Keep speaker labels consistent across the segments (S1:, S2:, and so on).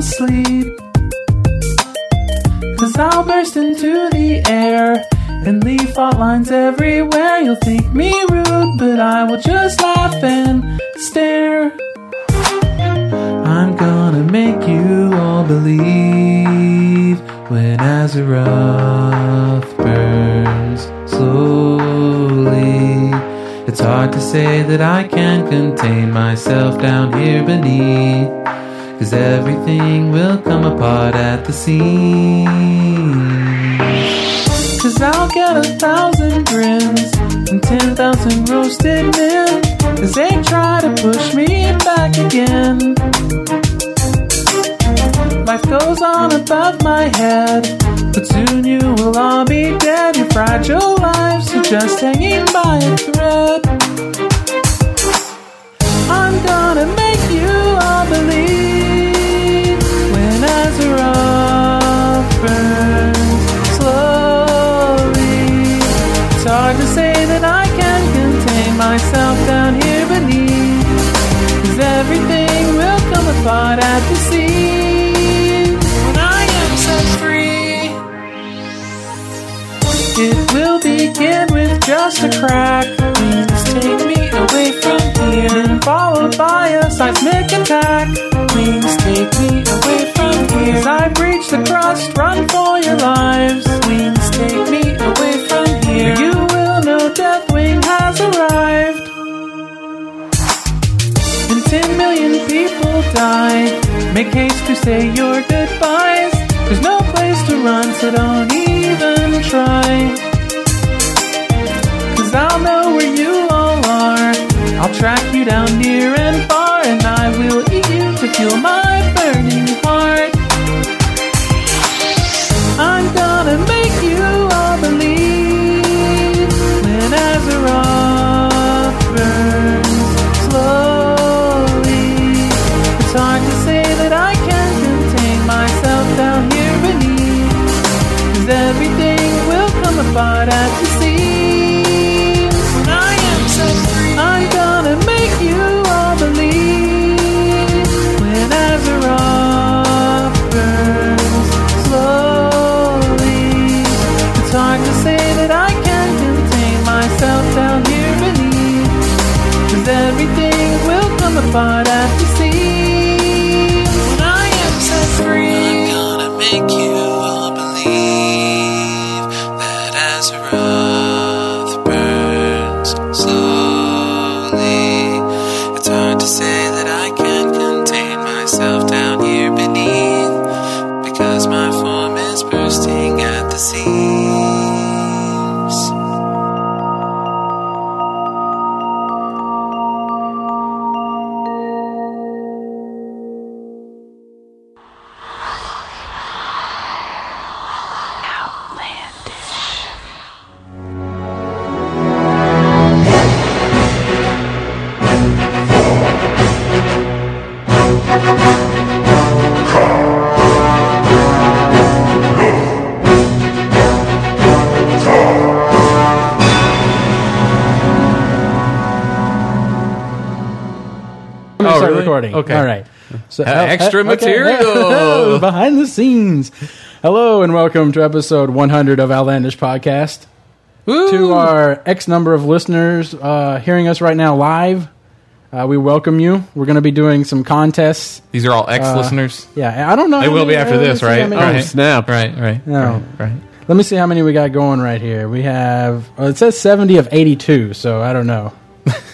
S1: sleep. Cause I'll burst into the air and leave fault lines everywhere. You'll think me rude, but I will just laugh and stare. I'm gonna make you all believe when Azeroth burns slowly. It's hard to say that I can contain myself down here beneath. Cause everything will come apart at the seams. Cause I'll get a thousand grins and ten thousand roasted men. Cause they try to push me back again. Life goes on above my head, but soon you will all be dead. Your fragile lives are just hanging by a thread. I'm gonna make you all believe when Azeroth burns slowly. It's hard to say that I can contain myself down here beneath, cause everything will come apart at the seams when I am set free. It will begin with just a crack. Please take me away from here. Then followed by a seismic attack. Please take me away from here. As I breach the crust, run for your lives. Please take me away from here. You will know Deathwing has arrived. And 10 million people die. Make haste to say your goodbyes. There's no place to run, so don't even try. Cause I'll know where you all are. I'll track you down near and far, and I will eat you to fuel my burning heart. I'm gonna make you all believe when Azeroth burns slowly. It's hard to say that I can contain myself down here beneath, 'cause everything will come apart at the seams. When I am set free, I'm gonna make you all believe when Azeroth burns slowly. It's hard to say that I can contain myself down here beneath. Cause everything will come apart at the seams. When I am set free, I'm gonna make you all believe that Azeroth burns slowly. It's hard to say that I can contain myself down here beneath because my form is bursting at the seams.
S2: I'm gonna
S3: Oh,
S2: start
S3: really?
S2: recording.
S3: Okay.
S2: All right. So
S3: Uh, extra
S2: there-
S3: material.
S2: Oh, behind the scenes. Hello and welcome to episode 100 of Outlandish Podcast. To our X number of listeners uh, hearing us right now live, uh, we welcome you. We're going to be doing some contests.
S3: These are all ex listeners.
S2: Yeah, I don't know.
S3: They
S2: how
S3: will be
S2: many-
S3: after
S2: uh, let me
S3: this,
S2: see how
S3: right?
S2: many-
S3: All right.
S4: Snap.
S3: Right, right.
S2: No.
S3: Right. right.
S2: Let me see how many we got going right here. We have. Oh, it says 70 of 82, so I don't know.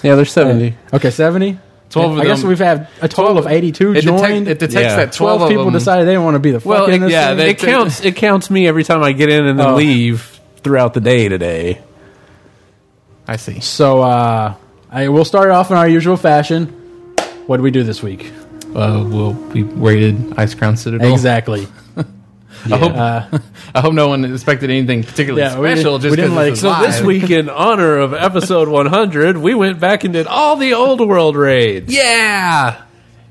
S4: Yeah, there's 70.
S2: Okay, 70?
S3: 12 of
S2: I guess
S3: them-
S2: we've had a total of 82
S3: It,
S2: joined.
S3: detect, it detects
S4: Yeah.
S3: that 12,
S2: 12, people
S3: of them.
S2: decided they didn't want to be the
S4: Well,
S2: fucking
S4: it,
S2: this
S4: yeah,
S2: thing.
S3: they-
S4: it counts. It counts me every time I get in and then
S2: Oh.
S4: leave throughout the day today.
S3: I see.
S2: So uh, I, we'll start off in our usual fashion. What did we do this week?
S3: Uh, well, we raided Ice Crown Citadel.
S2: Exactly.
S3: I hope,
S2: Uh,
S3: I hope no one expected anything particularly
S2: Yeah, we
S3: special.
S2: didn't-
S3: just
S2: we didn't,
S3: 'cause
S2: like-
S3: this is
S2: so
S3: live.
S4: This week, in honor of episode 100, we went back and did all the old world raids.
S3: Yeah.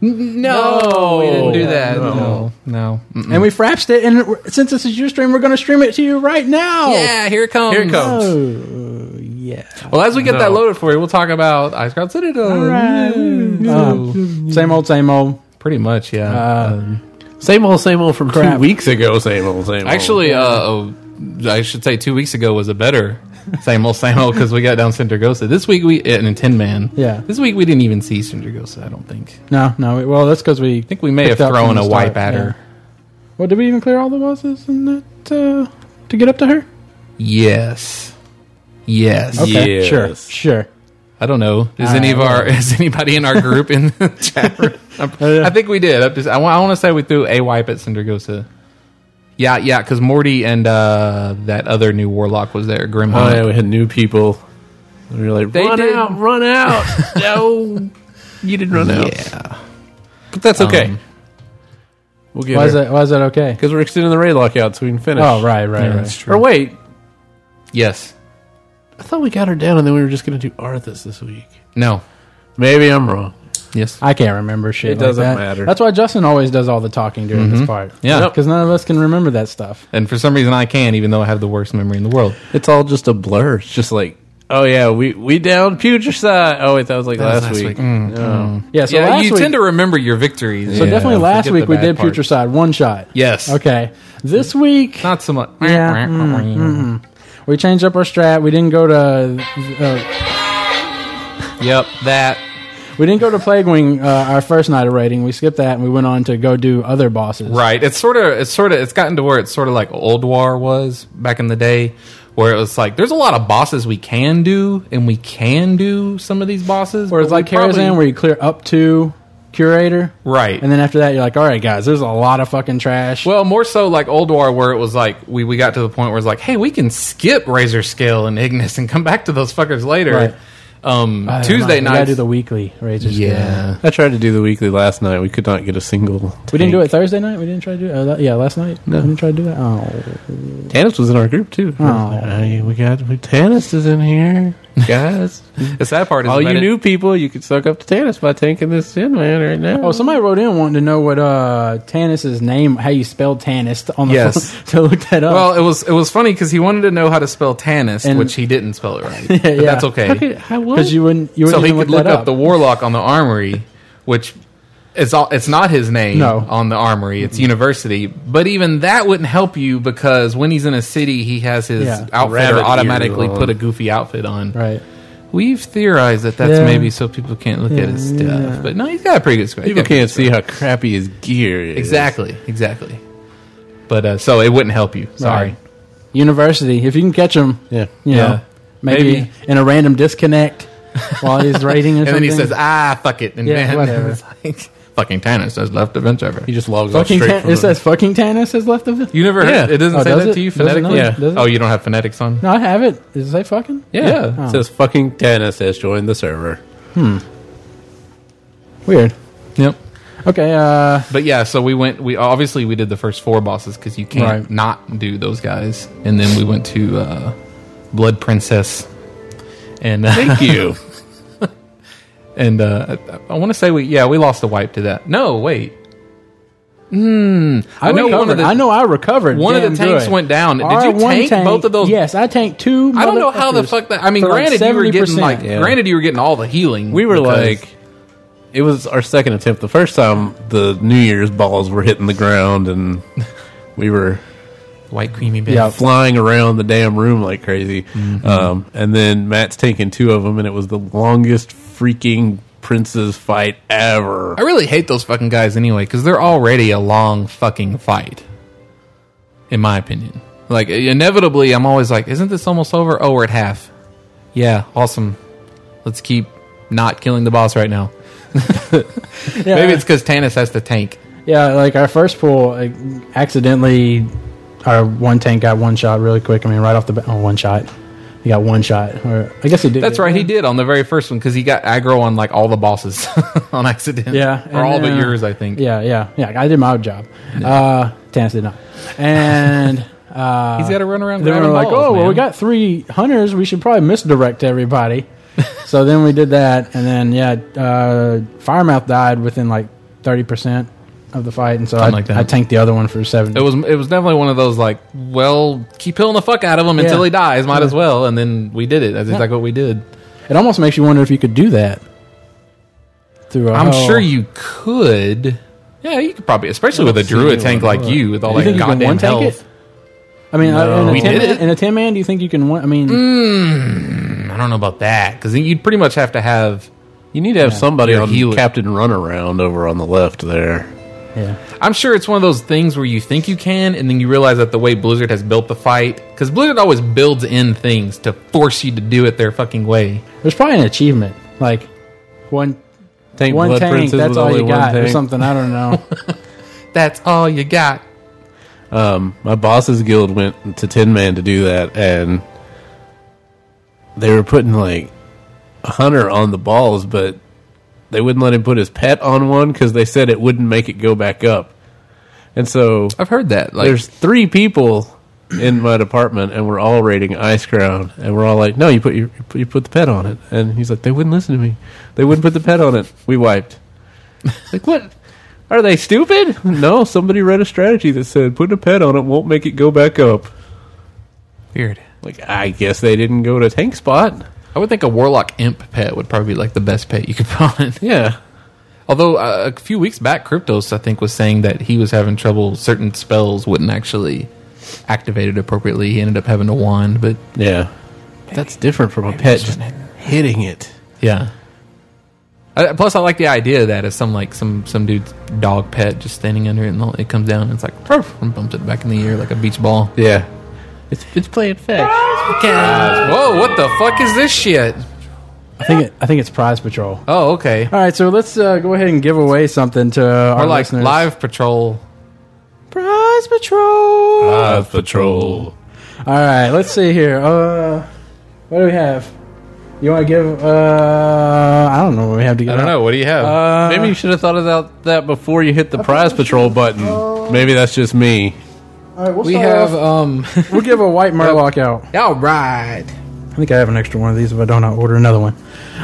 S3: No, we didn't do
S2: Yeah,
S3: that.
S2: no.
S3: No, no. Mm-mm.
S2: and we frapsed it, and we're- since this is your stream, we're going to stream it to you right now.
S3: Yeah, Oh. here it comes.
S4: Here it comes.
S2: Oh, yeah.
S3: Well, as we get
S4: No.
S3: that loaded for you, we'll talk about Ice Crown Citadel.
S2: All right.
S3: Yeah.
S2: Um, same old, same old.
S3: Pretty much, yeah.
S2: Um,
S4: Same old, same old from
S2: Crap.
S4: two weeks ago. Same old, same old.
S3: Actually, uh, oh, I should say two weeks ago was a better same old, same old because we got down Cindergosa. This week we and in Tin Man.
S2: Yeah.
S3: This week we didn't even see Cindergosa. I don't think.
S2: No, no. Well, that's because we
S3: I think we may
S2: Picked
S3: have
S2: up from
S3: thrown
S2: the
S3: a wipe
S2: start,
S3: at her.
S2: Well, did we even clear all the bosses in that uh, to get up to her?
S3: Yes. Yes.
S2: Okay,
S4: Yes.
S2: sure, sure.
S3: I don't know. Is
S2: All
S3: any
S2: right,
S3: of our is anybody in our group in the chat room? I'm-
S2: Oh,
S3: I think we did. I'm just- I, want to say we threw a E wipe at Cindergosa. Yeah, yeah, because Morty and uh, that other new warlock was there, Grimhawk.
S4: oh, yeah, we had new people. We were like,
S3: They
S4: run
S3: did-
S4: out, run out. no, you didn't run out.
S3: Yeah.
S4: But that's okay.
S3: Um,
S4: we'll get
S2: Why is
S4: her.
S2: that? Why is that okay?
S4: Because we're extending the raid lockout so we can finish.
S2: Oh, right, right,
S3: Yeah, that's
S2: right.
S3: true.
S4: Or wait,
S3: Yes.
S4: I thought we got her down and then we were just going to do Arthas this week.
S3: No.
S4: Maybe I'm wrong.
S3: Yes.
S2: I can't remember shit.
S4: It
S2: like
S4: doesn't
S2: that.
S4: matter.
S2: That's why Justin always does all the talking during this part.
S3: Mm-hmm. Yeah.
S2: because none of us can remember that stuff.
S3: And for some reason, I can, even though I have the worst memory in the world.
S4: It's all just a blur. It's just like, oh yeah, we we down Putricide. Oh wait, that was like last,
S3: last
S4: week.
S3: week.
S4: Oh.
S2: Yeah, so last
S3: you
S2: week,
S3: tend to remember your victories.
S2: so
S4: Yeah,
S2: definitely last
S3: forget
S2: week
S3: the
S2: we
S3: bad
S2: did
S3: part.
S2: Future Side one shot.
S3: Yes.
S2: Okay, this week
S3: Not so much.
S2: Yeah, mm, we changed up our strat. We didn't go to uh,
S3: Yep. That.
S2: we didn't go to Plague Wing uh, our first night of raiding. We skipped that and we went on to go do other bosses.
S3: Right. It's sort of. It's sort of. It's gotten to where it's sort of like Old War was back in the day, where it was like there's a lot of bosses we can do, and we can do some of these bosses.
S2: Whereas
S3: but we
S2: like Karazhan,
S3: probably-
S2: where you clear up to curator,
S3: right.
S2: and then after that you're like, all right, guys, there's a lot of fucking trash.
S3: Well, more so like Old War, where it was like we, we got to the point where it's like, hey, we can skip Razor Scale and Ignis and come back to those fuckers later.
S2: Right.
S3: Um,
S2: I don't know,
S3: Tuesday
S2: we gotta
S3: night.
S2: do the weekly razors.
S3: yeah.
S4: I tried to do the weekly last night. We could not get a single.
S2: we didn't do it Thursday night. We didn't try to do. Uh, yeah, last night.
S4: No.
S2: we didn't try to do that. Oh,
S4: Tannis was in our group too.
S2: Oh.
S4: Hey, we got we, Tannis is in here, guys.
S3: The sad part is
S2: Oh,
S4: All
S3: that
S4: you
S3: it-
S4: new people, you could suck up to Tannis by tanking this in man right now.
S2: oh, somebody wrote in wanting to know what uh Tannis's name, how you spell Tannis on the
S4: Yes.
S2: phone to look that up.
S3: Well, it was it was funny because he wanted to know how to spell Tannis,
S2: And-
S3: which he didn't spell it right. but
S2: yeah.
S3: that's
S4: how
S3: okay.
S4: could how would
S2: because you wouldn't, you
S3: So
S2: wouldn't
S3: he
S2: even
S3: could
S2: look
S3: look
S2: that
S3: up the warlock on the armory, which it's all it's not his name
S2: No.
S3: on the armory. It's university, but even that wouldn't help you because when he's in a city, he has his
S2: Yeah.
S3: outfit
S4: Rabbit
S3: or
S4: ears
S3: automatically
S4: on.
S3: put a goofy outfit on.
S2: right.
S3: We've theorized that that's
S2: Yeah.
S3: maybe so people can't look at his stuff,
S2: Yeah.
S3: but no, he's got a pretty good score. He's
S4: people
S3: got a pretty
S4: can't
S3: good
S4: see how crappy his gear is.
S3: score. exactly, exactly. But uh, so it wouldn't help you. Sorry.
S2: Right. University. If you can catch him,
S4: Yeah.
S2: you
S3: Yeah.
S2: know, maybe,
S3: Maybe.
S2: in a random disconnect while he's raiding or
S3: and
S2: something.
S3: then he says, "Ah, fuck it." And
S2: Yeah,
S3: then
S2: whatever.
S3: it's like, "Fucking Tannis has left the bench ever."
S4: He just logs off
S2: fucking
S4: straight.
S2: Tan-
S4: from
S2: it
S4: the-
S2: says fucking Tannis has left of it.
S3: You never heard?
S4: Yeah.
S3: It doesn't
S2: Oh,
S3: say
S2: does
S3: that
S2: it?
S3: to you
S2: Does it
S3: phonetically.
S2: not? Does it?
S3: Oh, you don't have phonetics on.
S2: No, I have it. Does it say fucking? Oh.
S4: yeah,
S3: Yeah.
S4: it says fucking Tannis has joined the server.
S2: Weird.
S3: Yep.
S2: Okay, uh,
S3: But yeah, so we went. We obviously we did the first four bosses because you can't
S2: Right.
S3: not do those guys. And then we went to uh, Blood Princess. And uh,
S4: Thank you.
S3: and uh, I, I want to say we yeah we lost a wipe to that. No, wait. Hmm.
S2: I,
S3: I know
S2: recovered.
S3: one of the-
S2: I know I recovered.
S3: one of the
S2: Damn
S3: tanks
S2: good.
S3: went down. Did you
S2: R1
S3: tank both of those-
S2: Yes, I tanked two.
S3: I don't know how the
S2: motherfuckers
S3: fuck that. I mean,
S2: for like
S3: granted you were getting
S2: 70%.
S3: like
S4: Yeah.
S3: granted you were getting all the healing.
S4: We were
S3: because-
S4: like, it was our second attempt. The first time, the New Year's balls were hitting the ground, and we were
S3: white creamy bits.
S2: Yeah.
S4: flying around the damn room like crazy. Um, and then Matt's taking two of them, and it was the longest freaking princess fight ever.
S3: I really hate those fucking guys anyway because they're already a long fucking fight, in my opinion. Like inevitably, I'm always like, "Isn't this almost over? Oh, we're at half. Yeah, awesome. Let's keep not killing the boss right now.
S2: Yeah,
S3: Maybe it's because Tannis has to tank.
S2: yeah. Like our first pool, like, accidentally, our one tank got one shot really quick. I mean, right off the bat, oh, one shot. He got one shot. Or I guess he did.
S3: That's right, he did on the very first one because he got aggro on like all the bosses on accident.
S2: Yeah,
S3: or all
S2: and,
S3: but
S2: uh,
S3: yours, I think.
S2: Yeah, yeah, yeah. I did my job. Uh, Tannis did not. And uh,
S3: He's got to run around.
S2: then we were
S3: grabbing
S2: like,
S3: balls,
S2: oh, well, we
S3: man."
S2: got three hunters. We should probably misdirect everybody. so then we did that, and then yeah, uh, Firemouth died within like thirty percent of the fight, and so I,
S3: Something like that.
S2: I tanked the other one for seven.
S3: It was it was definitely one of those like, well, keep healing the fuck out of him until
S2: Yeah.
S3: he dies, might as well. And then we did it. That's exactly what we did.
S2: It almost makes you wonder if you could do that. Through, a
S3: I'm
S2: whole-
S3: sure you could. Yeah, you could probably, especially with a druid tank like you, with all
S2: You
S3: that
S2: think you can
S3: goddamn
S2: one tank
S3: health.
S2: it? I mean, uh, in, a
S3: We
S2: ten
S3: did
S2: man,
S3: it. Mm.
S2: in a ten man, do you think you can? One, I mean,
S3: I don't know about that because you'd pretty much have to have.
S4: You need to have somebody
S3: Your
S4: on
S3: healer.
S4: Captain Runaround over on the left there.
S2: yeah.
S3: I'm sure it's one of those things where you think you can, and then you realize that the way Blizzard has built the fight, because Blizzard always builds in things to force you to do it their fucking way.
S2: There's probably an achievement like one
S4: Tank
S2: one
S4: Blood
S2: tank.
S4: Princess
S2: That's
S4: with
S2: all
S4: only
S2: you
S4: one
S2: got, or
S4: tank.
S2: something. I don't know.
S3: That's all you got.
S4: Um, my boss's guild went to Tin Man to do that, and they were putting like Hunter on the balls, but they wouldn't let him put his pet on one because they said it wouldn't make it go back up. And so
S3: I've heard that. Like,
S4: there's three people in my department, and we're all rating Ice Crown, and we're all like, "No, you put your, you put- you put the pet on it," and he's like, "They wouldn't listen to me. They wouldn't put the pet on it. We wiped." like what? Are they stupid? No, somebody read a strategy that said putting a pet on it won't make it go back up.
S3: weird.
S4: Like I guess they didn't go to tank spot.
S3: I would think a warlock imp pet would probably be like the best pet you could find.
S4: Yeah,
S3: Although uh, a few weeks back, Kryptos I think was saying that he was having trouble. Certain spells wouldn't actually activate it appropriately. He ended up having to wand, but
S4: yeah. That's different from a pet just hitting it.
S3: yeah. Uh, plus, I like the idea that if some like some some dude's dog pet just standing under it and all- it comes down and it's like "Ruff," and bumps it back in the air like a beach ball.
S4: Yeah, it's it's playing fetch.
S3: Whoa! What the fuck is this shit?
S2: I think it, I think it's Prize Patrol.
S3: Oh, okay.
S2: All right, so let's uh, go ahead and give away something to uh,
S3: Or
S2: our
S3: like
S2: listeners.
S3: live patrol.
S2: Prize Patrol.
S4: Five patrol.
S2: All right, let's see here. Uh, what do we have? You want to give? Uh, I don't know what we have to give.
S3: I don't know. Oh, What do you have?
S2: Uh,
S4: Maybe you should have thought about that before you hit the prize patrol
S2: Oh.
S4: button. Maybe that's just me.
S2: All right, we'll
S3: we
S2: start
S3: have
S2: off-
S3: um.
S2: we'll give a white Murloc out.
S3: all right.
S2: I think I have an extra one of these. If I don't, I'll order another one.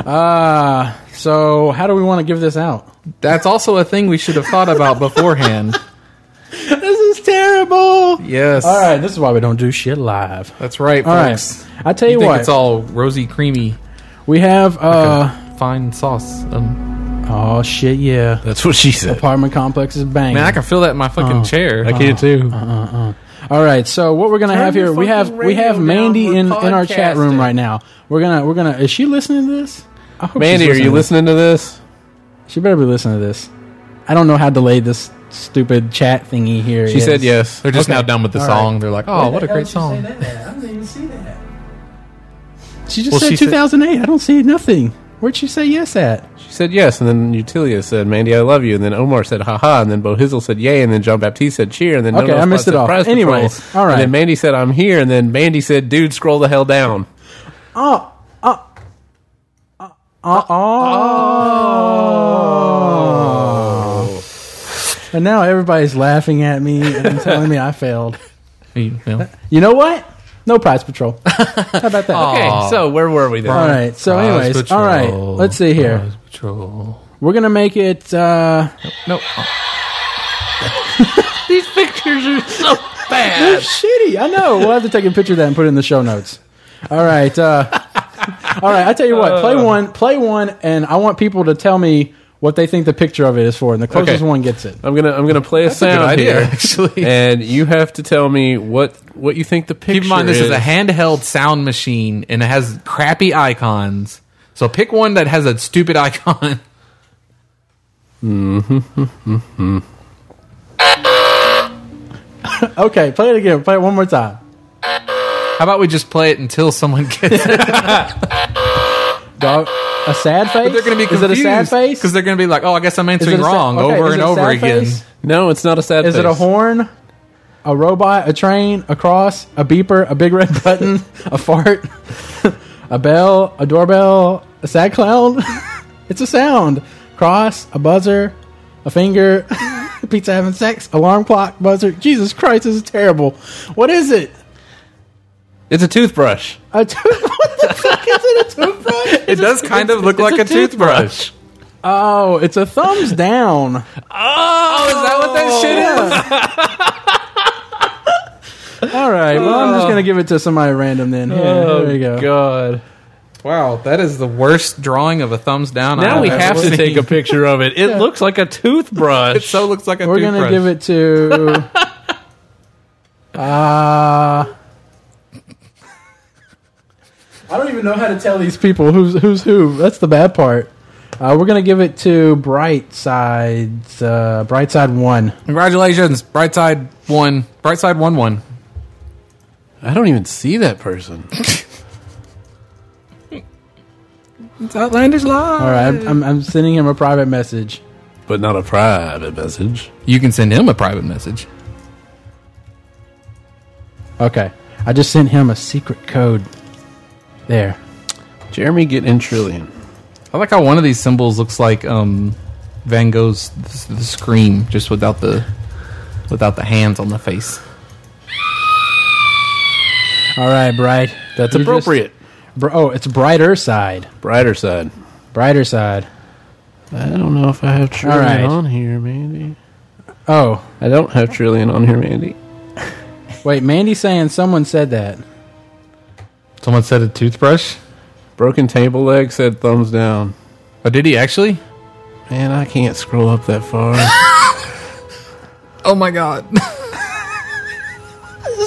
S2: Uh, so how do we want to give this out?
S3: That's also a thing we should have thought about beforehand.
S2: This is terrible.
S3: yes.
S2: All right, this is why we don't do shit live.
S3: That's right,
S2: All right,
S3: folks.
S2: I tell you,
S3: You think
S2: what,
S3: it's all rosy, creamy,
S2: we have. Uh,
S3: fine sauce. Um,
S2: oh shit, yeah.
S4: That's what she said.
S2: Apartment complex is banging.
S3: man, I can feel that in my fucking chair. Uh-huh.
S4: I
S2: Uh-huh.
S4: can too.
S2: All right, so what we're gonna have
S4: your
S2: here? We have
S4: fucking
S2: we have
S4: radio
S2: Mandy
S4: down,
S2: in, in
S4: we're
S2: our chat room
S4: podcasting.
S2: right now. We're gonna we're gonna. Is she listening to this? I hope
S4: Mandy,
S2: she's
S4: are you
S2: to this.
S4: listening to this?
S2: She better be listening to this. I don't know how delayed this stupid chat thingy here.
S4: She said yes.
S3: They're just
S2: Okay.
S3: now done with the
S2: All
S3: song.
S2: right.
S3: They're like, oh, what a great song.
S2: I didn't even see that. She just
S3: Well,
S2: said
S3: she said-
S2: 2008. I don't see nothing. Where'd she say yes at?
S4: She said yes, and then Utilia said, "Mandy, I love you," and then Omar said, "Haha," and then Bohizel said, "Yay," and then John Baptiste said, "Cheer," and then
S2: Okay,
S4: No
S2: I
S4: Spot
S2: missed it
S4: said,
S2: off.
S4: "Prize Patrol."
S2: Anyways, all right.
S4: And then Mandy said, "I'm here," and then Mandy said, "Dude, scroll the hell down."
S2: Oh, oh, oh, oh. And now everybody's laughing at me and telling me I failed.
S3: You know?
S2: You know what? No prize patrol. How about that?
S4: Okay, so where were we then?
S2: All right. So,
S3: Prize
S2: anyways,
S3: Patrol,
S2: all right. Let's see here.
S3: Prize Patrol.
S2: We're gonna make it. Uh,
S3: No. These pictures are so
S2: they're
S3: bad.
S2: shitty. I know. We'll have to take a picture of that and put it in the show notes. All right. Uh, all right. I tell you what.
S3: Uh.
S2: Play one. Play one, and I want people to tell me what they think the picture of it is for, and the closest
S4: Okay.
S2: one gets it.
S4: I'm gonna I'm gonna play a
S3: a good
S4: sound
S3: idea,
S4: here,
S3: actually.
S4: and you have to tell me what what you think the picture.
S3: Keep in mind, this is
S4: is
S3: a handheld sound machine and it has crappy icons. So pick one that has a stupid icon.
S2: Okay. Play it again. Play it one more time.
S3: How about we just play it until someone gets it?
S2: Dog. A sad face.
S3: They're going to be
S2: Is it
S3: confused.
S2: a sad face?
S3: Because they're going to be like, oh, I guess I'm
S2: Is it
S3: answering
S2: a sa-
S3: wrong
S2: okay,
S3: over
S2: is
S3: and
S2: it a
S3: over
S2: sad
S3: again.
S2: face?
S4: no, it's not a sad.
S2: Is it a
S4: face.
S2: horn? A robot? A train? A cross? A beeper? A big red button? a fart? a bell? A doorbell? A sad clown? it's a sound. Cross? A buzzer? A finger? Pizza having sex? Alarm clock? Buzzer? Jesus Christ, this is terrible. What is it?
S4: It's a toothbrush.
S2: A tooth? what the fuck is it? A toothbrush?
S3: It does kind of look
S4: it's
S3: like
S4: a
S3: a toothbrush.
S2: Oh, it's a thumbs down.
S3: Oh, is that what that shit is?
S2: Oh.
S3: Oh
S2: All right. Well, I'm just gonna give it to somebody random then. Yeah, there you go.
S4: God.
S3: Wow, that is the worst drawing of a thumbs down.
S4: Now
S3: I've
S4: Oh, we
S3: ever
S4: have to
S3: seen.
S4: take a picture of it. It looks like a
S3: It
S4: toothbrush.
S3: so looks like a
S2: We're
S3: toothbrush.
S2: gonna give it to. uh, I don't even know how to tell these people who's who's who. That's the bad part. Uh, we're gonna give it to Bright Side. Uh, Bright Side One.
S3: Congratulations, Brightside one, Brightside one one.
S4: I don't even see that person.
S3: It's Outlander's live.
S2: All right, I'm, I'm, I'm sending him a private message.
S4: But not a private message.
S3: You can send him a private message.
S2: Okay, I just sent him a secret code. There.
S4: Jeremy, get in trillion.
S3: I like how one of these symbols looks like um, Van Gogh's the, the Scream, just without the without the hands on the face.
S2: All right, Bright.
S4: That's
S2: You just-
S4: appropriate.
S2: Br- oh, it's Brighter Side.
S4: Brighter side.
S2: Brighter Side.
S4: I don't know if I have trillion
S2: right.
S4: on here, Mandy.
S2: Oh,
S4: I don't have trillion on here, Mandy.
S2: wait, Mandy's saying someone said that.
S3: Someone said a toothbrush.
S4: Broken table leg said thumbs down.
S3: Oh, did he actually?
S4: Man, I can't scroll up that far.
S3: Oh my god,
S2: This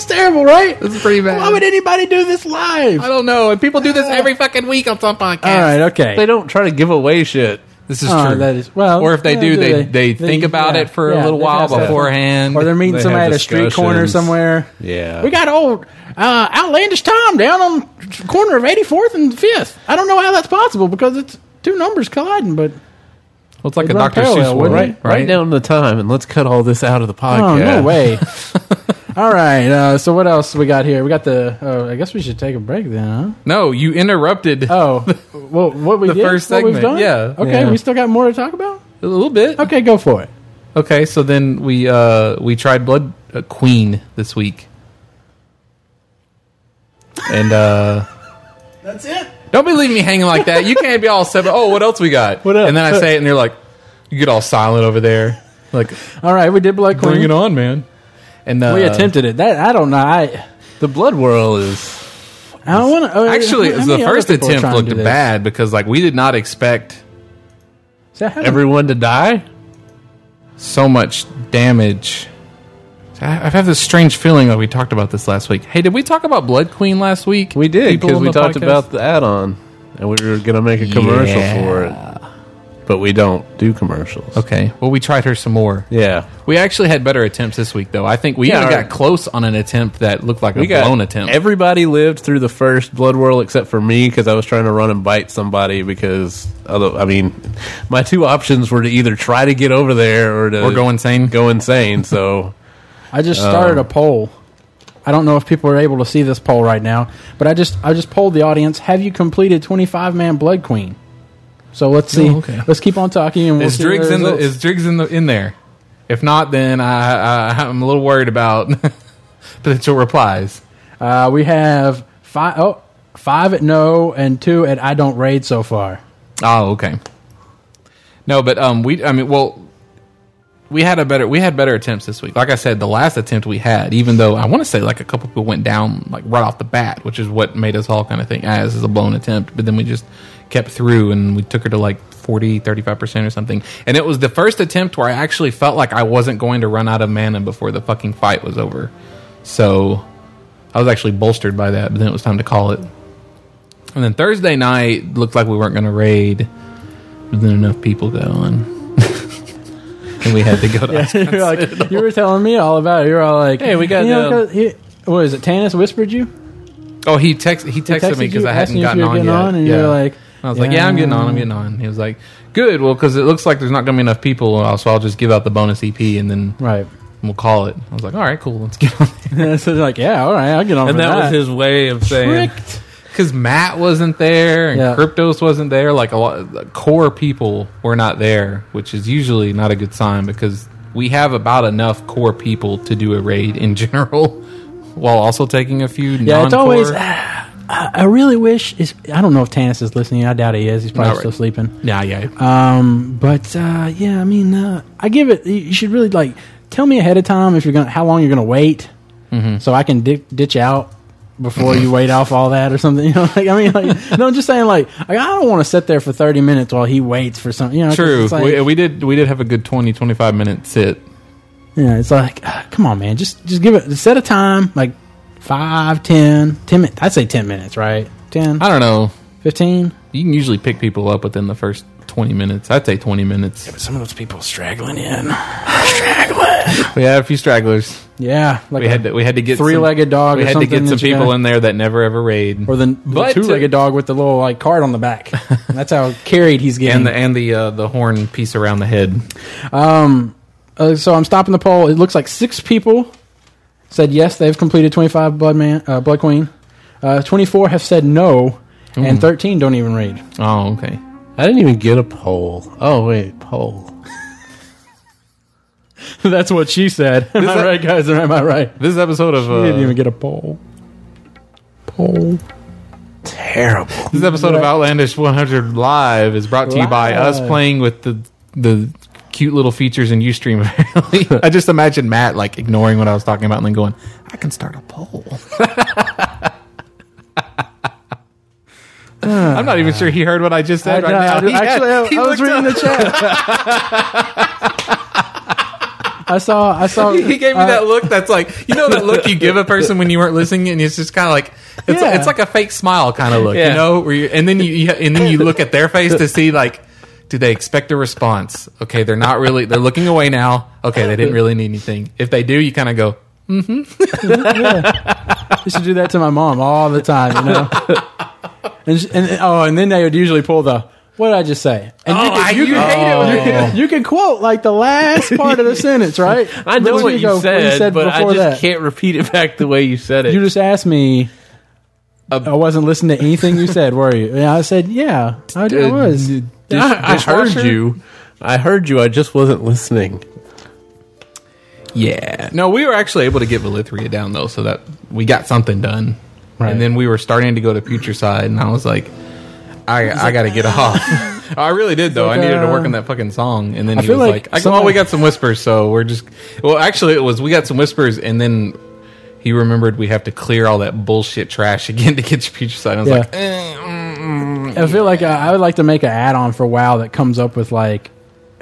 S2: is terrible, right?
S3: this is pretty bad.
S2: Why would anybody do this live?
S3: I don't know. And people do this every fucking week on some podcast.
S2: All right, okay.
S4: they don't try to give away shit.
S3: This is
S2: Oh,
S3: true.
S2: that is- well,
S3: or if they
S2: yeah,
S3: do,
S2: do
S3: they,
S2: they-
S3: they, think
S2: they-
S3: about
S2: yeah,
S3: it for
S2: yeah,
S3: a little
S2: they
S3: while
S2: pass that.
S3: beforehand.
S2: or they're meeting
S4: They
S2: somebody
S4: have
S2: at a street corner
S4: discussions.
S2: somewhere.
S4: Yeah.
S2: We got old uh, Outlandish Tom down on corner of 84th and 5th. I don't know how that's possible because it's two numbers colliding, but
S3: well, it's like
S2: They'd
S3: a
S2: run
S3: Dr.
S2: parallel,
S3: Seuss one,
S2: wouldn't
S3: right?
S4: Write down the time and let's cut all this out of the
S2: oh,
S4: podcast.
S2: no way. All right, uh, so what else we got here? We got the. Oh, I guess we should take a break then,
S3: No, you interrupted
S2: huh? Oh, well, what we
S3: The
S2: did,
S3: first
S2: what we've
S3: segment,
S2: done?
S3: yeah,
S2: Okay,
S4: yeah.
S2: we still got more to talk about.
S3: a little bit.
S2: Okay, go for it.
S3: Okay, so then we uh we tried Blood uh, Queen this week. And uh
S2: That's it.
S3: don't be leaving me hanging like that. You can't be all set. Oh, what else we got?
S2: What else?
S3: And then I say it and you're like you get all silent over there. Like
S2: All right, we did Blood Queen.
S3: bring it on, man. And uh,
S2: We attempted it. That I don't know. I
S4: The blood whirl is.
S2: I don't uh, want to.
S3: Actually, it was the first attempt looked bad because like we did not expect
S2: So how many-
S4: Everyone to die?
S3: so much damage. I I have this strange feeling like we talked about this last week. Hey, did we talk about Blood Queen last week?
S4: We did
S3: People
S4: because
S3: on
S4: we
S3: the
S4: talked
S3: podcast?
S4: about the add-on, and we were going to make a commercial for it, but we don't do commercials.
S3: Okay. Well, we tried her some more.
S4: Yeah,
S3: We actually had better attempts this week, though. I think we
S4: Yeah,
S3: even
S4: our-
S3: got close on an attempt that looked like a blown attempt.
S4: Everybody lived through the first blood whirl except for me because I was trying to run and bite somebody because other, I mean, my two options were to either try to get over there or to
S3: Or go insane.
S4: go insane. so
S2: I just
S3: um,
S2: started a poll. I don't know if people are able to see this poll right now, but I just I just polled the audience. Have you completed twenty five man Blood Queen? So let's see.
S3: Oh, okay.
S2: Let's keep on talking. And we'll
S3: is
S2: see the
S3: Driggs in the
S2: results.
S3: is Driggs in the in there? If not, then I, I I'm a little worried about potential replies.
S2: Uh, we have five oh five at no and two at I don't raid so far.
S3: Oh, okay. No, but um, we I mean, well, we had a better we had better attempts this week. Like I said, the last attempt we had, even though I want to say like a couple people went down like right off the bat, which is what made us all kind of think as is a blown attempt. But then we just kept through and we took her to like 40 35% or something and it was the first attempt where i actually felt like i wasn't going to run out of mana before the fucking fight was over so i was actually bolstered by that but then it was time to call it and then Thursday night looked like we weren't going to raid. But then enough people going, and we had to go to.
S2: You're like, you were telling me all about it. You're all like,
S4: Hey, we got,
S2: You know,
S4: um,
S2: 'cause he- what is it? Tannis whispered you.
S3: Oh, he text he texted, me because
S2: you,
S3: I
S2: asking
S3: hadn't
S2: you if
S3: gotten
S2: you were
S3: on
S2: getting
S3: yet.
S2: on, and
S3: yeah.
S2: you're like,
S3: I was like, yeah, I'm getting on, I'm getting on. He was like, good, well, because it looks like there's not going to be enough people, uh, so I'll just give out the bonus EP and then
S2: Right.
S3: we'll call it. I was like, all right, cool, let's get on.
S2: so they're like, yeah, all right, I'll get on.
S4: and
S2: for
S4: that was his way of saying
S2: Tricked.
S3: Because Matt wasn't there and
S2: Yeah.
S3: Cryptos wasn't there. Like a lot the core people were not there, which is usually not a good sign because we have about enough core people to do a raid in general while also taking a few
S2: Yeah,
S3: non
S2: it's always. Ah, I I really wish. Is I don't know if Tannis is listening. I doubt he is. He's probably
S3: Not right.
S2: still sleeping.
S3: yeah, yeah.
S2: Um, but uh, yeah, I mean, uh, I give it. you- You should really
S3: Mm-hmm.
S2: like tell me ahead of time if you're gonna how long you're gonna wait, so I can di- ditch out. before you wait off all that or something. You know, like I mean, like no, I'm just saying like, like, I don't want to sit there for 30 minutes while he waits for something. You know, 'cause
S3: True.
S2: It's like,
S3: we, we did we did have a good 20, 25 minute sit.
S2: yeah, it's like ah, come on, man, just just give it set a time like five, ten, ten minutes. I'd say 10 minutes, right? 10,
S3: I don't know.
S2: 15.
S3: You can usually pick people up within the first twenty minutes. I'd say twenty minutes.
S2: Some of those people straggling in.
S3: We had a few stragglers.
S2: Yeah, like
S3: We had to, we had to get some-
S2: Three-legged dog
S3: We
S2: or
S3: had to
S2: something
S3: get some
S2: that you
S3: people
S2: gotta-
S3: in there that never ever raid.
S2: or the, the
S3: But-
S2: two-legged dog with the little like card on the back. That's how carried he's getting.
S3: and the and the uh, the horn piece around the head.
S2: Um, uh, so I'm stopping the poll. It looks like six people said yes, they've completed 25 Blood Man, uh, Blood Queen. Uh, 24 have said no, and 13 don't even read.
S3: Oh, okay.
S4: I didn't even get a poll. Oh wait, poll.
S2: That's what she said. Am I
S3: that-
S2: right, guys? Or am I right?
S3: This episode of
S2: We didn't
S3: uh,
S2: even get a poll. Poll.
S4: Terrible.
S3: this episode of Outlandish 100 Live is brought to you by us
S2: Live.
S3: playing with the the cute little features in UStream. apparently. I just imagine Matt like ignoring what I was talking about and then going, "I can start a poll." I'm not even sure he heard what Uh, I just said right now. He had-
S2: actually, I-
S3: he
S2: I, was
S3: looked
S2: reading
S3: up-
S2: the chat. I saw. I saw.
S3: he gave me
S2: uh,
S3: that look that's like you know that look you give a person when you weren't listening and it's just kind of like it's,
S2: Yeah.
S3: it's like a fake smile kind of look
S4: Yeah.
S3: you know where you, and then you, you and then you look at their face to see like do they expect a response okay they're not really they're looking away now okay they didn't really need anything if they do you kind of go
S2: used to do that to my mom all the time, you know. and, she, and oh, and then they would usually pull the what did I just say? And
S3: oh I, you hate it when
S2: you, can, you can quote like the last part of the sentence, right?
S4: I know
S2: But
S4: what you,
S2: go-
S4: said, but I just can't repeat it back the way you said it.
S2: You just asked me.
S3: Um,
S2: I wasn't listening to anything you said, were you? And I said, "Yeah, I, I
S3: uh,
S2: was."
S4: Dish- I, I heard
S3: dishwasher?
S4: you. I heard you. I just wasn't listening.
S3: Yeah. No, we were actually able to get Velithria down though, so that we got something done.
S2: Right.
S3: And then we were starting to go to Future Side, and I was like, I, I got to get off. I really did though.
S2: like,
S3: I needed to work
S2: uh,
S3: on that fucking song, and then
S2: I
S3: he
S2: feel
S3: was
S2: like
S3: like, I go, "Oh,
S2: somebody-
S3: we got some whispers, so we're just." Well, actually, it was we got some whispers, and then he remembered we have to clear all that bullshit trash again to get to Future Side. I was
S2: Yeah.
S3: like, eh, mm, mm.
S2: I feel like I, I would like to make an add-on for WoW that comes up with like,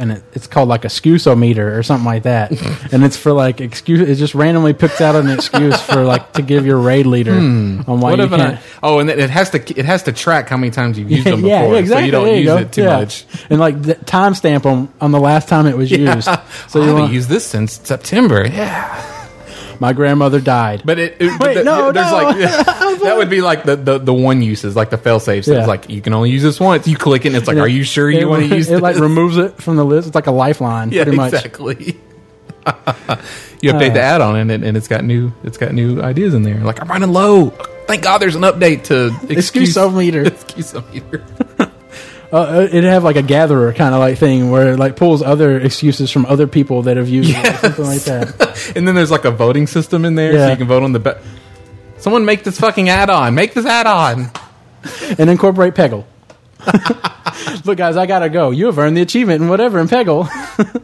S2: and it, it's called like a scusometer or something like that, and it's for like excuse. It just randomly picks out an excuse for like to give your raid leader on why
S3: Hmm. What
S2: you
S3: if I,
S2: can't.
S3: oh, and it has to it has to track how many times you've used them before,
S2: yeah, yeah, exactly.
S3: so you don't
S2: there
S3: use
S2: go.
S3: it too
S2: Yeah.
S3: much.
S2: and like the timestamp on on the last time it was used. So
S3: I
S2: you
S3: haven't
S2: want,
S3: used this since September. Yeah,
S2: my grandmother died.
S3: but it, it-
S2: Wait,
S3: th-
S2: no,
S3: there's
S2: no.
S3: like that would be like the, the the one uses like the fail saves.
S2: Yeah.
S3: It's like you can only use this once. You click it, and it's like,
S2: And it-
S3: are you sure
S2: it-
S3: you want to use
S2: it?
S3: this?
S2: Like removes it from the list. It's like a lifeline,
S3: yeah,
S2: pretty much. Uh.
S3: exactly. you update the add-on and it, and it's got new it's got new ideas in there. Like I'm running low. Thank God there's an update to
S2: Excusometer.
S3: Excusometer.
S2: Uh, it'd have like a gatherer kind of like thing where it like pulls other excuses from other people that have used it or something like that.
S3: and then there's like a voting system in there,
S2: Yeah.
S3: so you can vote on the best. Someone make this fucking add-on. Make this add-on.
S2: And incorporate Peggle. Look, guys, I gotta go. You have earned the achievement and whatever in Peggle.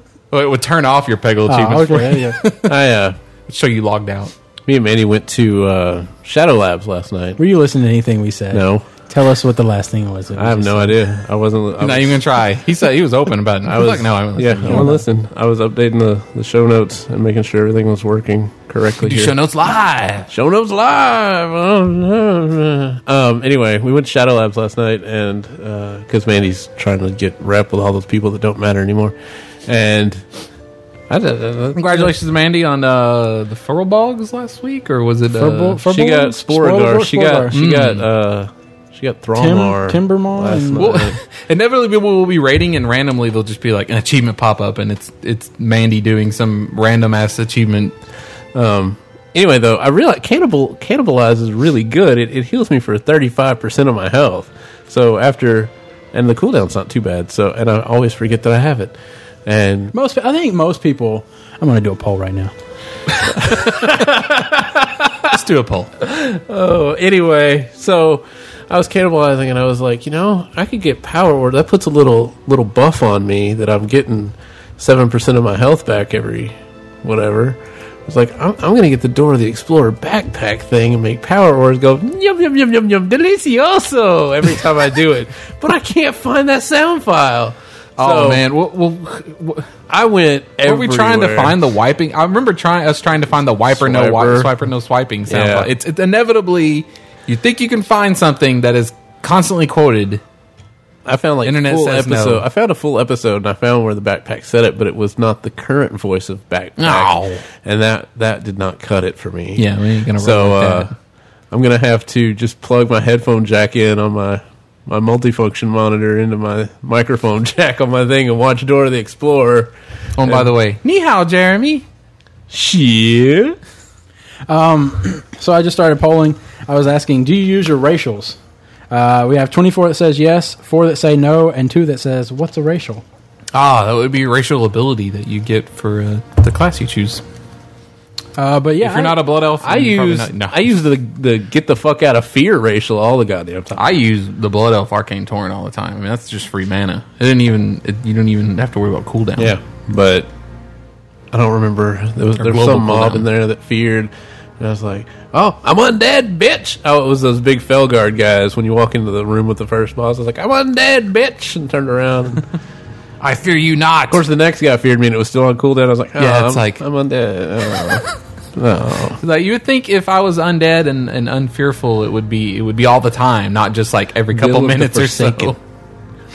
S3: Oh, it would turn off your Peggle
S2: Oh,
S3: achievements.
S2: okay, yeah, yeah.
S4: I uh,
S3: for you. Show you logged out.
S4: me and Manny went to uh, Shadow Labs last night.
S2: Were you listening to anything we said?
S4: No,
S2: Tell us what the last thing was. that we
S4: I have
S2: just
S4: no
S2: said.
S4: idea. I wasn't. li- I
S3: I'm not
S4: was-
S3: even gonna try. He said he was open about it. I was like, no, I'm
S4: yeah, I want to listen. I was updating the, the show notes and making sure everything was working correctly.
S3: Do
S4: here.
S3: show notes live.
S4: Show notes live. Um. Anyway, we went to Shadow Labs last night, and because Mandy's trying to get rep with all those people that don't matter anymore, and I, d- uh,
S3: Congratulations, Mandy, on uh, the Furlbogs last week, or was it? Uh,
S2: Furbo- Furbo-
S4: she got
S2: Sporador,
S4: Sporador. She got she
S3: Sporador.
S4: got uh she got Thromar
S2: Tim- Timbermar
S4: last
S2: and-
S4: night.
S3: Well, inevitably, people will be rating, and randomly they'll just be like an achievement pop up, and it's it's Mandy doing some random ass achievement.
S4: Um, anyway, though, I realize cannibal cannibalize is really good. It, it heals me for thirty five percent of my health. So after, and the cooldown's not too bad. So and I always forget that I have it. And
S2: Most, I think most people. I'm going to do a poll right now.
S3: Let's do a poll.
S4: oh, anyway, so I was cannibalizing, and I was like, you know, I could get power order. That puts a little little buff on me that I'm getting seven percent of my health back every whatever. It's like I'm, I'm gonna get the door of the Explorer backpack thing and make power orders go yum yum yum yum yum delicioso every time I do it, but I can't find that sound file.
S3: Oh
S4: So,
S3: man, well, well, were
S4: I went.
S3: we trying to find the wiping? I remember trying us trying to find the wiper no wipe,
S4: Swiper.
S3: swiper no swiping sound.
S4: Yeah.
S3: file. It's, it's inevitably you think you can find something that is constantly quoted.
S4: I found like
S3: Internet
S4: full
S3: says
S4: episode.
S3: no.
S4: I found a full episode and I found where the backpack said it, but it was not the current voice of backpack,
S3: No.
S4: and that that did not cut it for me.
S3: Yeah, we ain't gonna roll
S4: So
S3: with
S4: uh,
S3: that.
S4: I'm gonna have to just plug my headphone jack in on my my multifunction monitor into my microphone jack on my thing and watch Dora the Explorer.
S3: Oh, and by the way, ni hao, Jeremy.
S4: Shit.
S2: Um, So I just started polling. I was asking, do you use your racials? Uh, we have 24 that says yes, four that say no, and two that says what's a racial.
S3: Ah, that would be racial ability that you get for uh, the class you choose.
S2: Uh, but yeah,
S3: If you're
S2: I-
S3: not a blood elf,
S4: I
S3: then you're Mm, probably
S4: use
S3: not- no.
S4: I use the the get the fuck out of fear racial all the goddamn time.
S3: I use the Blood Elf Arcane Torrent all the time. I mean, that's just free mana. It didn't even it, you don't even have to worry about cooldown.
S4: Yeah, but I don't remember. There was,
S3: Or
S4: there was
S3: global
S4: some mob
S3: cooldown.
S4: in there that feared. And I was like, "Oh, I'm undead, bitch!" Oh, it was those big Felguard guys. When you walk into the room with the first boss, I was like, "I'm undead, bitch!" and turned around. And of
S3: I fear you not.
S4: course, the next guy feared me, and it was still on cooldown. I was like, oh,
S3: Yeah, it's
S4: I'm,
S3: like-
S4: I'm undead." Oh. no,
S3: Like you would think if I was undead and, and unfearful, it would be it would be all the time, not just like every couple
S4: Will of the
S3: minutes or so.
S4: Forsaken.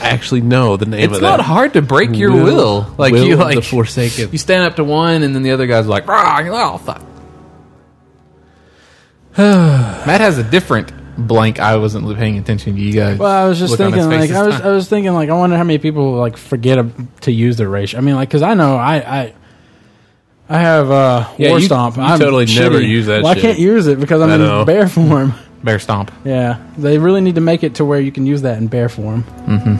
S4: I actually know the name
S3: It's
S4: of
S3: not
S4: that.
S3: hard to break your will.
S4: Will-
S3: Like
S4: Will
S3: you
S4: of the
S3: like
S4: Forsaken.
S3: You stand up to one, and then the other guy's like, "Rah, oh fuck." Matt has a different blank. I wasn't paying attention to you guys.
S2: Well, I was just
S3: Look on his
S2: thinking, like,
S3: face this
S2: I was,
S3: time.
S2: I was thinking, like, I wonder how many people like forget a, to use their racial. I mean, like, because I know I, I, I have uh,
S4: Yeah,
S2: war
S4: you-
S2: stomp.
S4: you
S2: I'm
S4: totally
S2: shitty.
S4: never use that
S2: Well, I
S4: shit.
S2: can't use it because I'm
S4: I
S2: in
S4: know.
S2: bear form.
S3: bear stomp.
S2: yeah, they really need to make it to where you can use that in bear form. Mm-hmm.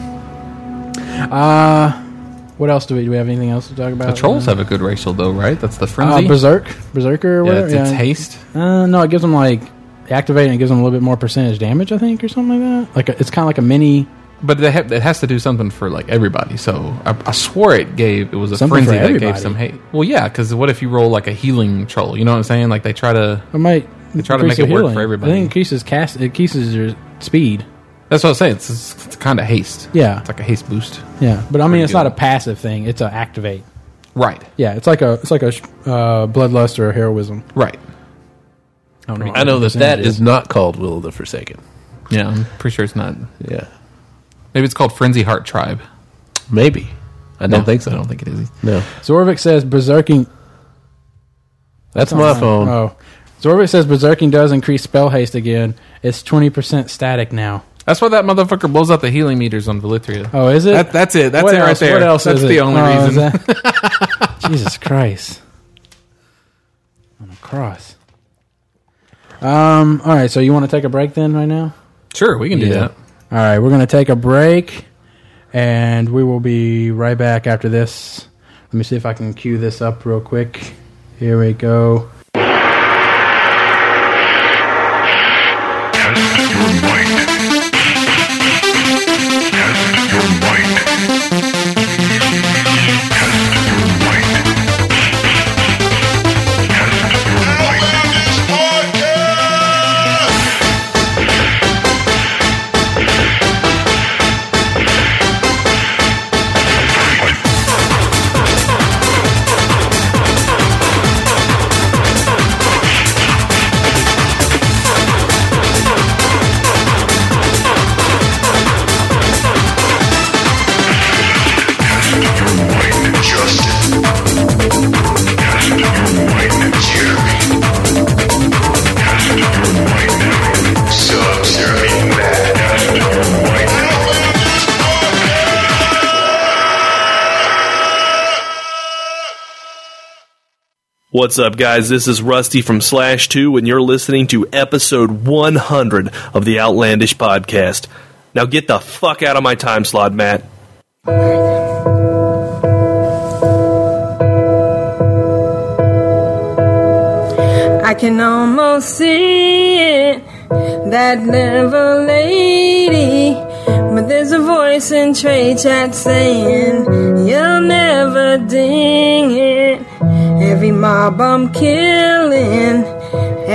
S2: Uh, what else do we do? We have anything else to talk about?
S3: The trolls have a good racial though, right? That's the
S2: uh,
S3: frenzy.
S2: berserk, berserker, or
S3: yeah,
S2: whatever.
S3: it's, it's haste.
S2: Uh, no, it gives them like activate and it gives them a little bit more percentage damage, I think, or something like that. Like a, it's kind of like a mini.
S3: But they have, it has to do something for like everybody. So I, I swore it gave it was a
S2: Something for
S3: frenzy that gave
S2: everybody.
S3: some hate. Well, yeah, because what if you roll like a healing troll? You know what I'm saying? Like they try to.
S2: It might
S3: try to
S2: increase
S3: make
S2: the
S3: it work
S2: healing.
S3: for everybody.
S2: I think it increases cast. It increases your speed.
S3: That's what I'm saying. It's, it's, kind of haste.
S2: Yeah,
S3: it's like a haste boost.
S2: yeah. But I mean,
S3: pretty
S2: it's
S3: good.
S2: not a passive thing. It's a activate.
S3: Right,
S2: Yeah, it's like a it's like a sh- uh, bloodlust or a heroism.
S3: right.
S2: I, don't
S4: I know that that
S2: percentages.
S4: is not called Will of the Forsaken.
S3: Yeah, I'm pretty sure it's not.
S4: Yeah,
S3: Maybe it's called frenzy heart tribe.
S4: maybe. I don't
S3: No,
S4: think so.
S3: I don't think it is.
S4: No,
S2: Zorvik says berserking.
S4: that's my phone.
S2: Oh, Zorvik says berserking does increase spell haste again. It's twenty percent static now.
S3: That's why that motherfucker blows out the healing meters on Velithria.
S2: Oh, is it?
S3: That, that's it. That's
S2: What
S3: it right
S2: else-
S3: there.
S2: What else
S3: that's
S2: is it?
S3: the only
S2: Oh, is
S3: reason.
S2: that- Jesus Christ. On a cross. Um, all right, so you want to take a break then right now?
S3: Sure, we can do
S2: Yeah.
S3: that.
S2: All right, we're going to take a break and we will be right back after this. Let me see if I can cue this up real quick. Here we go.
S5: Test your might. Test your might. Test your might. Test your might. Justin. Test your might. Jeremy. Test your might. Sub-Zero Mad. Test your might.
S6: What's up, guys? This is Rusty from Slash 2, and you're listening to episode 100 of the Outlandish Podcast. Now get the fuck out of my time slot, Matt.
S7: I can almost see it, that little lady. But there's a voice in trade chat saying, You'll never ding it if
S1: Every mob I'm killing,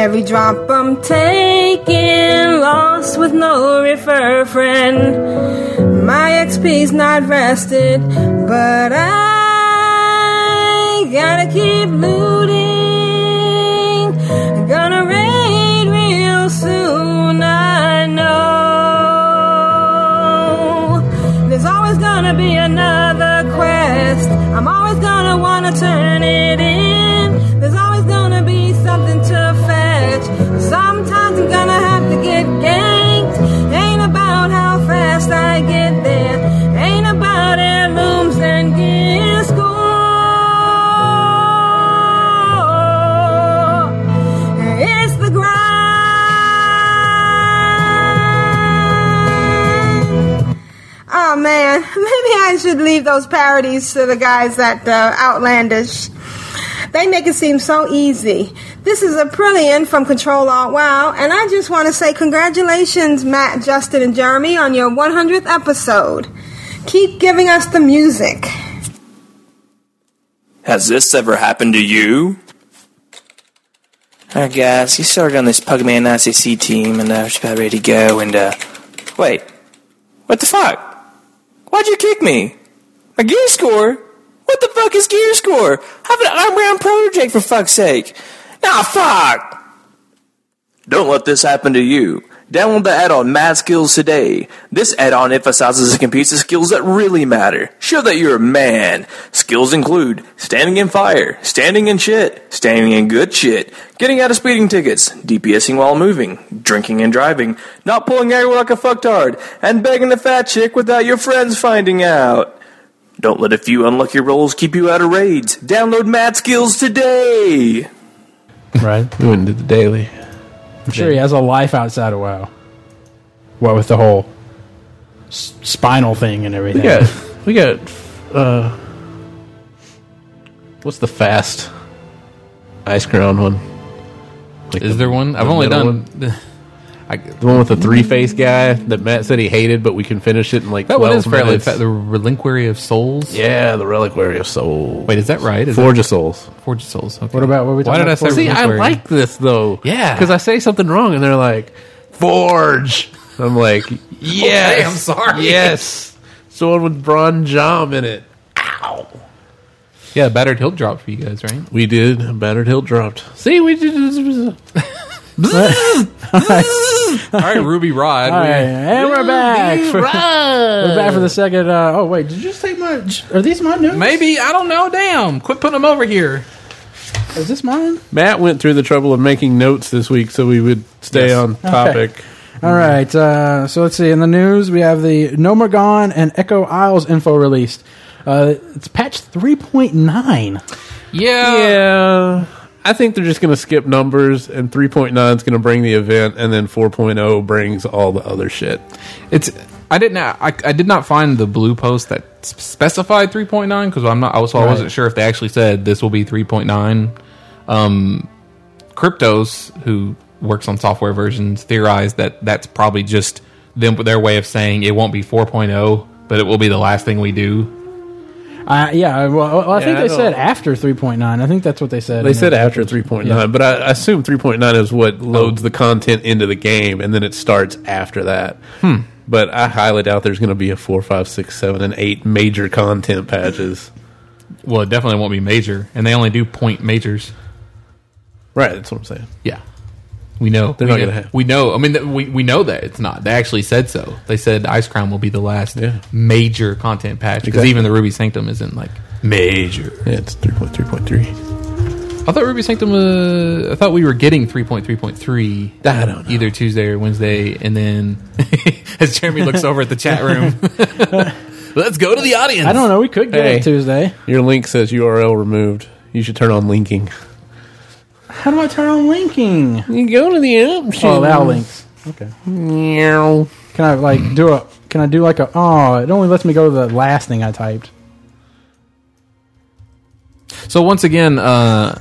S1: every drop I'm taking, lost with no refer friend. My XP's not rested, but I gotta keep looting. Gonna raid real soon, I know. There's always gonna be another quest. I'm always gonna wanna turn it in. There's always gonna be something to fetch. Sometimes I'm gonna have to get ganked. Ain't about how fast I get there. Ain't about heirlooms and gear score. It's the grind. Oh man, maybe I should leave those parodies to the guys at uh, Outlandish. They make it seem so easy. This is a brilliant from Control Alt Wow, and I just want to say congratulations, Matt, Justin, and Jeremy, on your 100th episode. Keep giving us the music.
S8: Has this ever happened to you? Alright, guys, you started on this Pugman ICC team, and I was about ready to go, and, uh. Wait. What the fuck? Why'd you kick me? My gear score? What the fuck is gear score? I'm an arm round project, for fuck's sake! Nah, fuck! Don't let this happen to you. Download the add-on Mad Skills today. This add-on emphasizes and competes the skills that really matter. Show that you're a man. Skills include standing in fire, standing in shit, standing in good shit, getting out of speeding tickets, DPSing while moving, drinking and driving, not pulling air like a fucktard, and begging the fat chick without your friends finding out. Don't let a few unlucky rolls keep you out of raids. Download Mad Skills today.
S2: Right.
S4: We went and did the daily.
S2: I'm sure he has a life outside of WoW. What with the whole s- spinal thing and everything.
S4: We got, we got, uh, what's the fast ice crown one? Like
S3: Is
S4: the-
S3: there one? I've
S4: the
S3: only
S4: middle
S3: done. I,
S4: The one with the three face guy that Matt said he hated, but we can finish it in like
S3: that one is
S4: twelve
S3: fairly
S4: minutes.
S3: fa- the Relinquary of Souls.
S4: yeah, the Reliquary of Souls.
S3: Wait, is that right? Is
S4: Forge of Souls.
S3: that Forge of Souls? Okay.
S2: What about what we
S3: Why
S2: talking
S3: did I
S2: about
S3: say?
S2: before?
S4: See, I
S3: Relinquary?
S4: like this though.
S3: Yeah.
S4: because I say something wrong and they're like, "Forge." I'm like, "Yes,
S3: I'm Oh, sorry."
S4: Yes, someone with Bron Jam in it. Ow.
S3: Yeah, battered hilt drop for you guys, right?
S4: We did. A battered hill dropped. See, we did.
S3: All right, Ruby Rod.
S2: All
S3: we-
S2: right, and we're back. For, we're back for the second. Uh, oh wait, did you just take my? Are these my notes?
S3: Maybe I don't know. Damn, quit putting them over here.
S2: Is this mine?
S4: Matt went through the trouble of making notes this week so we would stay on topic.
S2: All right. Uh, so let's see. In the news, we have the Nomergon and Echo Isles info released. Uh, it's patch three point nine.
S4: Uh,
S3: Yeah.
S4: Yeah. I think they're just going to skip numbers, and 3.9 is going to bring the event, and then 4.0 brings all the other shit.
S3: it's. I didn't. I, I did not find the blue post that s- specified 3.9 because I'm not. I was. I wasn't sure if they actually said this will be 3.9. Um, Cryptos, who works on software versions, theorized that that's probably just them their way of saying it won't be 4.0, but it will be the last thing we do.
S2: Uh, yeah. Well, well I think
S4: Yeah,
S2: they
S4: I don't-
S2: said after three point nine. I think that's what they said.
S4: They
S2: in
S4: said
S2: the-
S4: after 3.9, but I, I assume 3.9 is what loads the content into the game, and then it starts after that. Hmm. But I highly doubt there's going to be a 4, 5, 6, 7, and 8 major content patches.
S3: Well, it definitely won't be major, and they only do point majors.
S4: Right, that's what I'm saying.
S3: Yeah. We know.
S4: They're
S3: we
S4: not
S3: know,
S4: gonna have-
S3: We know. I mean, th- we, we know that it's not. They actually said so. They said Ice Crown will be the last
S4: Yeah.
S3: major content patch because
S4: Exactly.
S3: even the Ruby Sanctum isn't like major.
S4: Yeah, it's 3.3.3.
S3: I thought Ruby Sanctum. Uh, I thought we were getting three point three point three.
S4: I don't know.
S3: Either Tuesday or Wednesday, and then as Jeremy looks over at the chat room, let's go to the audience.
S2: I don't know. We could get
S4: Hey.
S2: it Tuesday.
S4: Your link says URL removed. You should turn on linking.
S2: How do I turn on linking?
S4: You go to the options.
S2: Oh, that links.
S4: Meow.
S2: Can I like do a? Can I do like a? Oh, it only lets me go to the last thing I typed.
S3: So once again, uh,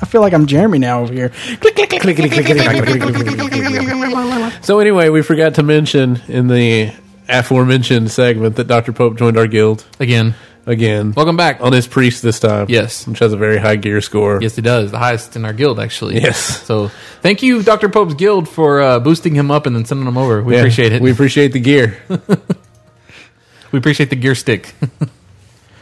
S2: I feel like I'm Jeremy now over here. Click, click, click, click, click, click, click, click, click, click, click, click, click, click, click.
S4: So anyway, we forgot to mention in the aforementioned segment that Dr. Pope joined our guild
S3: again,
S4: again
S3: Welcome back.
S4: on his priest Oh, this time.
S3: Yes.
S4: which has a very high gear score.
S3: Yes, he does. The highest in our guild, actually.
S4: Yes.
S3: So thank you, Dr. Pope's guild, for uh, boosting him up and then sending him over. We
S4: Yeah,
S3: appreciate it.
S4: We
S3: We,
S4: appreciate the gear.
S3: appreciate the gear stick.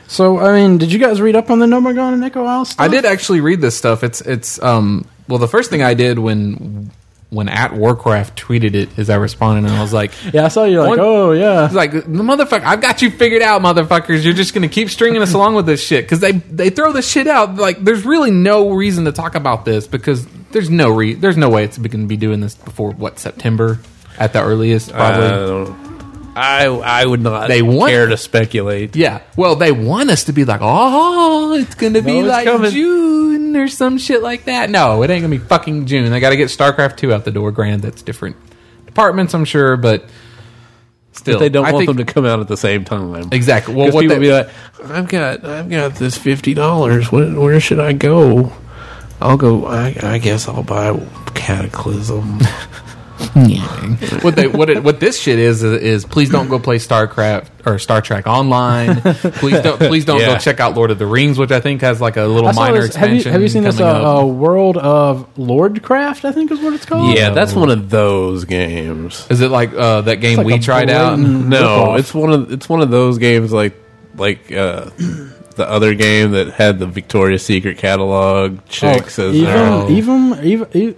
S2: So, I mean, did you guys read up on the Nomagon and Echo Isle stuff?
S3: I did actually read this stuff. It's it's um well the first thing I did when when at Warcraft tweeted it is I responded and I was like
S2: Yeah, I saw you like,
S3: One-
S2: oh, yeah.
S3: It's like motherfucker, I've got you figured out, motherfuckers. You're just gonna keep stringing us along with this shit because they they throw this shit out. Like, there's really no reason to talk about this because there's no re- there's no way it's gonna be doing this before what September at the earliest, probably.
S4: I don't- Uh, I I would not.
S3: They want-
S4: care to speculate.
S3: yeah. Well, they want us to be like, oh, it's gonna be
S4: it's
S3: like
S4: coming."
S3: June or some shit like that. No, it ain't gonna be fucking June. They got to get StarCraft two out the door. Grand, that's different departments, I'm sure, but still,
S4: But they don't
S3: I
S4: want
S3: think-
S4: them to come out at the same time.
S3: Exactly. Well,
S4: Because
S3: what
S4: people
S3: they-
S4: be like, I've got I've got this fifty dollars. Where should I go? I'll go. I, I guess I'll buy Cataclysm.
S3: what they what it, what this shit is is, is please don't go play StarCraft or Star Trek online. Please don't please don't
S4: Yeah.
S3: go check out Lord of the Rings, which I think has like a little
S2: I saw
S3: minor
S2: this- have, you,
S3: expansion.
S2: have you seen this uh,
S3: coming
S2: uh,
S3: up.
S2: World of Lordcraft, I think is what it's called?
S4: yeah, that's one of those games.
S3: Um,
S4: Uh,
S3: is it like uh, that game
S2: like
S3: we
S2: a
S3: tried out?
S2: blatant-
S4: No,
S2: Rip-off.
S4: it's one of it's one of those games like like uh, the other game that had the Victoria's Secret catalog
S3: Oh,
S4: chicks as
S2: even,
S4: their-
S2: even, even, even,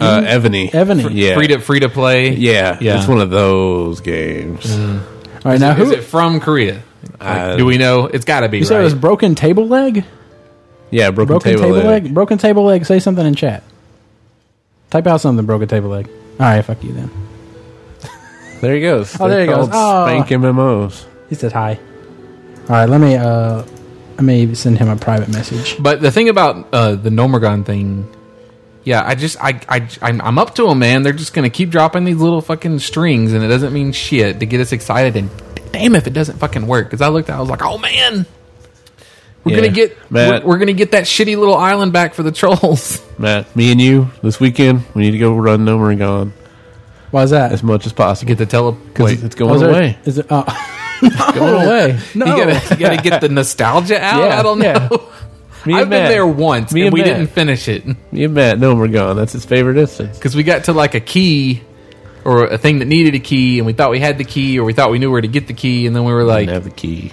S4: uh, Ebony.
S2: Ebony.
S4: yeah,
S3: E? Free to free to play.
S4: yeah,
S3: Yeah.
S4: It's one of those games.
S2: All right, now
S3: Is
S2: who?
S3: it from Korea? Like,
S4: Uh,
S3: do we know? It's got to be.
S2: you said
S3: right?
S2: it was Broken Table Leg?
S4: Yeah, broken,
S2: Broken
S4: table, leg.
S2: Broken Table Leg, say something in chat. Type out something, Broken Table Leg. All right, fuck you then.
S4: There he goes.
S2: Oh,
S4: They're
S2: there he goes.
S4: called
S3: Ah.
S2: Oh.
S4: Spank MMOs.
S2: He said hi. All right, let me, uh, let me send him a private message.
S3: But the thing about uh, the Nomergon thing, yeah, I just I I I'm, I'm up to them, man. They're just gonna keep dropping these little fucking strings, and it doesn't mean shit to get us excited. And damn, if it doesn't fucking work, because I looked, at it, I was like, oh man, we're
S4: Yeah.
S3: gonna get we're,
S4: Matt.
S3: we're gonna get that shitty little island back for the trolls.
S4: Matt, me and you this weekend, we need to go run Nomergon
S2: Why is that?
S4: as much as possible
S3: get the tele.
S4: because
S3: Wait,
S4: it's
S2: Oh, is
S4: going
S2: there-
S4: away.
S2: is it- oh.
S3: Oh,
S2: Going away. No.
S3: you gotta you gotta get the nostalgia out.
S2: Yeah,
S3: I don't know.
S2: yeah.
S4: Me and
S3: I've been
S4: Matt.
S3: there once,
S4: Me
S3: and,
S4: and
S3: we
S4: Matt.
S3: didn't finish it.
S4: Me and Matt Nomergon. That's his favorite instance.
S3: because we got to like a key or a thing that needed a key and we thought we had the key or we thought we knew where to get the key and then we were like
S4: I have the key.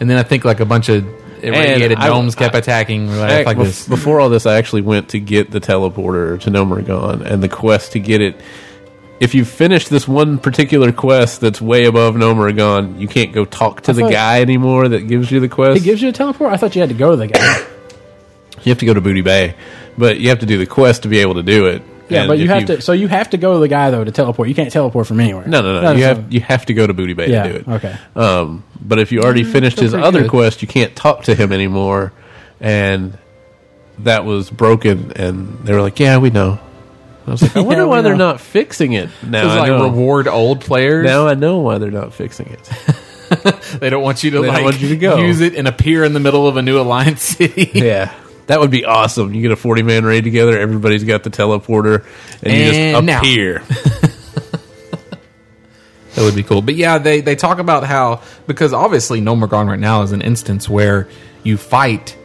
S3: and then i think like a bunch of irradiated
S4: I-
S3: domes kept attacking We're like,
S4: Heck,
S3: "Fuck
S4: bef-
S3: this."
S4: Before all this, I actually went to get the teleporter to Nomergon and the quest to get it. If you finish this one particular quest that's way above Nomergon, you can't go talk to the
S2: thought-
S4: guy anymore that gives you the quest.
S2: It gives you a teleport? I thought you had to go to the guy.
S4: you have to go to Booty Bay, but you have to do the quest to be able to do it.
S2: yeah,
S4: And
S2: but you
S4: if
S2: have
S4: you've-
S2: to. So you have to go to the guy though to teleport. You can't teleport from anywhere.
S4: No, no, no. You
S2: so-
S4: have you have to go to Booty Bay
S2: Yeah,
S4: to do it.
S2: okay.
S4: Um, but if you already finished his
S3: pretty
S4: other
S3: good.
S4: quest, you can't talk to him anymore, and that was broken. And they were like, "Yeah, we know." I was like, "I
S2: Yeah,
S4: wonder why
S2: we
S4: they're
S2: know.
S4: not fixing it now."
S3: it was
S4: I
S3: like
S4: know.
S3: reward old players
S4: Now I know why they're not fixing it.
S3: they don't want you to
S4: They don't
S3: like
S4: want you to go.
S3: use it and appear in the middle of a new alliance city
S4: yeah. That would be awesome. You get a forty man raid together. Everybody's got the teleporter, and,
S3: And
S4: you
S3: now.
S4: just appear.
S3: That would be cool. But yeah, they, they talk about how because obviously Gone right now is an instance where you fight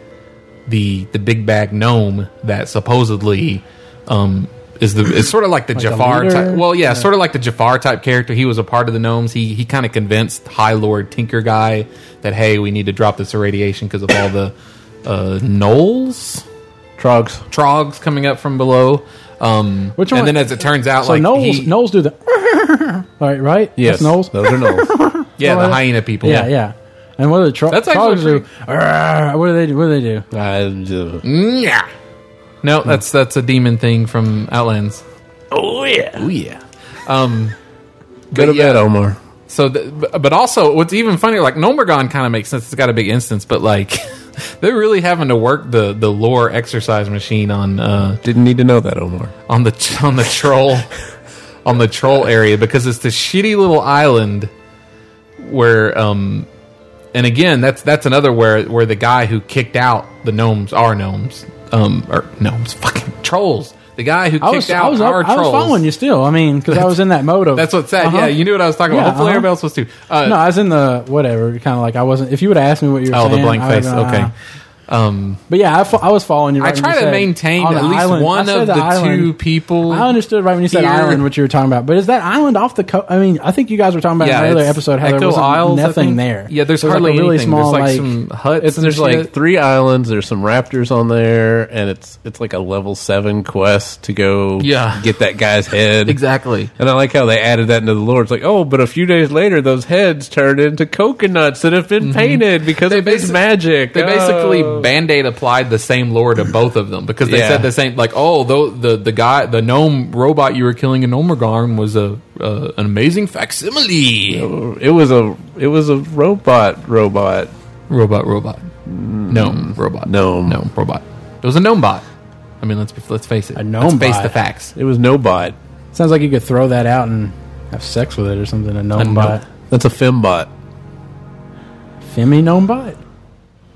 S3: the the big bag gnome that supposedly um is the it's sort of like the Jafar
S2: leader?
S3: type. Well, yeah, sort of like the Jafar type character. He was a part of the gnomes. He he kind of convinced High Lord Tinker guy that hey, we need to drop this irradiation because of all the uh gnolls
S4: Trogs.
S3: trogs coming up from below. Um,
S2: Which
S3: and
S2: one-
S3: then as it turns out,
S2: So
S3: like
S2: Knowles,
S3: he-
S2: Knowles do the. All right, right?
S4: Yes,
S2: That's Knowles.
S4: Those are Knowles.
S3: yeah, the
S2: Well,
S3: hyena people,
S2: Yeah, yeah. And what do the tro-
S3: That's actually
S2: Trogs do? Arrgh, What do they do? What do they do?
S4: I, uh,
S3: Yeah.
S2: Hmm.
S3: No, that's that's a demon thing from Outlands. Oh yeah. Oh yeah. Um
S4: go to bed, Omar.
S3: so th- bu- but also what's even funnier like Nomergon kind of makes sense. It's got a big instance, but like they're really having to work the the lore exercise machine on uh
S4: Didn't need to know that, Omar.
S3: on the on the troll on the troll area because it's the shitty little island where um and again that's that's another where where the guy who kicked out the gnomes are gnomes um or gnomes fucking trolls The guy who kicked
S2: I was,
S3: out
S2: I was, up,
S3: our
S2: I was
S3: trolls.
S2: following you still. I mean, because I was in that mode of.
S3: That's what's sad.
S2: Uh-huh.
S3: Yeah, you knew what I was talking about.
S2: Yeah,
S3: Hopefully
S2: uh-huh.
S3: everybody else was too. Uh,
S2: No, I was in the whatever. Kind of like I wasn't. If you would have asked me what you were
S3: oh, the
S2: saying,
S3: blank
S2: I would've
S3: face.
S2: been,
S3: Okay.
S2: uh,
S3: Um,
S2: but yeah, I, fo- I was following you.
S3: I
S2: right when
S3: try
S2: you
S3: to
S2: said
S3: maintain
S2: on
S3: at least
S2: island.
S3: one
S2: I said
S3: of the,
S2: island.
S3: two people.
S2: I understood right when you said
S3: here.
S2: island what you were talking about, but is that island off the coast? I mean, I think you guys were talking about in another
S3: it's
S2: episode how
S3: Echo
S2: there was
S3: Isles, I
S2: nothing
S3: think.
S2: there.
S3: Yeah, there's
S2: There was, like, a
S3: hardly
S2: really
S3: anything.
S2: small
S3: there's like,
S2: like
S3: some huts.
S4: It's,
S3: and
S4: there's
S3: shit.
S4: like three islands. There's some raptors on there, and it's it's like a level seven quest to go
S3: Yeah.
S4: get that guy's head
S3: exactly.
S4: And I like how they added that into the lore. It's like, oh, but a few days later, those heads turned into coconuts that have been painted because
S3: They
S4: of this
S3: basi-
S4: magic.
S3: They
S4: Oh.
S3: basically band aid applied the same lore to both of them because they
S4: Yeah.
S3: said the same like oh the, the the guy the gnome robot you were killing in Omegarn was a uh, an amazing facsimile
S4: Oh, it was a it was a robot robot.
S3: robot robot
S2: Mm.
S3: gnome robot
S4: Gnome.
S3: gnome robot it was a gnome bot I mean let's be- let's face it
S2: A gnome
S3: let's face
S2: bot.
S3: the facts
S4: It was no bot.
S2: sounds like you could throw that out and have sex with it or something. A gnome
S3: gnome.
S2: bot,
S4: That's a fembot.
S2: femi gnome bot.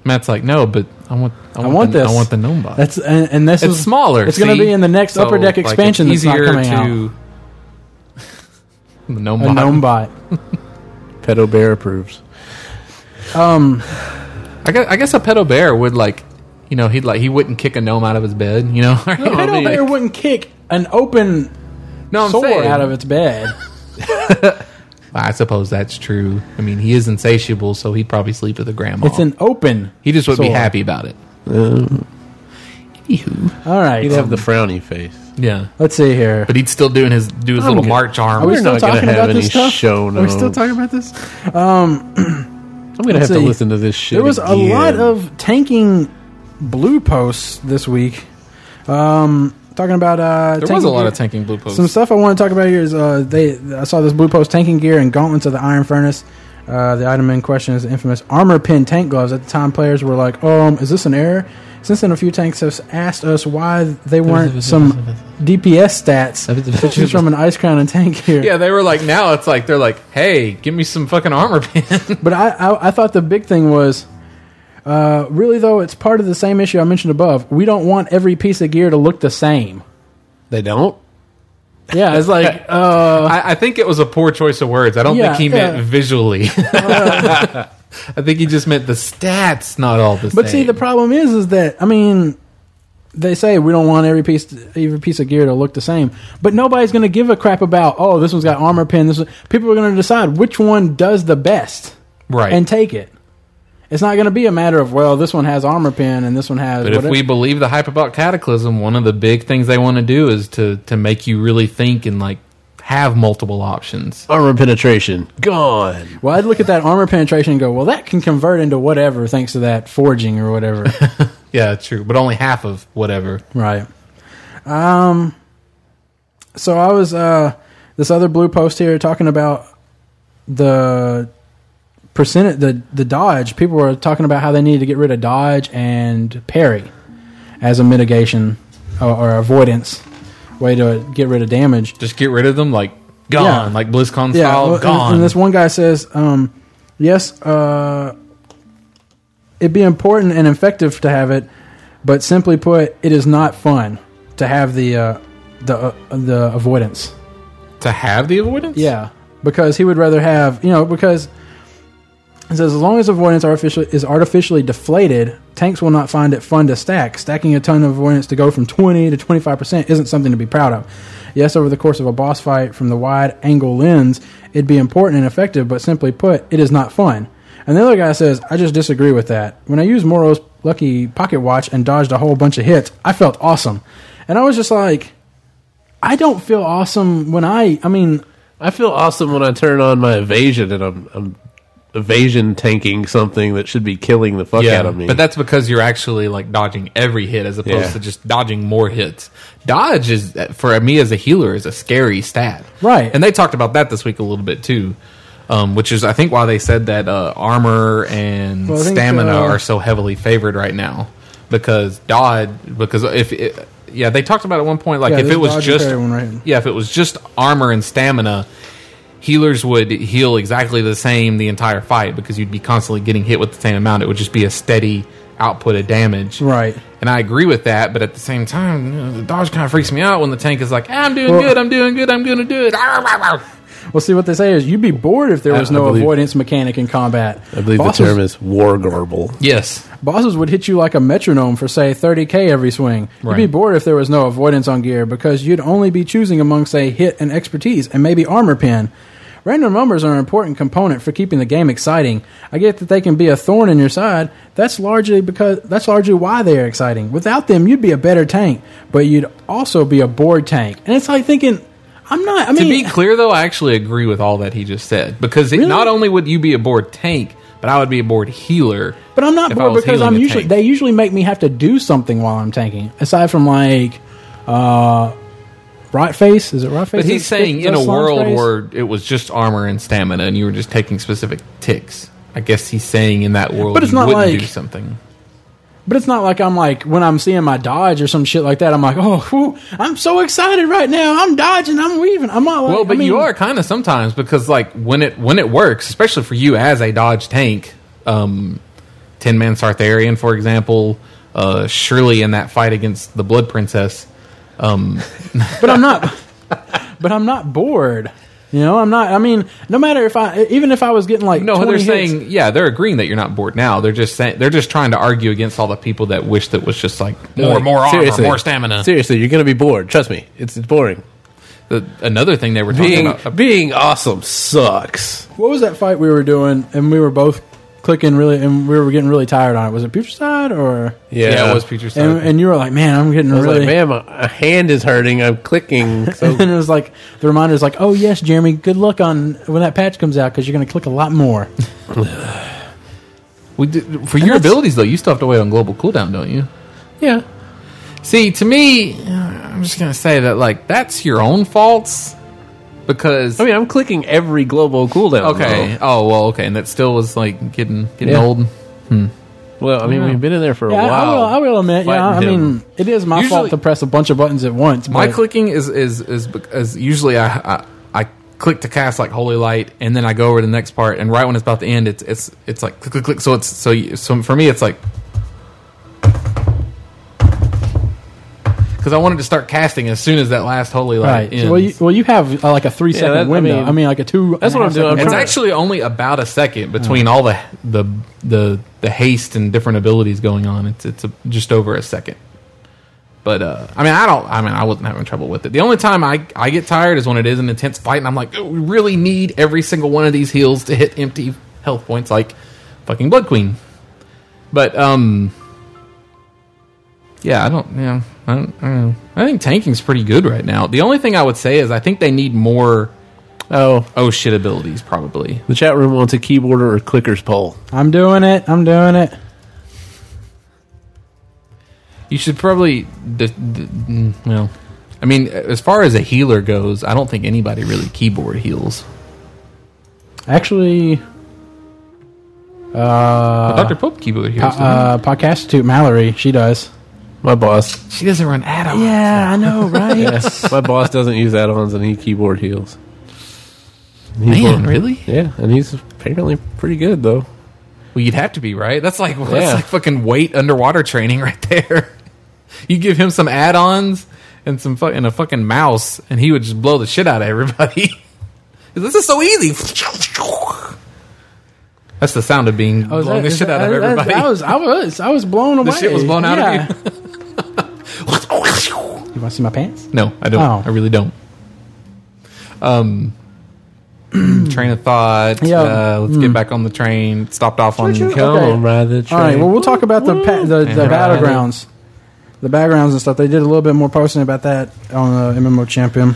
S3: Matt's like no but I want I want,
S2: I want
S3: the,
S2: this.
S3: I want the gnome bot
S2: That's and, and this
S3: it's
S2: is
S3: smaller
S2: It's going
S3: see?
S2: to be in the next
S3: So,
S2: upper deck
S3: like, it's
S2: expansion. that's not
S3: easier
S2: coming out.
S3: to the gnome
S2: A
S3: bot
S2: gnome bot.
S4: Pedo bear approves.
S2: Um,
S3: I guess, I guess a pedo bear would like, you know, he'd like he wouldn't kick a gnome out of his bed, you know. No,
S2: pedo bear wouldn't kick an open
S3: no I'm
S2: sword
S3: saying.
S2: out of its bed.
S3: I suppose that's true. I mean, he is insatiable, so he'd probably sleep with a grandma.
S2: It's an open.
S3: he just would be
S2: sword.
S3: happy about it. Anywho,
S2: All right.
S4: He'd have the frowny face.
S3: yeah,
S2: Let's see here.
S3: but he'd still doing his do his little
S4: good.
S3: march
S2: Are
S3: arm.
S2: we
S4: We're
S2: still
S4: not
S2: talking
S4: gonna have
S2: about this
S4: any
S2: stuff?
S4: show. No.
S2: Are we still talking about this?
S4: I'm gonna
S2: Let's
S4: have
S2: see.
S4: to listen to this shit.
S2: There was a
S4: again.
S2: lot of tanking blue posts this week. Um, talking about uh,
S3: There was
S2: tanking
S3: a lot
S2: gear.
S3: of tanking blue posts.
S2: Some stuff I want to talk about here is uh, they. I saw this blue post tanking gear and gauntlets of the Iron Furnace. Uh, the item in question is the infamous armor pin tank gloves. At the time, players were like, "Um, is this an error?" Since then, a few tanks have asked us why they weren't some DPS stats to choose from an ice crown and tank gear.
S3: yeah, they were like now it's like they're like, hey, give me some fucking armor pin.
S2: But I, I, I thought the big thing was, uh, really though, it's part of the same issue I mentioned above. We don't want every piece of gear to look the same.
S4: They don't.
S2: Yeah, it's like, uh,
S3: I, I think it was a poor choice of words. I don't
S2: Yeah,
S3: think he
S2: yeah.
S3: meant visually. I think he just meant the stats, not all the.
S2: but see, the problem is, is that I mean, they say we don't want every piece, every piece of gear to look the same. But nobody's going to give a crap about. Oh, this one's got armor pin. This one. people are going to decide which one does the best
S3: right?
S2: and take it. It's not going to be a matter of well, this one has armor pin and this one has.
S3: but if
S2: whatever.
S3: we believe the hype about Cataclysm, one of the big things they want to do is to to make you really think and like have multiple options.
S4: Armor penetration gone.
S2: Well, I'd look at that armor penetration and go, well, that can convert into whatever thanks to that forging or whatever.
S3: Yeah, true. But only half of whatever.
S2: right. Um, so I was, uh, this other blue post here talking about the percentage, the, the dodge. People were talking about how they needed to get rid of dodge and parry as a mitigation or, or avoidance way to get rid of damage.
S3: Just get rid of them, like gone,
S2: Yeah.
S3: like BlizzCon
S2: yeah,
S3: style,
S2: well, and-
S3: gone.
S2: And, this one guy says, um, "Yes, uh, it'd be important and effective to have it, but simply put, it is not fun to have the uh, the uh, the avoidance."
S3: to have the avoidance.
S2: Yeah, because he would rather have you know because it says as long as avoidance artificially is artificially deflated, tanks will not find it fun to stack. Stacking a ton of avoidance to go from twenty to twenty five percent isn't something to be proud of. Yes, over the course of a boss fight from the wide angle lens, it'd be important and effective, but simply put, it is not fun. And the other guy says, I just disagree with that. When I used Moro's lucky pocket watch and dodged a whole bunch of hits, I felt awesome. And I was just like, I don't feel awesome when I, I mean,
S4: I feel awesome when I turn on my evasion and I'm, I'm evasion tanking something that should be killing the fuck out of me.
S3: But that's because you're actually like dodging every hit as opposed
S4: Yeah.
S3: to just dodging more hits. Dodge is for me as a healer is a scary stat,
S2: Right.
S3: And they talked about that this week a little bit too, um, which is I think why they said that uh, armor and
S2: Well, I think,
S3: stamina
S2: uh,
S3: are so heavily favored right now because dodge because if it, yeah they talked about at one point like
S2: Yeah,
S3: if
S2: there's
S3: it was
S2: dodge and
S3: just
S2: parry one right here.
S3: yeah if it was just armor and stamina healers would heal exactly the same the entire fight because you'd be constantly getting hit with the same amount. It would just be a steady output of damage.
S2: Right.
S3: And And I agree with that, but at the same time, you know, the Dodge kind of freaks me out when the tank is like, "I'm doing
S2: Well-
S3: good, I'm doing good, I'm going to do it." Arr, arr, arr.
S2: Well, see what they say is you'd be bored if there
S4: I-
S2: was
S4: I
S2: no
S4: believe-
S2: avoidance mechanic in combat.
S4: I believe the
S2: Bosses-
S4: term is war garble.
S3: Yes,
S2: Bosses would hit you like a metronome for say 30k every swing.
S3: Right.
S2: You'd be bored if there was no avoidance on gear because you'd only be choosing among say hit and expertise and maybe armor pin. Random numbers are an important component for keeping the game exciting. I get that they can be a thorn in your side. That's largely because that's largely why they are exciting. Without them, you'd be a better tank, but you'd also be a bored tank. And it's like thinking, I'm not. I
S3: to
S2: mean,
S3: be clear though, I actually agree with all that he just said because it, not only would you be a bored tank, but I would be a bored healer.
S2: But I'm not
S3: if I
S2: bored
S3: was
S2: because
S3: healing
S2: I'm
S3: a
S2: usually
S3: tank.
S2: they usually make me have to do something while I'm tanking. Aside from like uh right face, is it right face?
S3: But he's
S2: that-
S3: saying
S2: that
S3: in a
S2: slumps
S3: world
S2: face?
S3: where it was just armor and stamina, and you were just taking specific ticks. I guess he's saying in that world,
S2: But it's
S3: you
S2: not
S3: wouldn't
S2: like-
S3: do something.
S2: But it's not like I'm like when I'm seeing my dodge or some shit like that, I'm like, "Oh, whew, I'm so excited right now. I'm dodging, I'm weaving. I'm not like
S3: Well, but
S2: I mean,
S3: you are kind of sometimes because like when it when it works, especially for you as a dodge tank, um, Tin Man Sartharian, for example, uh, surely in that fight against the Blood Princess, um,
S2: but I'm not but I'm not bored. You know, I'm not I mean, no matter if I even if I was getting like
S3: no,
S2: 20
S3: they're
S2: hits-
S3: saying yeah, they're agreeing that you're not bored now. They're just saying they're just trying to argue against all the people that wish that was just like more
S4: Like,
S3: more armor,
S4: seriously.
S3: more stamina.
S4: Seriously, you're going to be bored. Trust me, it's, it's boring.
S3: The, another thing they were talking
S4: Being
S3: about.
S4: being awesome sucks.
S2: What was that fight we were doing and we were both clicking really and we were getting really tired on it? Was it Putrefide or
S4: Yeah,
S3: Yeah, it was Future Side.
S2: and, and you were like, "Man, I'm getting
S4: I was
S2: really."
S4: like, man, my, my hand is hurting. I'm clicking. So
S2: and it was like the reminder is like, "Oh yes, Jeremy, good luck on when that patch comes out because you're going to click a lot more."
S3: We did, for your
S2: that's-
S3: abilities though, you still have to wait on global cooldown, don't you? Yeah. See, to me, uh, I'm just gonna say that like that's your own faults because
S4: I mean, I'm clicking every global cooldown.
S3: okay, oh well, okay, and that still was like getting getting
S4: Yeah.
S3: old.
S4: though. Well, I mean, we've been in there for
S2: Yeah,
S4: a
S2: I, I
S4: while.
S2: will. I will admit. Yeah, I
S4: Fighting him.
S2: mean, it is my
S3: Usually-
S2: fault to press a bunch of buttons at once.
S3: My
S2: but-
S3: clicking is is is bec- is usually I, I I click to cast like holy light, and then I go over to the next part, and right when it's about to end, it's it's it's like click click click. So it's so you, so for me, it's like because I wanted to start casting as soon as that last holy light
S2: right.
S3: ends.
S2: So, well, you, well, you have uh, like a three second
S4: that- I
S2: window. I
S4: mean-
S2: mean, like a two.
S4: That's
S2: and a
S4: what
S2: half
S4: I'm doing.
S2: second
S4: I'm
S3: It's
S2: window.
S4: Right.
S3: actually only about a second between all the the the the haste and different abilities going on. It's it's a, just over a second. But uh, I mean, I don't. I mean, I wasn't having trouble with it. The only time I I get tired is when it is an intense fight, and I'm like, "Oh, we really need every single one of these heals to hit empty health points, like fucking Blood Queen. But um, yeah, I don't. Yeah, I don't, I don't know. I think tanking's pretty good right now. The only thing I would say is I think they need more
S4: oh,
S3: oh shit abilities probably.
S4: the chat room wants a keyboarder or clicker's poll.
S2: I'm doing it. I'm doing it.
S3: You should probably, d- d- mm, well, I mean, as far as a healer goes, I don't think anybody really keyboard heals.
S2: Actually,
S3: But Dr. Pope keyboard heals. doesn't
S2: uh, podcastitute Mallory, she does.
S4: My boss,
S3: he? she doesn't run add-ons.
S2: Yeah, I know, right?
S4: my boss doesn't use add-ons, and he keyboard heals. He's
S3: Man,
S4: one-
S3: really?
S4: Yeah, and he's apparently pretty good though.
S3: Well, you'd have to be right. That's like well,
S4: Yeah.
S3: that's like fucking weight underwater training right there. you give him some add-ons and some fu- and a fucking mouse, and he would just blow the shit out of everybody. this is so easy. That's the sound of being
S2: Oh, is
S3: blowing
S2: that-
S3: the
S2: is
S3: shit
S2: that-
S3: out of
S2: that-
S3: everybody.
S2: I was, I was, I was blown away.
S3: The shit was blown out
S2: Yeah.
S3: of you.
S2: You want to see my pants?
S3: No, I don't.
S2: Oh.
S3: I really don't. Um, train of thought.
S2: Yeah. Hmm.
S3: Uh, let's get back on the train. Stopped off on.
S2: Choo-choo.
S4: Come
S2: Okay.
S4: on, ride the train.
S2: All right. Well, we'll talk about the pa- the, the
S3: And ride it.
S2: battlegrounds, the backgrounds and stuff. They did a little bit more posting about that on the MMO Champion.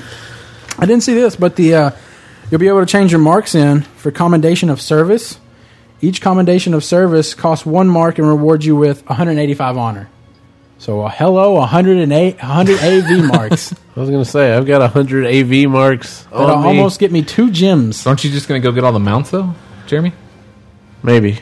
S2: I didn't see this, but the uh, you'll be able to change your marks in for commendation of service. Each commendation of service costs one mark and rewards you with 185 honor. So, uh, hello, 108, 100 AV marks.
S4: I was gonna say I've got hundred AV marks
S3: Oh,
S2: That'll
S4: on me.
S2: almost get me two gems.
S3: Aren't you just gonna go get all the mounts though, Jeremy?
S4: maybe.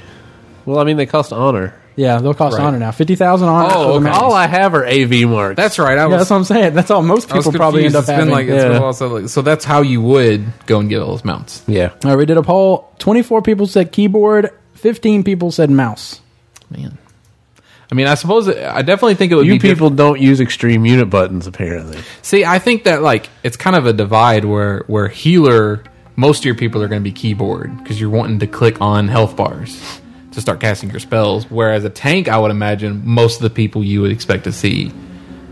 S4: Well, I mean, they cost honor.
S2: Yeah, they'll cost
S3: Right.
S2: honor now. 50,000 honor.
S3: Oh,
S2: for the
S3: okay.
S2: max.
S4: All I have are AV marks.
S3: That's right. I
S2: yeah,
S3: was.
S2: that's what I'm saying. That's all most
S3: I was
S2: people probably end
S3: confused.
S2: up
S3: It's been
S2: having.
S3: like, it's been
S4: Yeah.
S3: also like- so that's how you would go and get all those mounts.
S4: yeah.
S2: All right, we did a poll. 24 people said keyboard, 15 people said mouse.
S3: Man, I mean, I suppose it, I definitely think it would
S4: You
S3: be diff-
S4: people don't use extreme unit buttons, apparently.
S3: See, I think that like it's kind of a divide where where healer most of your people are going to be keyboard because you're wanting to click on health bars to start casting your spells. Whereas a tank, I would imagine most of the people you would expect to see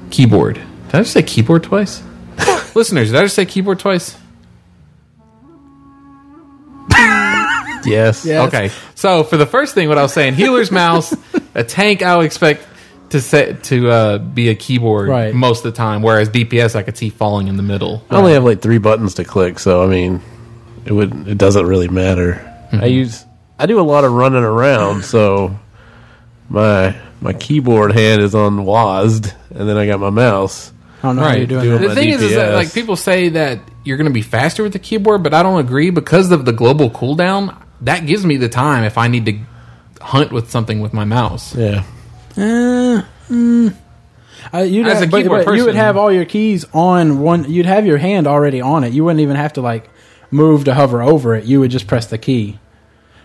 S3: keyboard. Did I just say keyboard twice? Listeners, did I just say keyboard twice?
S4: Yes.
S2: Yes.
S3: Okay. So for the first thing, what I was saying, healer's mouse, a tank, I would expect to set to uh, be a keyboard
S2: Right.
S3: most of the time. Whereas DPS, I could see falling in the middle.
S4: I only have like three buttons to click, so I mean, it would it doesn't really matter. I use I do a lot of running around, so my my keyboard hand is on WASD, and then I got my mouse.
S2: I don't know how you're doing
S4: Do
S2: that.
S4: it.
S3: the
S4: my
S3: thing is, is that
S4: DPS.
S3: like people say that you're going to be faster with the keyboard, but I don't agree because of the global cooldown. That gives me the time if I need to hunt with something with my mouse.
S4: Yeah,
S2: Uh, you'd
S3: As
S2: have,
S3: a
S2: but-
S3: keyboard
S2: but you would
S3: person-
S2: have all your keys on one. You'd have your hand already on it. You wouldn't even have to like move to hover over it. You would just press the key.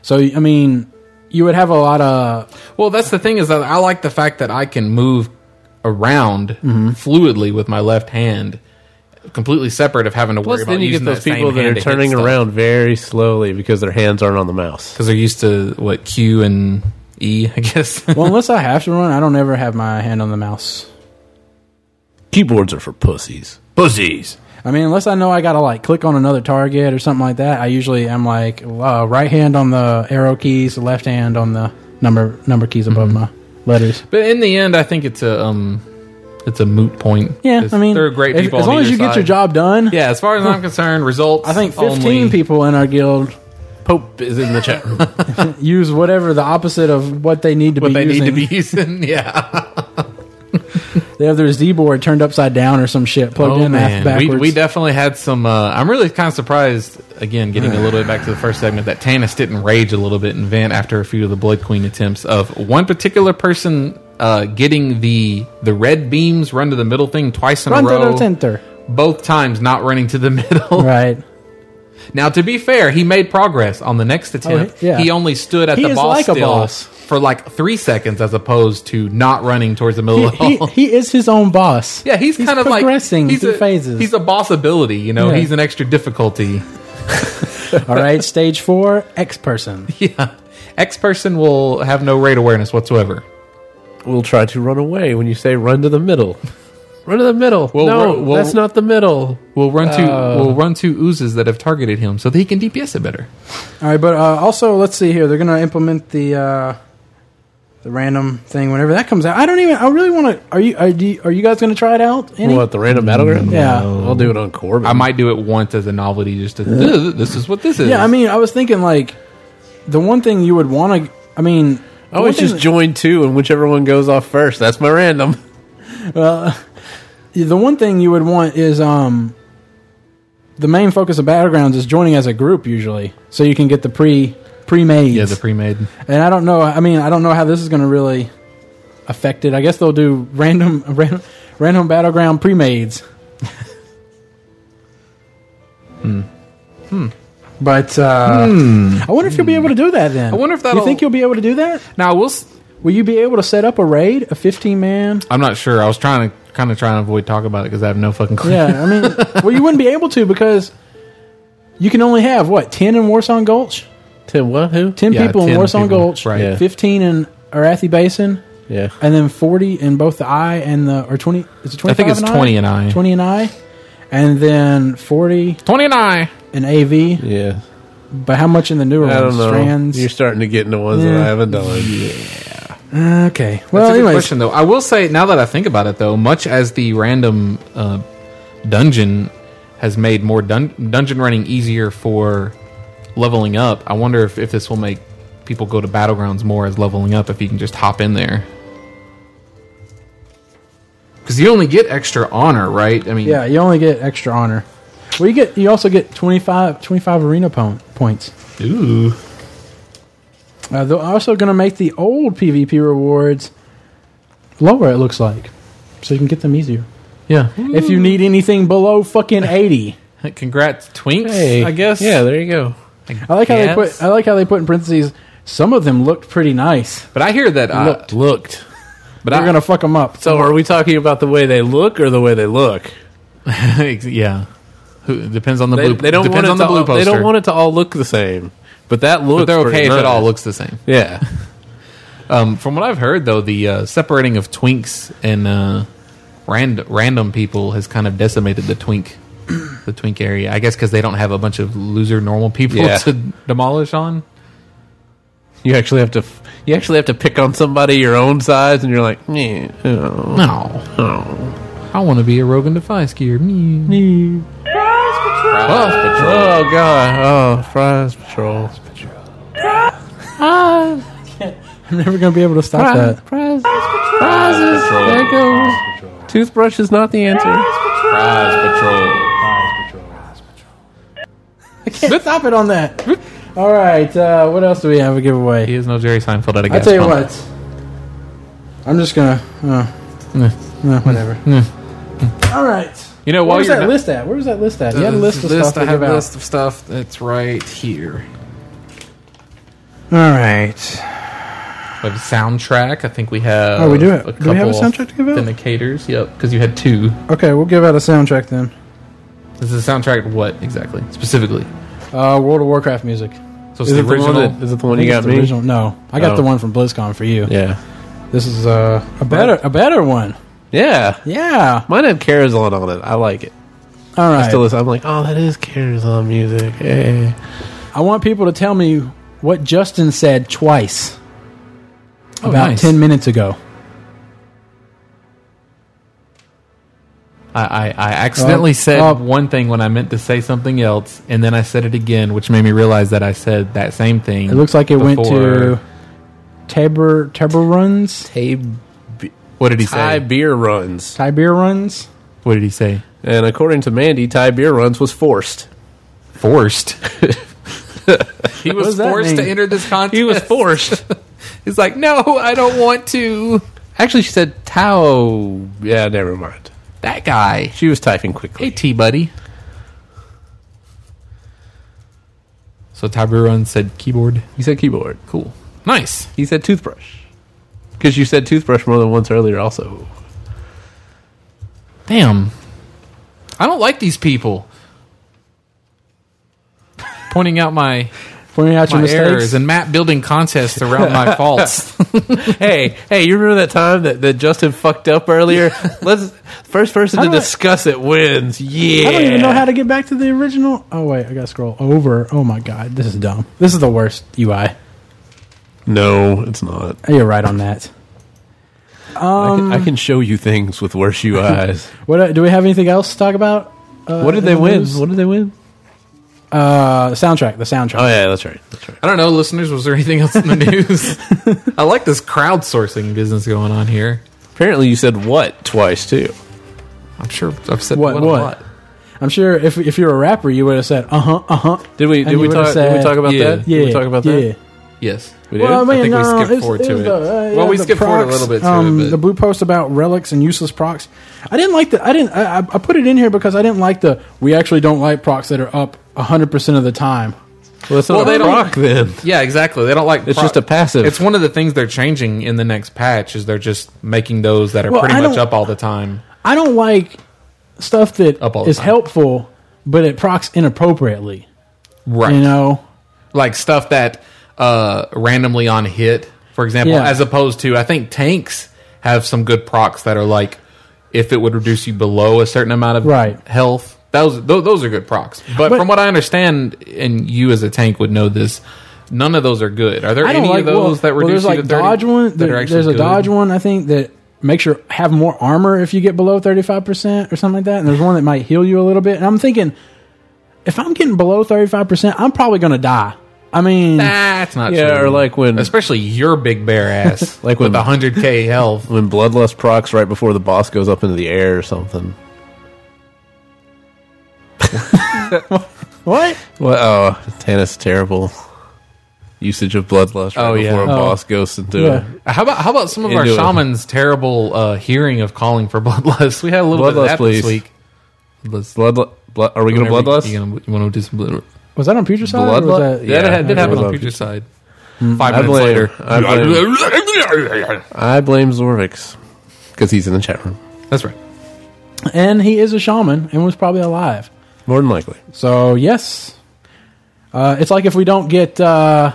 S2: So I mean, you would have a lot of
S3: Well, that's the thing is that I like the fact that I can move around
S4: Mm-hmm.
S3: fluidly with my left hand, completely separate of having to
S4: Plus,
S3: worry
S4: then
S3: about
S4: you get
S3: using
S4: those people that are turning around very slowly because their hands aren't on the mouse.
S3: because they're used to what Q and E, I guess.
S2: well, unless I have to run, I don't ever have my hand on the mouse.
S4: Keyboards are for pussies.
S3: Pussies.
S2: I mean, unless I know I gotta like click on another target or something like that, I usually am like uh, right hand on the arrow keys, left hand on the number number keys above my letters.
S3: But in the end, I think it's a um, it's a moot point.
S2: Yeah,
S3: It's-
S2: I mean,
S3: they're great
S2: if-
S3: people.
S2: as
S3: on
S2: long as
S3: either
S2: you get your
S3: side.
S2: job done.
S3: Yeah, as far as I'm concerned, results.
S2: I think 15
S3: only.
S2: people in our guild
S4: Pope is in the chat room.
S2: use whatever the opposite of what they need to
S3: What
S2: be
S3: they
S2: using.
S3: need to be using. Yeah.
S2: They have their Z board turned upside down or some shit plugged in half
S3: Oh, we,
S2: backwards.
S3: we definitely had some. Uh, I'm really kind of surprised. Again, getting a little bit back to the first segment that Tanis didn't rage a little bit and vent after a few of the Blood Queen attempts of one particular person uh, getting the the red beams run to the middle thing twice in
S2: Run
S3: a
S2: to the
S3: row,
S2: center.
S3: both times not running to the middle.
S2: Right.
S3: Now, to be fair, he made progress on the next attempt.
S2: Oh, he- yeah.
S3: He only stood at
S2: He
S3: the
S2: is
S3: ball
S2: like a
S3: still
S2: boss.
S3: for like three seconds, as opposed to not running towards the
S2: He,
S3: middle.
S2: he,
S3: of the
S2: he is his own boss.
S3: yeah, he's, kind of like
S2: progressing
S3: he's
S2: through
S3: a,
S2: phases.
S3: He's a boss ability, you know.
S2: Yeah.
S3: He's an extra difficulty.
S2: All right, stage four, X person.
S3: Yeah, X person will have no rate awareness whatsoever.
S4: we'll try to run away when you say run to the middle. Run to the middle.
S3: Well,
S4: no,
S3: we're- we'll-
S4: that's not the middle.
S3: We'll run to
S2: Oh.
S3: we'll run to oozes that have targeted him so that he can DPS it better.
S2: All right, but uh, also let's see here. They're going to implement the uh, the random thing whenever that comes out. I don't even. I really want to. Are you? Are you, are you guys going to try it out? Any?
S4: What the random battleground?
S2: Yeah.
S4: I'll do it on Corbin.
S3: I might do it once as a novelty, just to "Ugh, this is what this is.
S2: Yeah, I mean, I was thinking like the one thing you would want to. I mean,
S4: I always
S2: one thing
S4: just join two, and whichever one goes off first, that's my random.
S2: that- the one thing you would want is um the main focus of battlegrounds is joining as a group usually, so you can get the pre pre made.
S3: yeah, the pre-made.
S2: and I don't know. I mean, I don't know how this is going to really affect it. I guess they'll do random random, random battleground pre mades. hmm. But uh, I wonder if you'll be able to do that then. I
S3: Hmm. wonder if that'll-
S2: you think you'll be able to do that.
S3: Now we'll. s-
S2: Will you be able to set up a raid, a fifteen man?
S3: I'm not sure. I was trying to kind of trying to avoid talk about it because I have no fucking clue.
S2: Yeah, I mean, well, you wouldn't be able to because you can only have what ten in Warsong Gulch,
S4: Tim, what? Who?
S2: ten
S3: Yeah,
S2: people
S3: 10
S2: in Warsong
S3: people,
S2: Gulch,
S3: right.
S4: Yeah.
S2: fifteen in Arathi Basin,
S4: Yeah.
S2: and then forty in both the eye and the or twenty. Is it twenty?
S3: I think it's 20 and I.
S2: Twenty in eye, and then forty
S3: 29.
S2: in AV.
S4: Yeah.
S2: But how much in the newer
S4: I
S2: ones?
S4: don't know.
S2: Oh, Strands.
S4: You're starting to get into ones that
S2: Yeah.
S4: I haven't done.
S2: okay. Well,
S3: That's a good
S2: anyways,
S3: question, though. I will say, now that I think about it, though, much as the random uh, dungeon has made more dun- dungeon running easier for leveling up, I wonder if, if this will make people go to battlegrounds more as leveling up if you can just hop in there. Because you only get extra honor, right? I mean,
S2: yeah, you only get extra honor. Well, you get you also get 25, 25 arena po- points.
S3: Ooh.
S2: Uh, they're also going to make the old PvP rewards lower. It looks like, so you can get them easier.
S3: Yeah.
S2: If you need anything below fucking eighty,
S3: Congrats, Twinks,
S4: Hey.
S3: I guess.
S4: Yeah, there you go.
S2: I like how they
S3: Yes.
S2: put. I like how they put in parentheses. Some of them looked pretty nice.
S3: But I hear that. Uh,
S4: Looked. Looked.
S3: But
S2: We're gonna fuck them up.
S4: So are we talking about the way they look or the way they look?
S3: yeah. Who, depends on the
S4: They,
S3: blue.
S4: they don't
S3: depends
S4: want it
S3: on the
S4: to
S3: blue
S4: all,
S3: poster.
S4: They don't want it to all look the same. But that looks
S3: But they're
S4: pretty
S3: okay if
S4: nice.
S3: it all looks the same.
S4: Yeah.
S3: Um, from what I've heard, though, the uh, separating of twinks and uh, rand- random people has kind of decimated the twink, the twink area. I guess because they don't have a bunch of loser normal people
S4: Yeah.
S3: to demolish on.
S4: You actually have to f- you actually have to pick on somebody your own size and you're like, "Meh, oh,
S3: No,
S4: oh."
S3: I want to be a Rogan Defy skier. Me.
S4: Oh, oh god. Oh, fries patrol.
S2: I'm never gonna be able to
S3: Ah,
S2: stop that.
S4: Prize, prizes. There it goes. Toothbrush is not the answer.
S2: Stop it on that. All right. Uh, what else do we have a giveaway?
S3: He is no Jerry Seinfeld at a
S2: I
S3: gas
S2: tell you
S3: pump.
S2: what. I'm just gonna. Uh,
S3: Mm.
S2: no, whatever. All right.
S3: You know,
S2: Where
S3: while
S2: was
S3: you're
S2: that
S3: not-
S2: list at? Where was that list at? You had a list of stuff to
S3: I have
S2: give
S3: a
S2: out.
S3: list of stuff that's right here.
S2: All right.
S3: We have a soundtrack. I think we have.
S2: Oh, we do have-
S3: A
S2: do we have a
S3: couple
S2: soundtrack to give out?
S3: Indicators. Yep, because you had two.
S2: Okay, we'll give out a soundtrack then.
S3: This is a soundtrack. to What exactly? Specifically.
S2: Uh, World of Warcraft music.
S3: So it's the original.
S4: The one that, is it the one you
S2: I think
S4: got
S2: it's the
S4: me?
S2: original- No, I got
S4: Oh.
S2: the one from BlizzCon for you.
S4: Yeah.
S2: This is uh, a better, a better one.
S4: Yeah.
S2: Yeah.
S4: Mine had Carazon on it. I like it.
S2: All right.
S4: I still listen. I'm like, oh, that is Carazon music. Hey.
S2: I want people to tell me what Justin said twice
S3: Oh,
S2: about
S3: nice.
S2: ten minutes ago.
S3: I, I, I accidentally
S2: Um,
S3: said
S2: uh,
S3: one thing when I meant to say something else, and then I said it again, which made me realize that I said that same thing.
S2: It looks like it went
S3: before.
S2: to Tabor Tabor runs,
S3: What did he say?
S4: Thai beer runs.
S2: Tiber runs.
S3: What did he say?
S4: And according to Mandy, Thai beer runs was forced.
S3: Forced. he was
S2: does that
S3: forced to
S2: mean?
S3: enter this contest.
S4: He was forced.
S3: He's like, no, I don't want to.
S4: Actually, she said Tao. Oh, Yeah, never mind.
S3: That guy.
S4: She was typing quickly.
S3: Hey, T buddy. So Tiburon said keyboard.
S4: He said keyboard.
S3: Cool. Nice.
S4: He said toothbrush. Because you said toothbrush more than once earlier, also.
S3: Damn. I don't like these people. Pointing out my,
S2: Pointing out your
S3: my
S2: mistakes.
S3: errors and Matt building contests around my faults.
S4: hey, hey, you remember that time that, that Justin fucked up earlier? Let's first person
S2: How
S4: to
S2: do I-
S4: discuss it wins. Yeah.
S2: I don't even know how to get back to the original. Oh wait, I gotta scroll over. Oh my god, this is dumb. This is the worst UI.
S4: No, it's not.
S2: You're right on that.
S4: I, can,
S2: Um,
S4: I can show you things with worse
S2: uh,
S4: UIs.
S2: What do we have anything else to talk about? Uh,
S4: what did
S2: in
S4: they
S2: the
S4: win?
S2: news?
S4: What did they win?
S2: Uh, soundtrack. The soundtrack.
S4: Oh yeah, that's right. That's right.
S3: I don't know, listeners, was there anything else in the news? I like this crowdsourcing business going on here.
S4: Apparently, you said what twice too.
S3: I'm sure I've said
S2: What,
S3: what, a
S2: what?
S3: lot.
S2: I'm sure if if you're a rapper, you would have said uh huh uh huh.
S4: Did we?
S2: And
S4: Did
S2: you
S4: we
S2: would've
S4: talk? did
S2: said-
S4: we talk about
S3: Yeah.
S4: that? Did we talk about that?
S2: Yeah.
S3: Yes.
S4: We did?
S2: Well, I, mean,
S3: think we
S2: no,
S3: skipped
S2: it's-
S3: forward
S2: it
S3: to
S2: was
S3: it.
S2: the- uh,
S3: Well,
S2: yeah,
S3: we
S2: the
S3: skipped forward a little bit to it,
S2: um,
S3: but-
S2: The blue post about relics and useless procs. I didn't like the. I didn't. I, I I put it in here because I didn't like the. We actually don't like procs that are up hundred percent of the time.
S4: well, it's not
S3: Well,
S4: a
S3: they don't-
S4: proc then.
S3: Yeah, exactly. They don't like
S4: It's just a passive.
S3: It's one of the things they're changing in the next patch is they're just making those that are
S2: Well,
S3: pretty
S2: I
S3: much
S2: don't-
S3: up all the time.
S2: I don't like stuff that
S3: Up all the
S2: is
S3: time.
S2: helpful, but it procs inappropriately.
S3: Right.
S2: You know.
S3: like stuff that uh randomly on hit for example
S2: Yeah.
S3: as opposed to i think tanks have some good procs that are like if it would reduce you below a certain amount of
S2: Right.
S3: health those tho- those are good procs but,
S2: But-
S3: from what i understand and you as a tank would know this none of those are good are there
S2: I
S3: any
S2: don't like
S3: of those that
S2: well,
S3: reduce
S2: there's like
S3: you to 30
S2: dodge one.
S3: that
S2: there-
S3: are actually
S2: there's a
S3: good?
S2: dodge one I think that makes your have more armor if you get below 35 percent or something like that. And there's one that might heal you a little bit. And I'm thinking, if I'm getting below 35 percent, I'm probably gonna die. I mean,
S3: that's not
S4: Yeah,
S3: true.
S4: or like when-
S3: especially your big bear ass
S4: Like
S3: like
S4: when-
S3: with 100k health
S4: when bloodlust procs right before the boss goes up into the air or something.
S2: what?
S4: Well, oh, Tannis terrible usage of bloodlust right
S3: Oh, yeah.
S4: before a
S3: Oh.
S4: boss goes into
S2: Yeah.
S4: it.
S3: Uh, How about how about some of our
S4: Into it.
S3: shamans' terrible uh, hearing of calling for bloodlust? We had a little bit
S4: Bloodlust,
S3: of that
S4: please.
S3: this week.
S4: Let's bloodlust. Blood, are we going to
S3: Whenever
S4: bloodlust?
S3: You, you want to do some blood?
S2: Was that on Future side? or was
S4: Bloodlust?
S2: that-
S3: Yeah, that had- did
S4: Yeah,
S3: happen on
S4: bloodlust.
S3: future side. Five
S4: Mm-hmm. I
S3: minutes
S4: blame,
S3: later.
S4: I blame, I blame Zorvix because he's in the chat room.
S3: That's right.
S2: And he is a shaman and was probably alive.
S4: More than likely.
S2: So, yes. Uh, it's like if we don't get. Uh,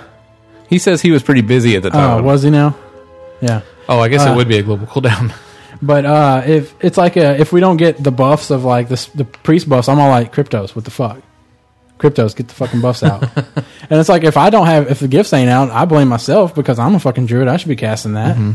S4: He says he was pretty busy at the
S2: uh,
S4: time.
S2: was he now? Yeah.
S3: Oh, I guess
S4: uh,
S3: it would be a global cooldown.
S2: But uh, if it's like a, if we don't get the buffs of like this, the priest buffs, I'm all like cryptos. What the fuck? Cryptos, get the fucking buffs out. and it's like if I don't have if the gifts ain't out, I blame myself because I'm a fucking druid. I should be casting that.
S3: Mm-hmm.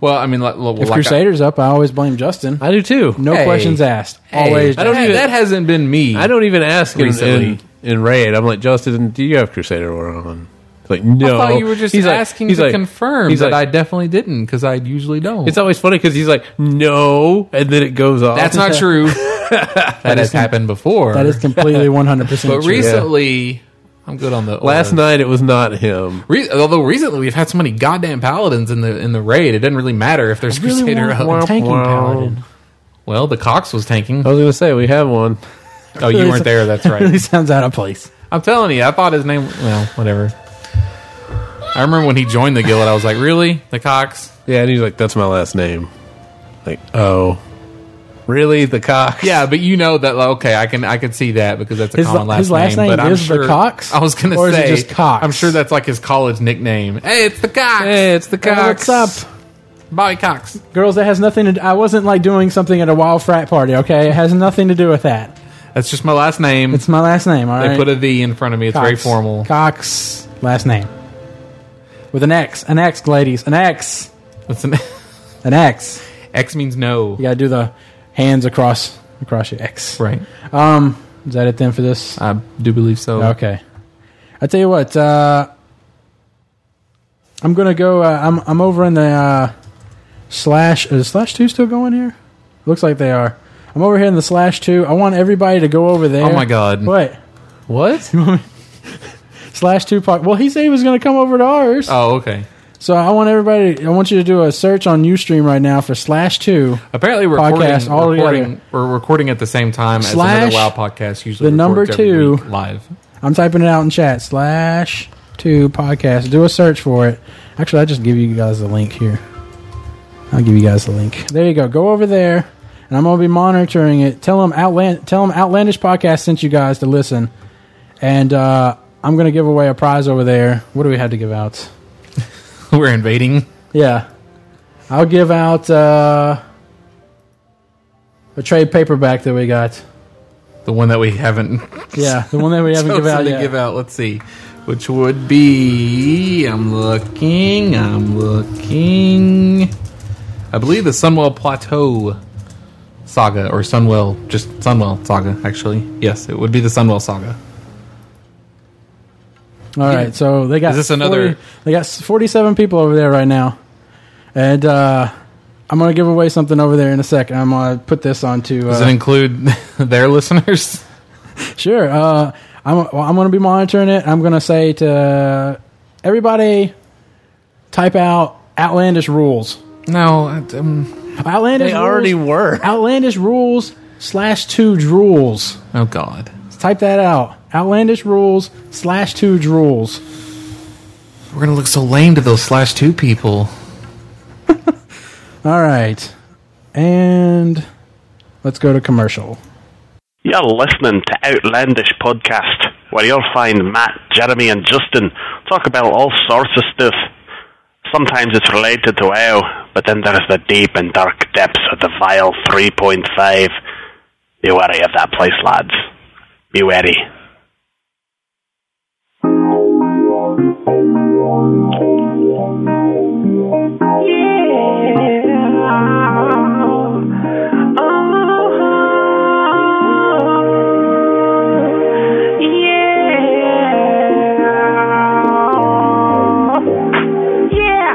S3: well, I mean, like, like
S2: If Crusader's up, I always blame Justin.
S4: I do too.
S2: no
S3: Hey.
S2: questions asked.
S3: I,
S2: Always.
S3: I don't
S2: Justin.
S3: even, that hasn't been me.
S4: I don't even ask in, in,
S3: Recently.
S4: in raid. I'm like, Justin, do you have Crusader War on? He's like, no.
S3: I thought you were just
S4: He's like-
S3: asking
S4: he's
S3: to
S4: like-
S3: confirm
S4: he's
S3: that
S4: like-
S3: I definitely didn't because I usually don't.
S4: It's always funny because he's like, no, and then it goes off.
S3: That's not true. that has happened before.
S2: That is completely 100
S3: but
S2: percent true.
S3: recently, I'm good on the
S4: Last
S3: uh,
S4: night it was not him.
S3: Re- although recently we've had so many goddamn paladins in the in the raid, it doesn't really matter if there's
S2: Really
S3: Crusader
S2: want
S3: up.
S2: a tanking paladin. Oh,
S3: Well, the Cox was tanking.
S4: I was going to say we have one.
S3: Oh, you weren't there. That's
S2: really
S3: right.
S2: sounds out of place.
S3: I'm telling you, I thought his name. Well, whatever. I remember when he joined the guild, I was like, "Really, the Cox?
S4: Yeah, and he's like, that's my last name. Like, oh, really? The cock?
S3: Yeah, but you know that. Like, okay, I can I can see that because that's a
S2: His-
S3: common last
S2: his last
S3: name.
S2: name
S3: but I'm
S2: is the
S3: sure,
S2: Cox?
S3: I was gonna
S2: Or is it
S3: say
S2: just Cox?
S3: I'm sure that's like his college nickname. Hey, it's the Cox.
S4: Hey, it's the
S2: Hey,
S4: cock.
S2: What's up,
S3: Bobby Cox.
S2: girls? That has nothing. to do- I wasn't like doing something at a wild frat party. Okay, it has nothing to do with that.
S3: That's just my last name.
S2: It's my last name. All
S3: Hmm. they
S2: right.
S3: put a V in front of me. It's very formal.
S2: Cox last name with an X, an X, ladies, an X,
S3: It's an
S2: an X.
S3: X means no.
S2: You gotta do the hands across across your X.
S3: Right.
S2: Um, is that it then for this?
S3: I do believe so.
S2: Okay. I tell you what. Uh, I'm gonna go. Uh, I'm I'm over in the uh, slash. Is slash two still going here? Looks like they are. I'm over here in the slash two. I want everybody to go over there.
S3: Oh my God.
S2: What?
S3: What?
S2: Slash two pod. Well, he said he was going to come over to ours.
S3: Oh, okay.
S2: So I want everybody. I want you to do a search on UStream right now for slash two.
S3: Apparently, we're
S2: Podcast
S3: recording,
S2: all
S3: recording
S2: together.
S3: we're recording at the same time
S2: Slash
S3: as another WoW podcast. Usually,
S2: the number
S3: records every
S2: two.
S3: week live.
S2: I'm typing it out in chat. Slash two podcast. Do a search for it. Actually, I just give you guys the link here. I'll give you guys the link. There you go. Go over there, and I'm gonna be monitoring it. Tell them Outland. Tell them Outlandish Podcast sent you guys to listen, and uh, I'm gonna give away a prize over there. What do we have to give out?
S3: we're invading.
S2: Yeah. I'll give out uh, a trade paperback that we got.
S3: The one that we haven't
S2: Yeah, the one that we haven't given
S3: chosen
S2: out
S3: to
S2: yet.
S3: give out. Let's see, which would be. I'm looking. I'm looking. I believe the Sunwell Plateau saga or Sunwell, just Sunwell saga. Actually, yes, it would be the Sunwell saga.
S2: All right, so they got
S3: Is this another-
S2: 40 they got forty-seven people over there right now, and uh, I'm gonna give away something over there in a second. I'm gonna put this onto.
S3: Does it
S2: Uh,
S3: include their listeners?
S2: sure. Uh, I'm well, I'm gonna be monitoring it. I'm gonna say to everybody, type out outlandish rules.
S3: No, um,
S2: Outlandish.
S4: They already
S2: rules,
S4: were.
S2: Outlandish rules slash two drools.
S3: oh God,
S2: Type that out. Outlandish rules slash two drools.
S3: we're gonna look so lame to those slash two people.
S2: All right. And let's go to commercial.
S9: You're listening to Outlandish Podcast, where you'll find Matt, Jeremy, and Justin talk about all sorts of stuff. Sometimes it's related to WoW, but then there's the deep and dark depths of the vile 3.5. Be wary of that place, lads. Be wary.
S10: Yeah.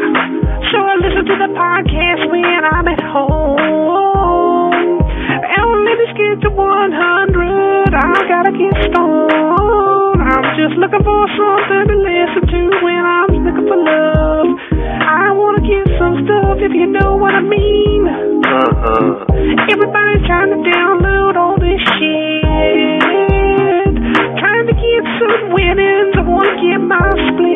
S10: So I listen to the podcast when I'm at home. And let me get to 100. I gotta get stoned. I'm just looking for something to listen to when I'm looking for love. I wanna get some stuff if you know what I mean. Everybody's trying to download all this shit. Trying to get some winnings. I wanna get my split.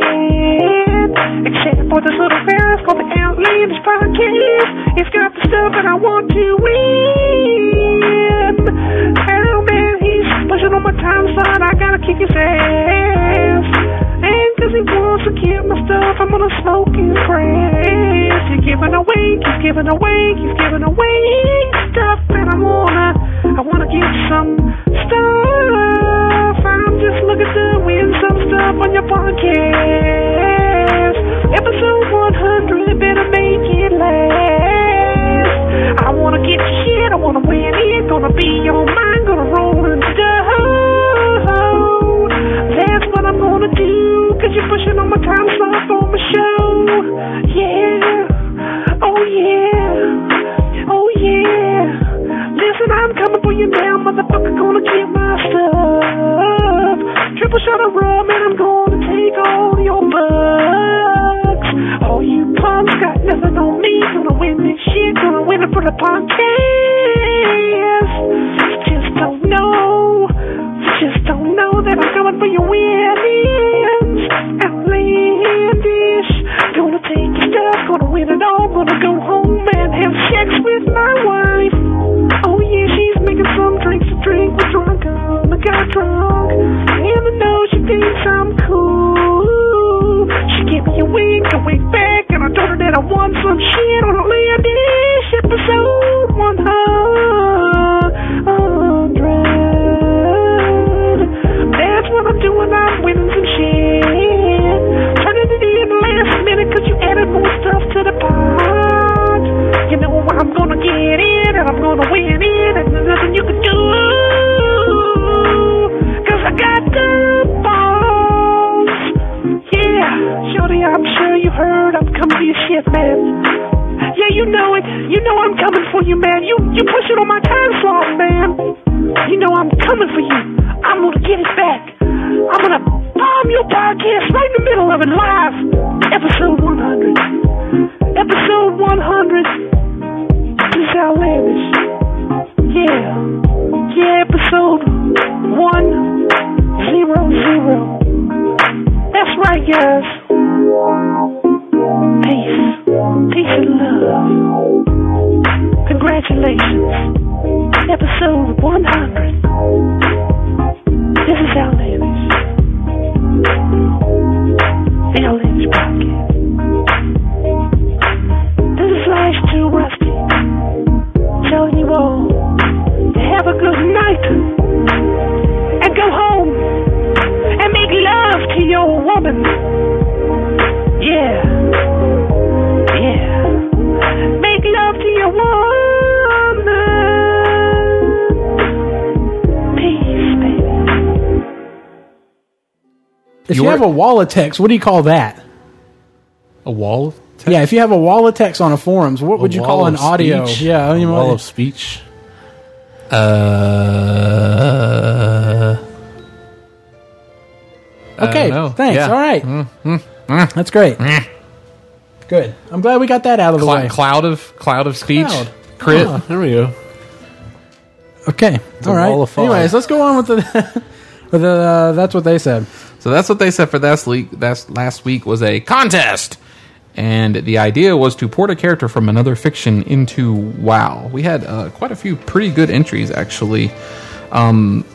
S10: that I want to win. Oh man, he's pushing on my time slot. I gotta kick his ass. And cause he wants to get my stuff, I'm gonna smoke his press. He's giving away, he's giving away, he's giving away stuff. And I wanna, I wanna get some stuff. I'm just looking to win some stuff on your podcast. Episode 100 better make it last. I wanna get shit, I wanna win it. Gonna be on mine, gonna roll and stone. That's what I'm gonna do, cause you're pushing on my time slot for my show. Yeah, oh yeah, oh yeah. Listen, I'm coming for you now, motherfucker, gonna get my stuff. Triple shot of rum, and I'm gonna take all your bucks. All you punks got nothing on me, gonna win this shit, gonna win it for the podcast. Just don't know, just don't know that I'm coming for your wins. Outlandish, gonna take your stuff, gonna win it all, gonna go home and have sex with my wife. Oh yeah, she's making some drinks to drink. We're drunk, um, I got drunk. And I know she thinks I'm cool. She gave me a wink, a wink back, and I told her that I want some shit on Outlandish episode 100. That's what I'm doing, I'm winning some shit. Turning it in last minute, cause you added more stuff to the pot. You know I'm gonna get it, and I'm gonna win it, and there's nothing you can do. Cause I got the balls. Yeah, Jody, I'm sure you heard I'm coming for your shit, man. Yeah, you know it. You know I'm coming for you, man. You you pushing on my time slot, man. You know I'm coming for you. I'm gonna get it back. I'm gonna bomb your podcast right in the middle of it live. Episode 100. Episode 100. This is outlandish. Yeah. Yeah, episode 100. That's right, guys. Peace. Peace and love. Congratulations. Episode 100. This is outlandish. The Outlandish Podcast. This is Life's Too Rusty telling you all to have a good night and go home and make love to your woman. Yeah. Yeah. Make love to your woman. Peace, baby.
S2: If you
S3: Your-
S2: have a wall of text, what do you call that?
S3: A wall of text?
S2: Yeah, if you have a wall of text on a forums, what would you
S4: wall
S2: call an
S4: of
S2: audio?
S4: speech?
S2: Yeah, I don't
S4: a
S2: even know.
S4: wall of speech.
S3: Uh,
S2: okay,
S4: know. Mm,
S2: thanks.
S3: Yeah.
S2: All right, that's great. Good. I'm glad we got that out of the
S3: cl-
S2: way.
S3: cloud of cloud Ah, of speech.
S2: Cloud.
S3: Crit.
S4: There we go.
S2: Okay, all right.
S4: wall of fog.
S2: Anyways, let's go on with the. with the uh, that's what they said.
S3: So that's what they said for last week. That's last week was a contest, and the idea was to port a character from another fiction into WoW. We had uh, quite a few pretty good entries actually. Um,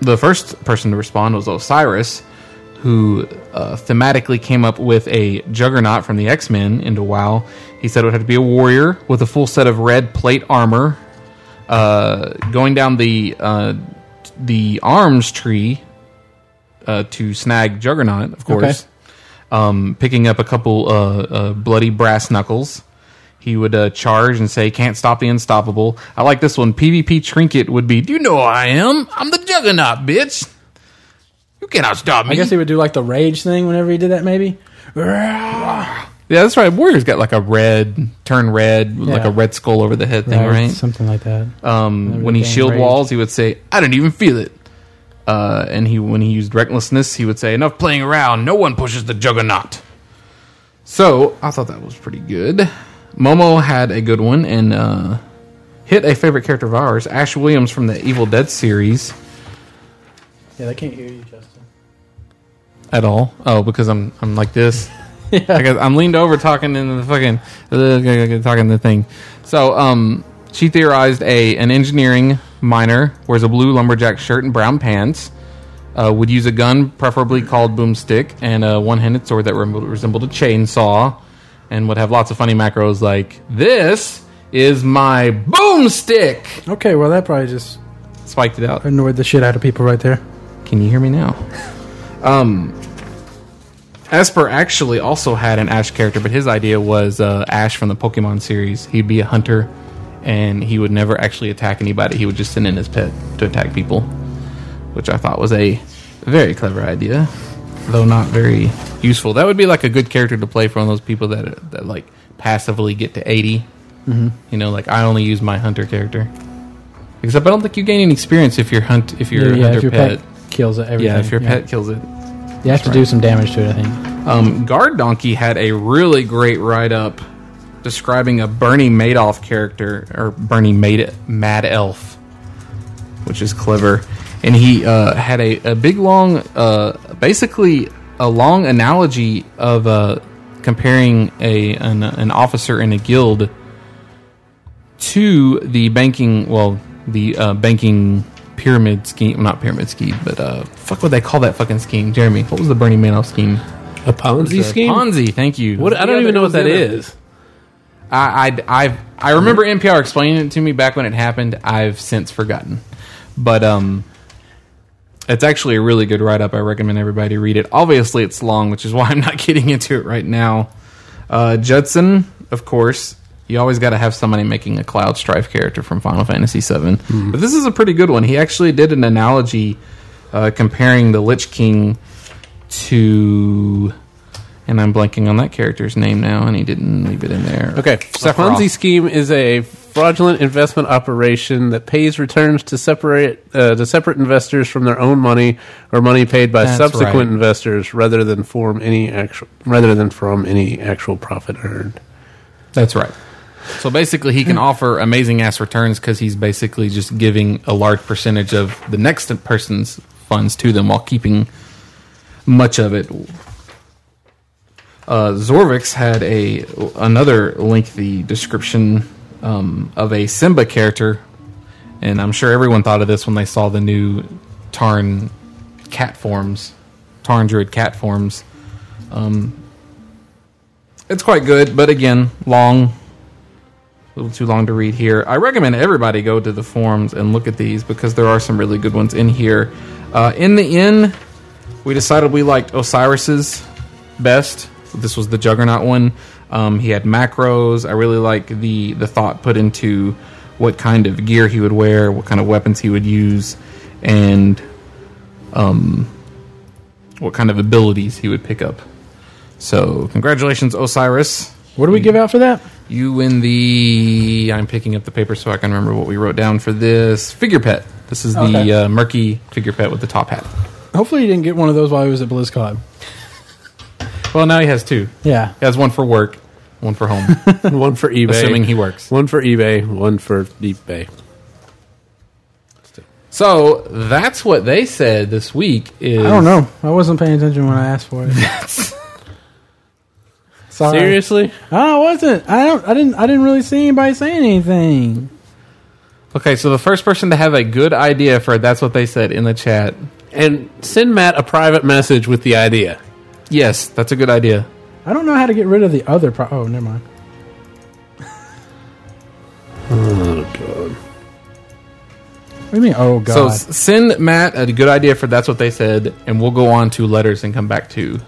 S3: the first person to respond was Osiris, who uh, thematically came up with a Juggernaut from the X Men into WoW. He said it would have to be a warrior with a full set of red plate armor, uh, going down the uh, the arms tree uh, to snag Juggernaut, of course. Um, picking up a couple uh, uh, bloody brass knuckles, he would uh, charge and say, "Can't stop the unstoppable." I like this one. PvP trinket would be, "Do you know who I am? I'm the Juggernaut, bitch. You cannot stop me."
S2: I guess he would do like the rage thing whenever he did that. Maybe.
S3: yeah, that's right. Warriors got like a red, turn red, like a red skull over the head thing, right?
S2: Something like that.
S3: Um, when he
S2: game
S3: shield
S2: rage.
S3: walls, he would say, "I don't even feel it." Uh, and he, when he used recklessness, he would say, "Enough playing around. No one pushes the juggernaut." So I thought that was pretty good. Momo had a good one and uh, hit a favorite character of ours, Ash Williams from the Evil Dead series.
S2: Yeah, they can't hear you, Justin.
S3: At all? Oh, because I'm I'm like this. Like, I- I'm leaned over talking in the fucking uh, talking the thing. So um, she theorized a an engineering minor wears a blue lumberjack shirt and brown pants. Uh, would use a gun, preferably called boomstick, and a one-handed sword that rem- resembled a chainsaw, and would have lots of funny macros like "This is my boomstick."
S2: Okay, well, that probably just
S3: Spiked it out.
S2: annoyed the shit out of people right there.
S3: Can you hear me now? Um, Esper actually also had an Ash character, but his idea was uh, Ash from the Pokemon series. He'd be a hunter, and he would never actually attack anybody. He would just send in his pet to attack people, which I thought was a very clever idea, though not very useful. That would be like a good character to play for one of those people that that like passively get to 80 You know, like I only use my hunter character. Except I don't think you gain any experience if you're hunt if you're a hunter
S2: if your
S3: pet.
S2: pet, kills it, everything.
S3: Yeah, if your pet kills it.
S2: you have to do some damage to it. I think.
S3: Um, Guard Donkey had a really great write up describing a Bernie Madoff character, or Bernie Mad, Mad Elf, which is clever. And he uh, had a, a big, long, uh, basically a long analogy of uh, comparing a an, an officer in a guild to the banking, well, the uh, banking pyramid scheme, not pyramid scheme, but uh, fuck what they call that fucking scheme. Jeremy, what was the Bernie Madoff scheme?
S4: A Ponzi scheme?
S3: Ponzi, thank you.
S4: What, I don't even know what that is.
S3: I, I, I, I remember NPR explaining it to me back when it happened. I've since forgotten. But um, it's actually a really good write up. I recommend everybody read it. Obviously, it's long, which is why I'm not getting into it right now. Uh, Judson, of course. You always got to have somebody making a Cloud Strife character from Final Fantasy VII. But this is a pretty good one. He actually did an analogy uh, comparing the Lich King to. And I'm blanking on that character's name now, and he didn't leave it in there.
S4: Okay, so
S3: Sephiroth.
S4: Ponzi scheme is a fraudulent investment operation that pays returns to separate uh, to separate investors from their own money or money paid by
S3: That's
S4: subsequent
S3: right.
S4: investors, rather than form any actual rather than from any actual profit earned.
S3: That's right. So basically, he can offer amazing ass returns because he's basically just giving a large percentage of the next person's funds to them while keeping much of it. Uh, Zorvix had a another lengthy description um, of a Simba character, and I'm sure everyone thought of this when they saw the new Tarn cat forms, Tarn druid cat forms. It's quite good, but again, long. A little too long to read here. I recommend everybody go to the forums and look at these because there are some really good ones in here. Uh, in the end, we decided we liked Osiris's best. This was the Juggernaut one. Um, he had macros. I really like the the thought put into what kind of gear he would wear, what kind of weapons he would use, and um, what kind of abilities he would pick up. So, congratulations, Osiris.
S2: What do we give out for that?
S3: You win the. I'm picking up the paper so I can remember what we wrote down for this figure pet. This is the
S2: Okay.
S3: uh, murky figure pet with the top hat.
S2: Hopefully, you didn't get one of those while he was at BlizzCon.
S3: Well, now he has two.
S2: Yeah,
S3: He has one for work, one for home,
S4: one for eBay,
S3: assuming he works.
S4: one for eBay, one for eBay.
S3: So that's what they said this week. Is
S2: I don't know. I wasn't paying attention when I asked for it. Sorry.
S4: Seriously,
S2: I wasn't. I don't. I didn't. I didn't really see anybody saying anything.
S3: Okay, so the first person to have a good idea for that's what they said in the chat.
S4: and send Matt a private message with the idea.
S3: Yes, that's a good idea.
S2: I don't know how to get rid of the other. Pro- oh, never mind.
S4: Oh god.
S2: What do you mean? Oh God.
S3: So s- send Matt a good idea for that's what they said, and we'll go on to letters and come back to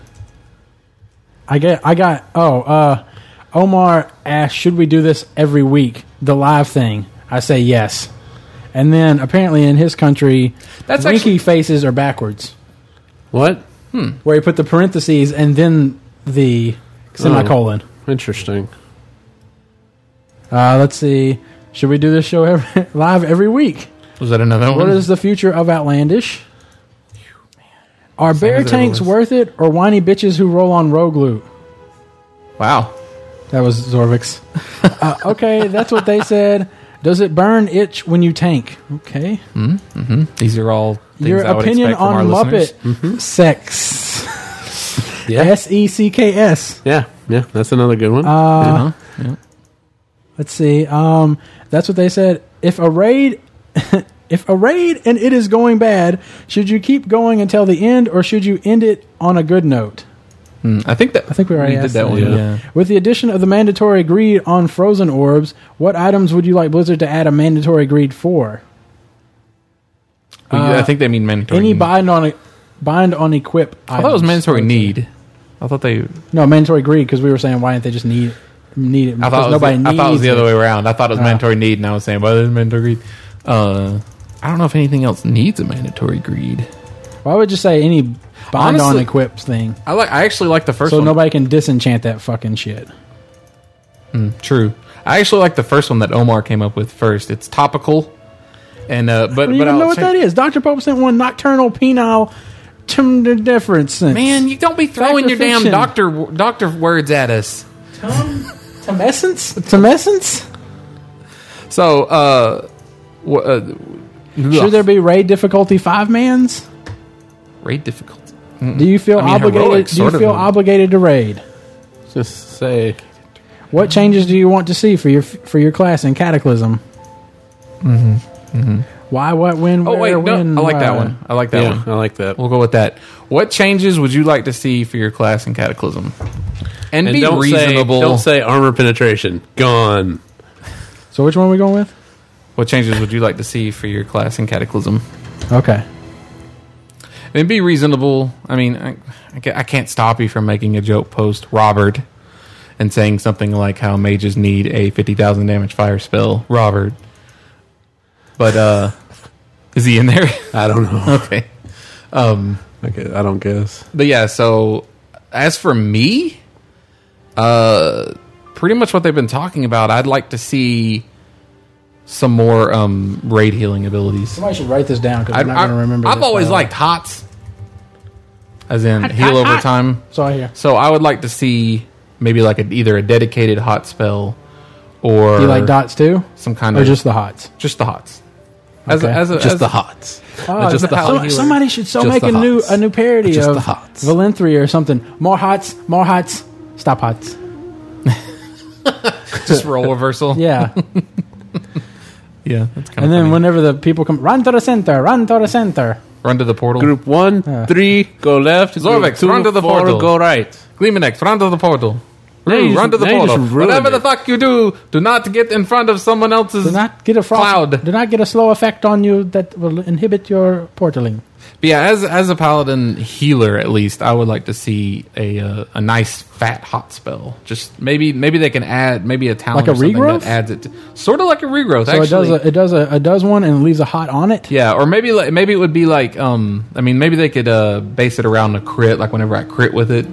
S2: I get. I got. Oh, uh, Omar asked, "Should we do this every week? The live thing?" I say yes. And then apparently in his country,
S3: That's
S2: winky
S3: actually-
S2: faces are backwards,
S4: What?
S2: where he put the parentheses and then the semicolon.
S4: Interesting.
S3: Oh.
S2: Uh, let's see. Should we do this show every, live every week?
S3: Was that another one?
S2: What is the future of Outlandish? Are bear
S3: as it
S2: tanks
S3: was.
S2: worth it or whiny bitches who roll on rogue loot?
S3: Wow.
S2: That was Zorvix. uh, okay, that's what they said. Does it burn itch when you tank? Okay.
S3: These are all things
S2: Your
S3: I would
S2: opinion
S3: expect from Mm-hmm.
S2: on
S3: our
S2: Muppet
S3: listeners.
S2: sex. S E C K S.
S4: Yeah, yeah, that's another good one.
S2: Uh,
S3: Uh-huh.
S2: Let's see. Um, that's what they said. If a raid, if a raid and it is going bad, should you keep going until the end, or should you end it on a good note?
S3: Mm. I think that
S2: I think we already
S3: did
S2: asked
S3: that one. Yeah.
S2: With the addition of the mandatory greed on frozen orbs, what items would you like Blizzard to add a mandatory greed for?
S3: We- I think they mean mandatory.
S2: Uh, Any
S3: need.
S2: bind on e, bind on equip.
S3: I thought it was mandatory need. I thought they.
S2: No, mandatory greed because we were saying why didn't they just need need it?
S3: I thought
S2: Because
S3: it was
S2: nobody
S3: the, I
S2: needs
S3: thought it was the other
S2: it. Uh-huh.
S3: way around. I thought it was mandatory need, and I was saying, well, there's mandatory greed. Uh, I don't know if anything else needs a mandatory greed.
S2: Why would you say any bind on
S3: Honestly-
S2: equips thing?
S3: I like. I actually like the first
S2: So
S3: one.
S2: nobody can disenchant that fucking shit.
S3: True. I actually like the first one that Omar came up with first. It's topical, and uh, but
S2: I don't
S3: but
S2: even
S3: I'll
S2: know what
S3: check-
S2: that is. Doctor Pope sent one nocturnal penile tum difference.
S3: Man, you don't be throwing
S2: or
S3: your damn
S2: fiction?
S3: doctor doctor words at us.
S2: tumescence, tumescence.
S3: So, uh, wha- uh
S2: Should there be raid difficulty five mans?
S3: raid difficulty?
S2: Do you feel
S3: I mean,
S2: obligated?
S3: heroic
S2: do you
S3: sort of
S2: feel
S3: a-
S2: obligated to raid?
S4: Just say
S2: What changes do you want to see for your for your class in Cataclysm? Mm-hmm.
S4: Mm-hmm.
S2: Why? What? When?
S3: Oh
S2: where,
S3: wait, no,
S2: when,
S3: I like that
S2: why?
S3: one. I like that
S4: yeah,
S3: one.
S4: I like that.
S3: We'll go with that. What changes would you like to see for your class in Cataclysm? And,
S4: and
S3: be
S4: don't
S3: reasonable.
S4: say don't say armor penetration gone.
S2: So which one are we going with?
S3: what changes would you like to see for your class in Cataclysm?
S2: Okay.
S3: And be reasonable. I mean, I, I ca- I can't stop you from making a joke post, Robert, and saying something like how mages need a 50,000 damage fire spell, Robert. But, uh, is he in there?
S4: I don't know.
S3: okay.
S4: okay, I don't guess.
S3: But yeah, so as for me, uh, pretty much what they've been talking about, I'd like to see some more, um, raid healing abilities.
S2: Somebody should write this down because I'm not
S3: I-
S2: going to remember.
S3: I've
S2: this
S3: always
S2: now.
S3: liked HOTS, as in heal over time.
S2: So I hear.
S3: So I would like to see maybe like a, either a dedicated hot spell or
S2: You like dots too,
S3: some kind
S2: or
S3: of
S2: just the hots?
S3: just the hots. As a,
S2: Okay.
S3: as a,
S4: Just
S3: as
S4: the
S3: a-
S4: hots.
S2: Oh,
S4: just the
S2: some-
S4: hot healer.
S2: somebody should so
S4: Just
S2: make
S4: the
S2: a new
S4: hots.
S2: a new parody
S4: Just
S2: of
S4: the hots.
S2: Valentry or something. More hots, more hots, stop hots.
S3: just roll reversal.
S2: Yeah,
S3: yeah. That's
S2: and
S3: kind
S2: then
S3: of funny.
S2: whenever the people come, run to the center, run to the center.
S3: run to the portal.
S4: Group one, three, go left.
S3: Zorvex,
S4: group two,
S3: run to the
S4: four,
S3: portal.
S4: Go right.
S3: Gleamanex, run to the portal.
S4: Now you
S3: Rue,
S4: just-
S3: run to the
S4: now you just
S3: portal.
S4: ruined
S3: Whatever the
S4: it.
S3: fuck you do, do not get in front of someone else's.
S2: Do not get a frost,
S3: Cloud.
S2: Do not get a slow effect on you that will inhibit your portaling.
S3: But yeah, as as a paladin healer, at least I would like to see a uh, a nice fat hot spell. Just maybe maybe they can add maybe a talent
S2: Like a
S3: or something
S2: regrowth?
S3: that adds it, to, sort of like a regrowth.
S2: So
S3: actually,
S2: it does a, it does a it does one and leaves a hot on it.
S3: yeah, or maybe like, maybe it would be like um I mean maybe they could uh, base it around a crit like whenever I crit with it,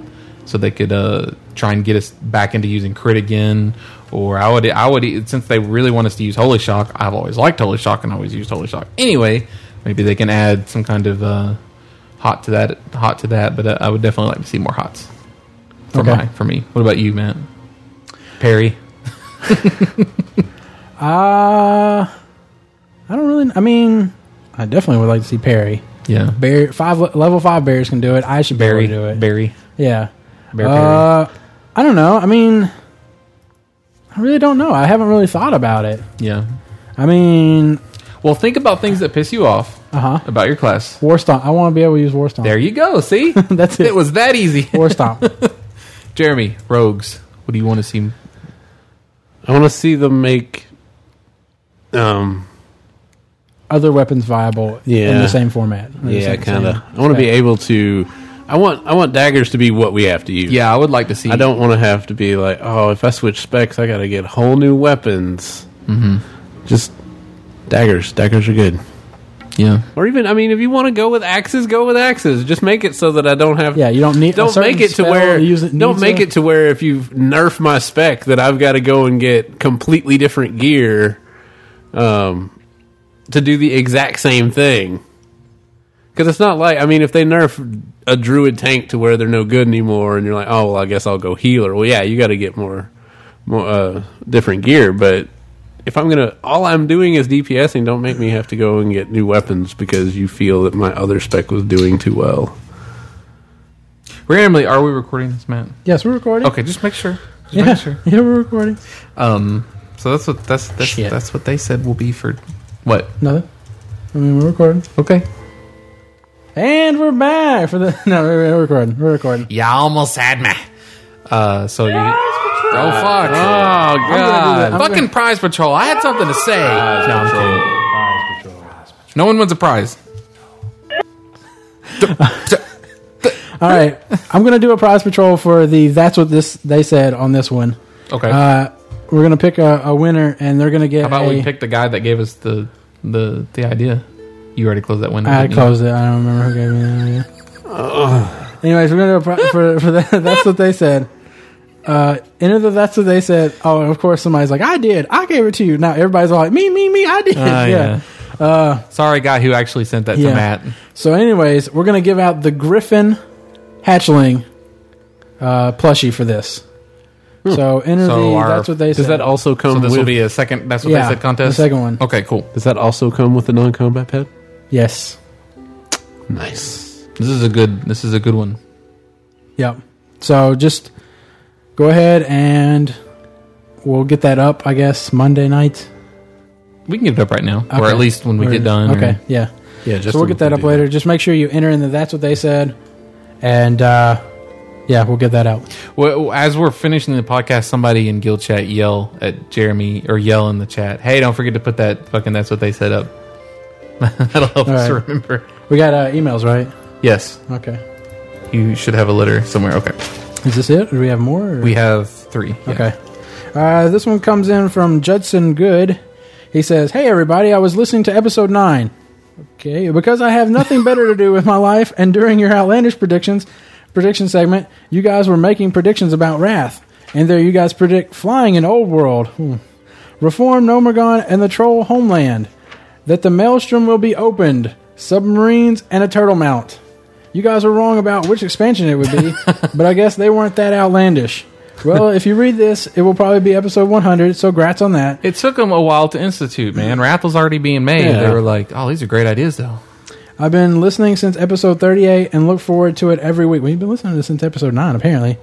S3: so they could uh, try and get us back into using crit again. Or I would I would since they really want us to use holy shock. I've always liked holy shock and always used holy shock. Anyway, maybe they can add some kind of uh, hot to that hot to that. But uh, I would definitely like to see more hots for
S2: Okay.
S3: my for me. What about you, Matt? Perry.
S2: Uh I don't really. I mean, I definitely would like to see Perry.
S3: Yeah,
S2: Bear, five le- level five bears can do it. I should
S3: Barry.
S2: be able to do it.
S3: Barry.
S2: Yeah.
S3: Bear
S2: uh, I don't know. I mean, I really don't know. I haven't really thought about it.
S3: Yeah.
S2: I mean,
S3: Well, think about things that piss you off
S2: uh huh.
S3: about your class.
S2: War stomp. I want to be able to use war stomp.
S3: There you go. See,
S2: That's it.
S3: It was that easy.
S2: War stomp.
S3: Jeremy, rogues. What do you want to see?
S4: I want to see them make. Um.
S2: Other weapons viable in
S4: Yeah.
S2: the same format. In the
S4: Yeah,
S2: same-
S4: kind of.
S2: same-
S4: I want to be able to. I want. I want daggers to be what we have to use.
S3: Yeah, I would like to see.
S4: I don't want to have to be like, oh, if I switch specs, I got to get whole new weapons. Mm-hmm. Just daggers. Daggers are good.
S3: Yeah,
S4: Or even, I mean, if you want to go with axes, go with axes. Just make it so that I don't have.
S2: Yeah, you don't need. a
S4: Don't
S2: certain
S4: make it to
S2: spell
S4: where.
S2: you use it
S4: don't
S2: needs
S4: make
S2: a-
S4: it to where if you nerf my spec that I've got to go and get completely different gear, um, to do the exact same thing. Because it's not like I mean, if they nerf a druid tank to where they're no good anymore, and you're like, oh well, I guess I'll go healer. Well, yeah, you got to get more, more uh, different gear, but if I'm gonna, all I'm doing is DPSing. Don't make me have to go and get new weapons because you feel that my other spec was doing too well.
S3: randomly, are we recording this, Matt?
S2: Yes, we're recording.
S3: Okay, just make sure. Just
S2: Yeah,
S3: make sure.
S2: yeah, we're recording.
S3: Um, so that's what that's that's
S2: Shit.
S3: that's what they said will be for what?
S2: Nothing. I mean, we're recording.
S3: Okay.
S2: And we're back for the. No, we're we're recording. We're recording.
S3: You almost had me. Uh, so you. Oh fuck!
S2: that.
S3: Oh god!
S2: I'm
S3: Fucking prize patrol! I had something to say. no, I'm kidding. No one wins a prize.
S2: All right, I'm gonna do a prize patrol for the. That's what this they said on this one.
S3: Okay.
S2: Uh, we're gonna pick a, a winner, and they're gonna get.
S3: How about
S2: a,
S3: we pick the guy that gave us the the the idea? You already closed that window.
S2: I
S3: didn't you?
S2: closed it. I don't remember who gave me that idea. Anyways, we're gonna do a pro- for for that. That's what they said. Uh, and either that's what they said. Oh, and of course, somebody's like, "I did. I gave it to you." Now everybody's all like, "Me, me, me. I did."
S3: Ah, Sorry, guy who actually sent that
S2: Yeah.
S3: to Matt.
S2: So, anyways, we're gonna give out the Griffin hatchling uh, plushie for this. So enter
S3: Hmm. So
S2: the.
S3: our-
S2: that's what they
S4: Does
S2: said.
S4: that
S3: So
S4: also come
S3: this will
S4: with?
S3: be a second. That's what
S2: Yeah,
S3: they said. Contest
S2: the second one.
S3: Okay, cool.
S4: does that also come with a non-combat pet?
S2: yes.
S4: Nice.
S3: This is a good. This is a good one.
S2: Yep. So just go ahead and we'll get that up. I guess Monday night,
S3: We can get it up right now, or
S2: Okay.
S3: at least when we
S2: Or-
S3: get done. or-
S2: Okay. Yeah.
S4: Yeah, just
S2: So we'll get that up later. Just make sure you enter in the that's what they said, and uh, yeah, we'll get that out.
S3: Well, as we're finishing the podcast, somebody in guild chat yell at Jeremy or yell in the chat, "Hey, don't forget to put that fucking that's what they set up." That'll help us
S2: All right.
S3: remember.
S2: We got uh, emails, right?
S3: Yes,
S2: Okay.
S3: you should have a letter somewhere. Okay,
S2: Is this it? Do we have more? or-
S3: we have three. Yeah.
S2: Okay. Uh, this one comes in from Judson Good. He says, Hey, everybody, I was listening to episode 9. Okay. Because I have nothing better to do with my life, and during your outlandish predictions prediction segment, you guys were making predictions about Wrath. And there you guys predict flying in Old World, hmm. Reform Nomergon, and the Troll Homeland. That the Maelstrom will be opened, submarines, and a turtle mount. You guys were wrong about which expansion it would be, but I guess they weren't that outlandish. Well, if you read this, it will probably be episode 100, so grats on that.
S3: It took them a while to institute, man. Wrath was already being made.
S2: Yeah.
S3: They were like, "Oh, these are great ideas, though."
S2: I've been listening since episode 38 and look forward to it every week. We've been listening to this since episode 9, apparently.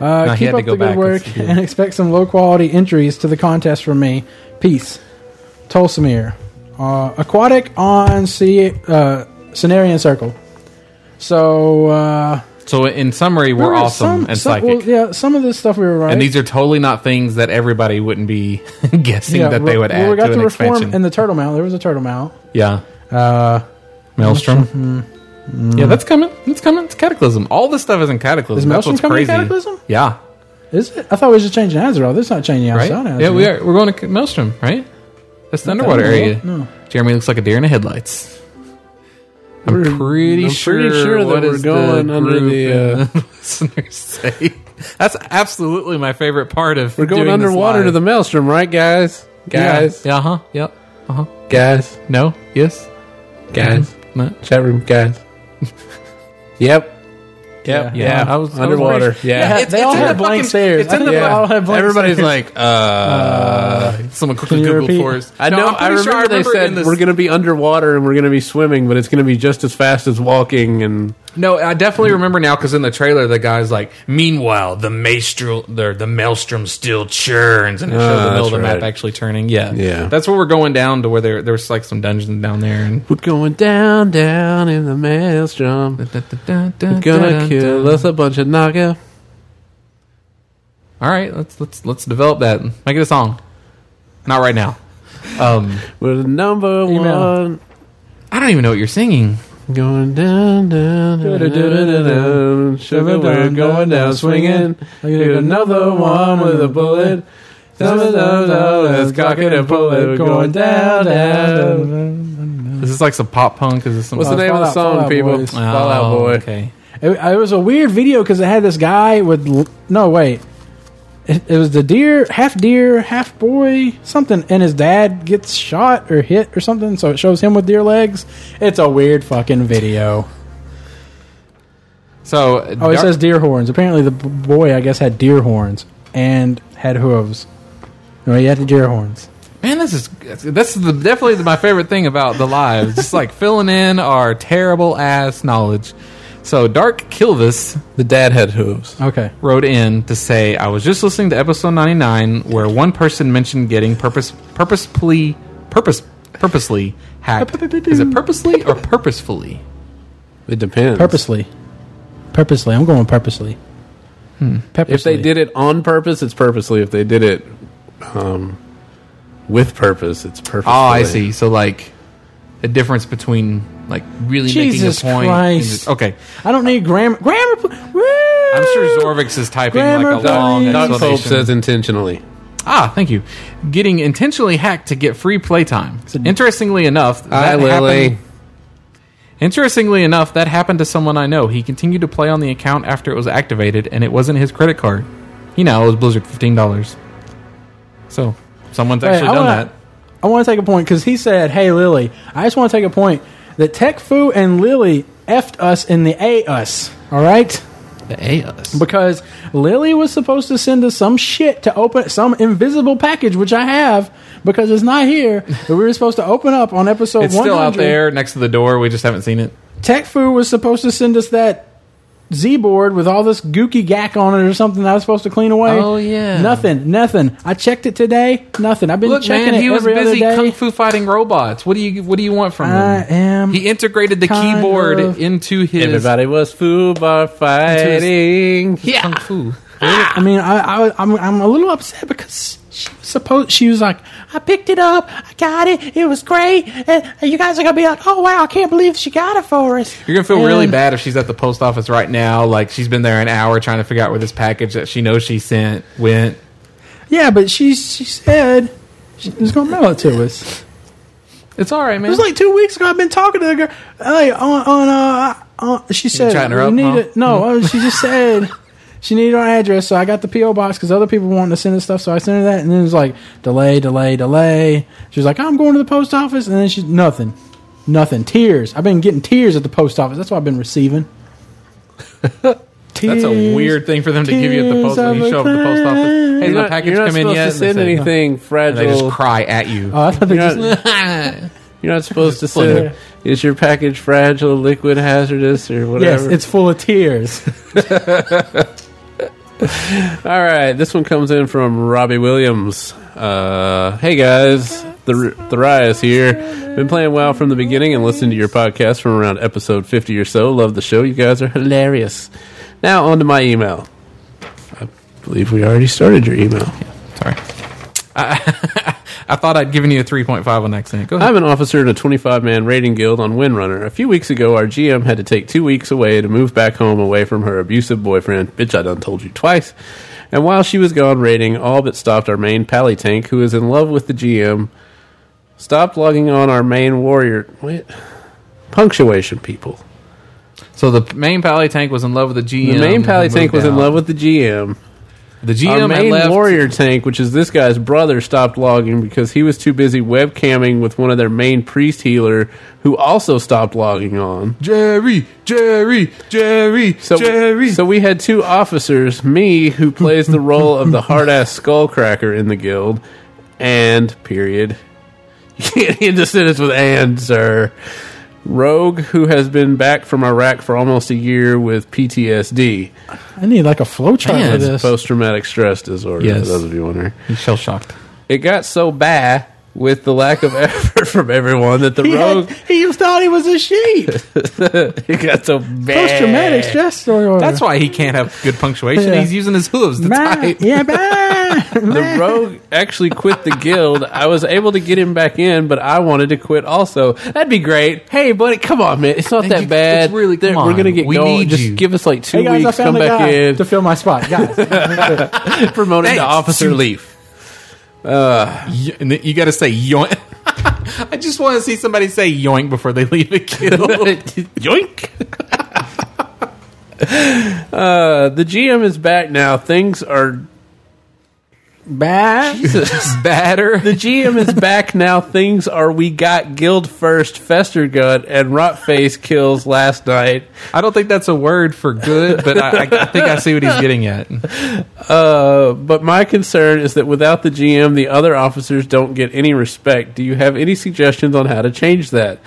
S2: Uh, keep
S3: he had to
S2: up
S3: go
S2: the
S3: back
S2: good
S3: and
S2: work
S3: see it.
S2: and expect some low quality entries to the contest from me. Peace. Tolsimir. Uh, aquatic on C- uh, Cenarian Circle. So, uh,
S3: So, in summary,
S2: there
S3: we're
S2: were
S3: awesome
S2: some-
S3: and
S2: some-
S3: psychic,
S2: well, yeah, some of this stuff we were right.
S3: and these are totally not things that everybody wouldn't be guessing that they
S2: well,
S3: would
S2: well,
S3: add
S2: we got
S3: to
S2: the
S3: an
S2: reform
S3: expansion.
S2: and the turtle mount. There was a turtle mount.
S3: yeah,
S2: Uh, Mm-hmm.
S3: Maelstrom. Yeah, that's coming. That's coming. It's Cataclysm. All this stuff is in Cataclysm.
S2: Is
S3: that's
S2: Maelstrom
S3: what's
S2: coming in
S3: crazy.
S2: Cataclysm?
S3: Yeah.
S2: is it? I thought we was just changing Azeroth. This is not changing
S3: Right.
S2: Azeroth.
S3: Yeah, we are. We're going to Maelstrom, right? That's the underwater
S2: Underwater?
S3: area.
S2: No.
S3: Jeremy looks like a deer in the headlights. I'm
S4: We're-
S3: pretty
S4: I'm pretty
S3: sure.
S4: sure that
S3: what
S4: we're
S3: is
S4: going
S3: the
S4: under
S3: group
S4: the,
S3: and
S4: uh,
S3: the listeners say. That's absolutely my favorite part of.
S4: We're going
S3: doing this
S4: underwater
S3: live.
S4: to the maelstrom, right, guys? Guys,
S3: Yeah. Uh huh. Yep. Uh huh.
S4: guys,
S3: No. Yes.
S4: guys,
S3: No.
S4: chat room, guys. yep. Yep.
S3: Yeah.
S4: Yeah.
S3: I was- I was
S4: underwater.
S3: pretty
S4: yeah.
S2: They
S3: it's
S2: all
S3: in
S2: had
S3: the
S2: blank
S3: fucking-
S2: stares.
S3: it's
S2: I
S3: in
S2: think
S3: the
S2: they
S3: fucking-
S2: all had blank
S4: Everybody's
S2: stares.
S4: like, uh,
S3: Someone quickly
S2: Can you
S3: Googled
S2: repeat?
S3: for us.
S4: I know.
S3: No, I'm
S4: I
S3: pretty
S4: remember
S3: sure
S4: they
S3: remember in
S4: said
S3: this-
S4: we're going to be underwater and we're going to be swimming, but it's going to be just as fast as walking. And
S3: No, I definitely remember now because in the trailer, the guy's like, "Meanwhile, the maelstrom, the, the maelstrom still churns," and it shows
S4: Ah,
S3: the middle of
S4: that's
S3: the map
S4: right.
S3: actually turning. Yeah,
S4: Yeah.
S3: that's where we're going down to where there there's like some dungeons down there, and
S4: we're going down, down in the maelstrom. We're gonna kill us a bunch of naga.
S3: All right, let's let's let's develop that. Make it a song. Not right now. Um,
S4: We're the number
S2: Email.
S4: one.
S3: I don't even know what you're singing.
S4: Going down, down, down, down, down, down. Sugar, we're going down swinging. Hit another one with a bullet. Down, down, down, down. Let's cock it and pull it. We're going down, down.
S3: Is this like some pop punk? Is this some?
S4: What's the
S2: Uh,
S4: name of the
S2: Fallout-
S4: song,
S2: Fallout
S4: people?
S2: Boys.
S4: Fallout
S3: Oh,
S4: Boy.
S3: Okay.
S2: It, it was a weird video because it had this guy with l- no wait. It, it was the deer, half deer, half boy, something, and his dad gets shot or hit or something. So it shows him with deer legs. It's a weird fucking video.
S3: So
S2: Oh, it
S3: Dar-
S2: says deer horns. Apparently, the b- boy I guess had deer horns and had hooves. No, he had the deer horns.
S3: Man, this is this is the, definitely my favorite thing about the live. Just like filling in our terrible ass knowledge. So Dark Kilvis,
S4: The dad had hooves.
S2: Okay.
S3: wrote in to say, I was just listening to episode 99 where one person mentioned getting purpose, purposefully, purpose, purposely hacked. Is it purposely or purposefully?
S4: It depends.
S2: Purposely. Purposely. I'm going purposely. Purposely.
S4: Hmm. If they did it on purpose, it's purposely. If they did it um, with purpose, it's purposely.
S3: Oh, I see. So like a difference between like really
S2: Jesus
S3: making a point. and
S2: Christ.
S3: just- okay,
S2: I don't need grammar. Grammar. pl- Woo!
S3: I'm sure Zorvix is typing
S2: Grammar,
S3: like a long
S2: please.
S4: Doc Pope
S3: explanation.
S4: says intentionally.
S3: Ah, thank you. Getting intentionally hacked to get free playtime. Interestingly enough,
S4: Hi,
S3: that
S4: Lily.
S3: happened- Interestingly enough, that happened to someone I know. He continued to play on the account after it was activated, and it wasn't his credit card. He now owes Blizzard fifteen dollars. So someone's
S2: Hey,
S3: actually
S2: I
S3: done
S2: wanna-
S3: that.
S2: I want to take a point because he said, "Hey Lily." I just want to take a point that Tech Fu and Lily effed us in the a us. All right.
S3: The AUS.
S2: because Lily was supposed to send us some shit to open some invisible package, which I have because it's not here. That we were supposed to open up on episode.
S3: It's still out
S2: 100.
S3: there next to the door. We just haven't seen it.
S2: Tech Fu was supposed to send us that Z board with all this gooky gack on it or something that I was supposed to clean away.
S3: Oh, yeah.
S2: nothing, nothing. I checked it today. Nothing. I've been
S3: Look,
S2: checking
S3: man,
S2: it
S3: he was
S2: every
S3: busy
S2: other day.
S3: kung fu fighting robots. What do you What do you want from
S2: I
S3: him?
S2: am.
S3: He integrated the
S2: kind
S3: keyboard
S2: of-
S3: into his
S4: Everybody was fubar fighting.
S3: yeah. kung fu.
S2: I mean, I, I, I'm, I'm a little upset because she was supposed. She was like, "I picked it up. I got it. It was great." And you guys are gonna be like, "Oh wow, I can't believe she got it for us."
S3: You're gonna feel really
S2: And-
S3: bad if she's at the post office right now. Like she's been there an hour trying to figure out where this package that she knows she sent went.
S2: Yeah, but she she said she was gonna mail it to us.
S3: It's all right,
S2: It
S3: man.
S2: was like two weeks ago. I've been talking to the girl. Like on on uh, on, she said,
S3: chatting her
S2: "We
S3: up,
S2: need
S3: huh? Hmm?
S2: it." No, uh, she just said. She needed our address, so I got the PO box because other people wanted to send us stuff. So I sent her that, and then it was like delay, delay, delay. She was like, "I'm going to the post office," and then she nothing, nothing. Tears. I've been getting tears at the post office. That's what I've been receiving.
S3: That's a
S2: Tears.
S3: weird thing for them to give you at the post.
S2: Tears
S3: When you
S2: of
S3: show up at the post
S2: a
S3: office, hey,
S4: You're
S3: the
S4: not,
S3: package
S4: you're not
S3: come in
S4: supposed
S3: yet?
S4: to
S3: And they
S4: send
S3: say, Uh, "No."
S4: anything
S3: And they
S4: fragile.
S3: just cry at you.
S2: Oh, I thought they
S4: You're
S2: just
S4: not, you're not supposed to
S3: put
S4: send. Is your package fragile, liquid, hazardous, or
S2: yes,
S4: whatever?
S2: it's full of tears.
S4: All right, this one comes in from Robbie Williams. Uh, hey guys, the the Rise here. Been playing WoW from the beginning and listening to your podcast from around episode fifty or so. Love the show. You guys are hilarious. Now on to my email. I believe we already started your email.
S3: Sorry. I, I thought I'd given you a 3.5 on accident. Go ahead.
S4: I'm an officer in a 25 man raiding guild on Windrunner. A few weeks ago, our GM had to take two weeks away to move back home away from her abusive boyfriend. Bitch, I done told you twice. And while she was gone raiding, all but stopped our main pally tank, who is in love with the GM, stopped logging on our main warrior. Wait. Punctuation, people.
S3: so the main pally tank was in love with the GM.
S4: The main pally
S3: who
S4: tank
S3: moved
S4: was in
S3: out.
S4: love with the GM.
S3: the
S4: Our
S3: GM. had
S4: main
S3: left.
S4: warrior tank, which is this guy's brother, stopped logging because he was too busy webcamming with one of their main priest healer, who also stopped logging on.
S3: Jerry, Jerry, Jerry,
S4: So,
S3: Jerry.
S4: so we had two officers, me, who plays the role of the hard ass skullcracker in the guild, and period. You can't end a sentence with and, sir. Rogue, who has been back from Iraq for almost a year with PTSD,
S2: I need like a flowchart for
S3: Man,
S2: this.
S4: post traumatic stress disorder,
S3: Yes.
S4: for those of you wondering.
S3: He's shell shocked.
S4: It got so bad with the lack of effort from everyone that the
S2: He,
S4: rogue
S2: had, he was- thought he was a sheep.
S4: it got so bad.
S2: Post
S4: Eh,
S2: traumatic stress disorder.
S3: That's why he can't have good punctuation.
S2: Yeah.
S3: He's using his hooves to
S2: Man,
S3: type.
S2: yeah, man.
S4: the rogue actually quit the guild. I was able to get him back in, but I wanted to quit also. That'd be great. Hey, buddy, come on, man. It's not
S3: Hey,
S4: that
S3: you-
S4: bad.
S3: it's really-
S4: There-
S3: come
S4: We're gonna
S3: on.
S4: get
S3: We
S4: going.
S3: need
S4: Just
S3: you.
S4: give us like two
S2: Hey guys, I
S4: weeks. Come
S2: found a
S4: back
S2: guy
S4: in.
S2: to fill my spot. Guys,
S4: promoted to
S3: Thanks.
S4: officer leaf.
S3: Y- and then you got to say yoink. I just want to see somebody say yoink before they leave a kill.
S4: Yoink. uh, the GM is back now. Things are
S2: bad.
S3: Batter.
S4: The GM is back now. Things are we got guild first, Festergut, and Rotface kills last night.
S3: I don't think that's a word for good, but I, I think I see what he's getting at.
S4: Uh, but my concern is that without the GM, the other officers don't get any respect. Do you have any suggestions on how to change that?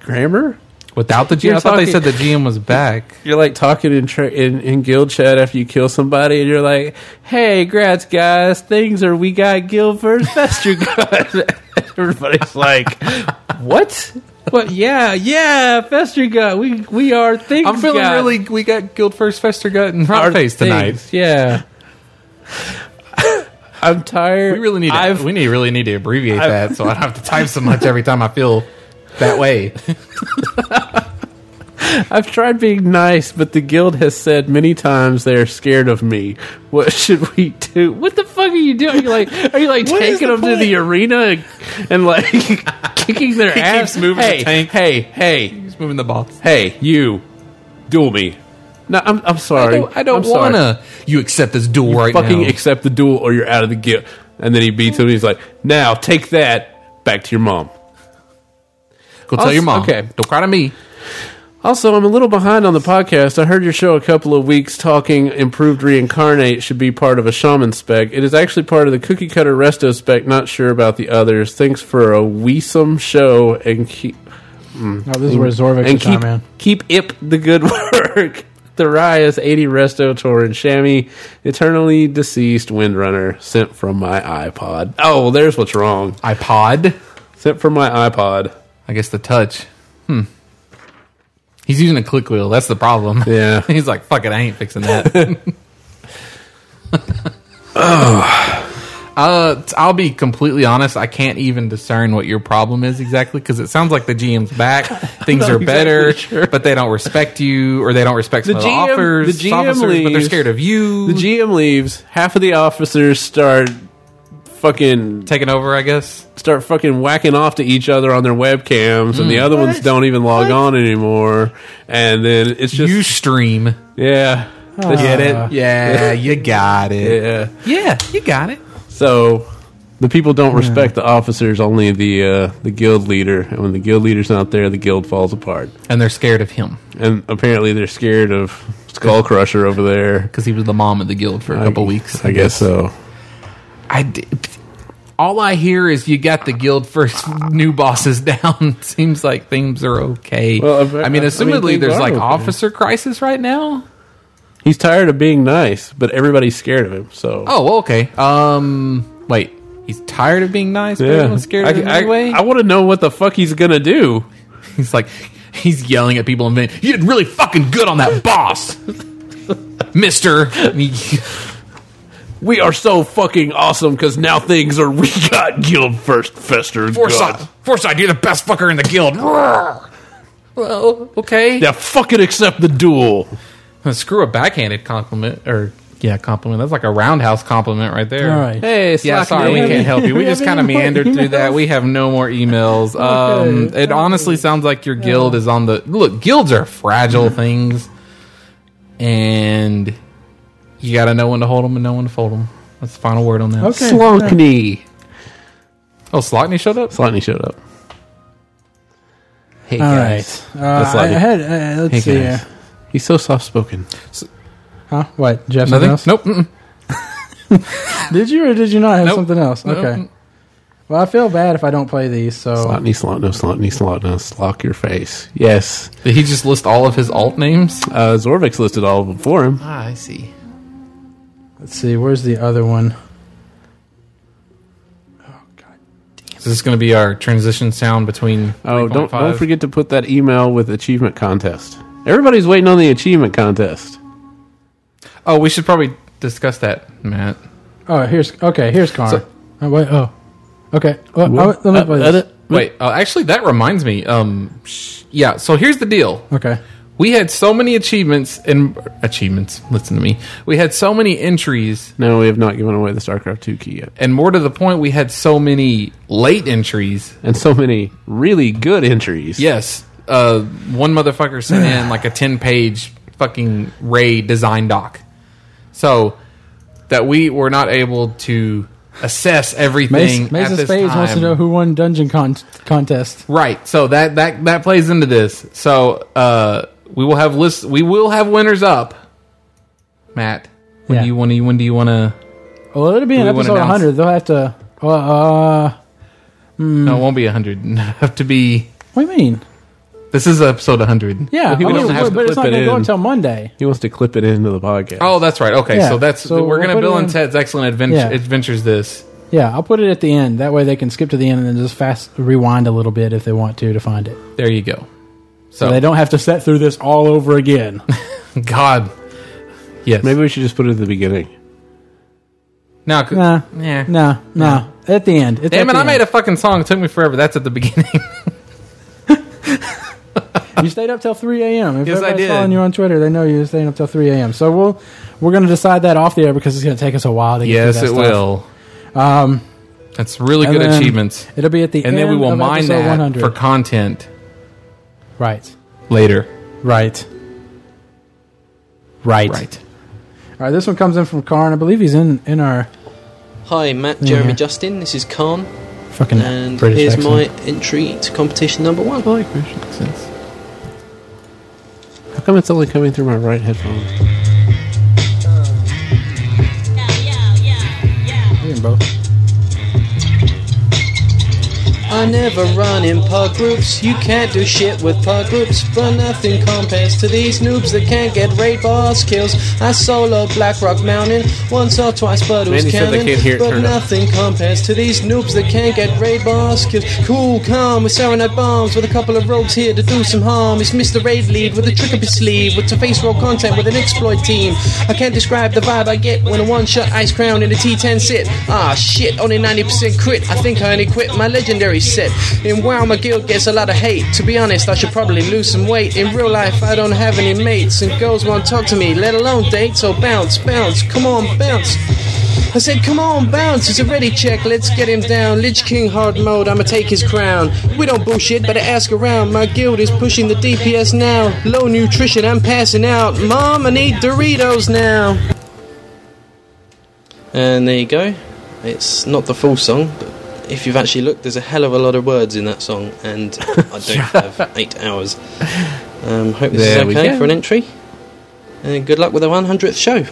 S4: Grammar?
S3: Without the GM,
S4: You're
S3: I thought they
S4: talking-
S3: said the GM was back.
S4: You're like talking in, tra- in in guild chat after you kill somebody, and you're like, "Hey, grats, guys! Things are we got guild versus Fester gun." Everybody's like, "What? What? Yeah, yeah, Fester gun. We we are things.
S3: I'm feeling
S4: got.
S3: really. We got Guild First Festergut and
S4: Our
S3: Hot Face tonight.
S4: things, Yeah, I'm tired.
S3: We really need. To,
S4: I've
S3: we need really need to abbreviate that, so I don't have to type so much every time I feel that way.
S4: I've tried being nice, but the guild has said many times they are scared of me. What should we do? What the fuck are you doing? You're like, are you like taking them to the arena and, and like kicking their ass? hey,
S3: Hey, hey, he's moving the ball.
S4: hey, you, duel me. No, I'm, I'm sorry.
S3: I don't, I don't
S4: I'm sorry.
S3: wanna. You accept this duel right
S4: fucking
S3: now.
S4: accept the duel or you're out of the guild. And then he beats him. and He's like, now take that back to your mom.
S3: Go tell your mom.
S4: Okay.
S3: Don't cry to me.
S4: Also, I'm a little behind on the podcast. I heard your show a couple of weeks talking improved reincarnate should be part of a shaman spec. It is actually part of the cookie cutter resto spec. Not sure about the others. Thanks for a weesome show and keep
S2: Oh, this is where Zorvik
S4: and
S2: is
S4: keep
S2: on, man.
S4: keep ip the good work. Tharias, 80 resto torin chamois, eternally deceased windrunner sent from my iPod. Oh, well, there's what's wrong.
S3: iPod.
S4: Sent from my iPod.
S3: I guess the touch. Hmm. He's using a click wheel. That's the problem.
S4: Yeah.
S3: He's like, fuck it, I ain't fixing that. Uh, t- I'll be completely honest. I can't even discern what your problem is exactly because it sounds like the GM's back. Things are better, but they don't respect you, or they don't respect some of the
S4: GM
S3: offers,
S4: the GM
S3: officers, but they're
S4: leaves.
S3: scared of you
S4: The GM leaves. Half of the officers start fucking
S3: taking over. I guess.
S4: start fucking whacking off to each other on their webcams,
S3: Mm.
S4: and the other ones don't even log on anymore. And then it's just
S3: you Ah. stream.
S4: yeah,
S3: Get it? Yeah, you got it.
S4: yeah.
S3: Yeah, you got it.
S4: So the people don't respect the officers, only the uh, the guild leader. And when the guild leader's not there, the guild falls apart.
S3: And they're scared of him.
S4: And apparently, they're scared of Skull Crusher over there.
S3: because he was the mom of the guild for a couple weeks.
S4: I guess so.
S3: I d- all I hear is you got the guild first new bosses down. Seems like things are okay.
S4: Well, I've-
S3: I mean,
S4: I- I mean,
S3: assumedly
S4: things
S3: there's
S4: are
S3: like
S4: okay.
S3: officer crisis right now.
S4: He's tired of being nice, but everybody's scared of him. So
S3: Oh, well, okay. Um, wait, he's tired of being nice, but everyone's scared of him
S4: I,
S3: anyway.
S4: I, I want to know what the fuck he's gonna do.
S3: he's like, he's yelling at people in vain. You did really fucking good on that boss, Mister. And he-
S4: We are so fucking awesome because now things are we got guild first fester.
S3: Forsyth, Forsyth, you're the best fucker in the guild. Roar. Well, okay.
S4: Now fucking accept the duel.
S3: Screw a backhanded compliment or yeah, compliment. That's like a roundhouse compliment right there.
S2: All right.
S4: Hey,
S3: Yeah, sorry, we can't help you. We
S2: We
S3: just
S2: have
S3: kind of
S2: any more
S3: meandered through
S2: emails?
S3: that. We have no more emails. Um, it honestly sounds like your guild is on the look. Guilds are fragile things, and you got to know when to hold them and know when to fold them. That's the final word on that.
S2: Okay.
S4: Slonkney.
S3: Oh, Slotney showed up.
S4: Slonkney showed up. Hey
S2: All right. Uh, I
S4: That's lovely.
S2: had, uh, let's
S3: Hey,
S2: see.
S3: guys.
S2: here.
S4: He's so soft spoken.
S2: Huh? What? Jeff?
S3: Nothing.
S2: Else?
S3: Nope. Mm-mm.
S2: Did you or did you not have
S3: Nope.
S2: something else? Okay.
S3: Nope.
S2: Well, I feel bad if I don't play these. So
S4: Slotney, Slotno, Slotney, Slotno, Slock your face. Yes.
S3: Did he just list all of his alt names?
S4: Uh, Zorvik's listed all of them for him.
S3: Ah, I see.
S2: let's see. Where's the other one?
S3: Is this going to be our transition sound between?
S4: Oh, don't,
S3: 3.5?
S4: don't forget to put that email with achievement contest. Everybody's waiting on the achievement contest.
S3: Oh, we should probably discuss that, Matt.
S2: Oh, here's okay. Here's Connor. oh, wait. Oh, okay. Well, I, Oh, let me
S4: Uh,
S2: play
S4: edit.
S2: this.
S3: Wait, uh, actually, that reminds me. Um, sh- yeah. So here's the deal.
S2: Okay.
S3: We had so many achievements and achievements. Listen to me. We had so many entries,
S4: No, we have not given away the StarCraft 2 key yet.
S3: and more to the point, we had so many late entries.
S4: And so many really good entries.
S3: Yes. Uh, one motherfucker sent in like a ten page fucking Ray design doc. So that we were not able to assess everything.
S2: Mace, Mace
S3: at
S2: of
S3: this
S2: Spades wants to
S3: time.
S2: know who won dungeon con- contest.
S3: Right. So that that that plays into this. So uh, we will have lists. We will have winners up. Matt, when
S2: Yeah.
S3: do you want to? When do you want to?
S2: Well, it'll be in
S3: we wanna
S2: episode
S3: announce-
S2: 100. They'll have to. Uh, uh, Mm.
S3: No, it won't be hundred. Have to be.
S2: what do you mean?
S3: This is episode 100.
S2: Yeah,
S4: Well, he
S2: I mean,
S4: doesn't have
S2: but,
S4: to
S2: but it's
S4: clip
S2: not
S4: it
S2: going to go
S4: in.
S2: until Monday.
S4: He wants to clip it into the podcast.
S3: Oh, that's right. Okay,
S2: Yeah,
S3: so that's
S2: so
S3: we're
S2: we'll
S3: gonna
S2: put
S3: Bill
S2: it
S3: and
S2: in-
S3: Ted's excellent adventure,
S2: Yeah.
S3: adventures. This
S2: Yeah, I'll put it at the end. That way they can skip to the end and then just fast rewind a little bit if they want to to find it.
S3: there you go.
S2: So they don't have to set through this all over again.
S3: God, yes.
S4: Maybe we should just put it at the beginning.
S3: now, c-
S2: nah,
S3: yeah.
S2: nah, nah. At the end. It's
S3: Damn
S2: at
S3: it!
S2: the
S3: I made
S2: end.
S3: a fucking song. It took me forever. That's at the beginning.
S2: You stayed up till 3 a.m. If
S3: Yes, I
S2: everybody's
S3: did.
S2: following you on Twitter, they know you were staying up till 3 a.m. So we'll we're going to decide that off the air because it's going to take us a while to get
S3: yes, it
S2: through that stuff.
S3: will. Um, that's really
S2: and
S3: good
S2: then-
S3: achievements.
S2: It'll be at the
S3: And
S2: end
S3: then we will
S2: of
S3: mine
S2: episode
S3: that
S2: 100.
S3: for content
S2: right,
S3: later.
S2: right, right,
S3: Right.
S2: All right. This one comes in from Karn. I believe he's in in our
S11: Hi, Matt, Jeremy, Justin. This is Khan,
S2: fucking
S11: and
S2: British
S11: here's
S2: accent.
S11: my entry to competition number one.
S4: How come it's only coming through my right headphone?
S2: We can both.
S11: I never run in pub groups. You can't do shit with pub groups, but nothing compares to these noobs that can't get raid boss kills. I solo Black Rock Mountain once or twice, but it was
S4: Mandy said they
S11: canon.
S4: can't hear it,
S11: But
S4: turn it up.
S11: nothing compares to these noobs that can't get raid boss kills. Cool, calm with serenade bombs with a couple of rogues here to do some harm. It's Mr. Raid Lead with a trick up his sleeve with some face roll content with an exploit team. I can't describe the vibe I get when a one shot ice crown in a T10 sit. Ah, shit, only 90% crit. I think I only quit my legendary set. In WoW, my guild gets a lot of hate. To be honest, I should probably lose some weight. In real life, I don't have any mates, and girls won't talk to me, let alone date. So bounce, bounce, come on, bounce. I said, come on, bounce, it's a ready check, let's get him down. Lich King hard mode, I'ma take his crown. We don't bullshit, better ask around. My guild is pushing the DPS now. Low nutrition, I'm passing out. Mom, I need Doritos now. And there you go. It's not the full song, but if you've actually looked, there's a hell of a lot of words in that song, and I don't have eight hours. Um, hope this
S3: There we
S11: is okay
S3: go.
S11: for an entry. And good luck with the 100th show.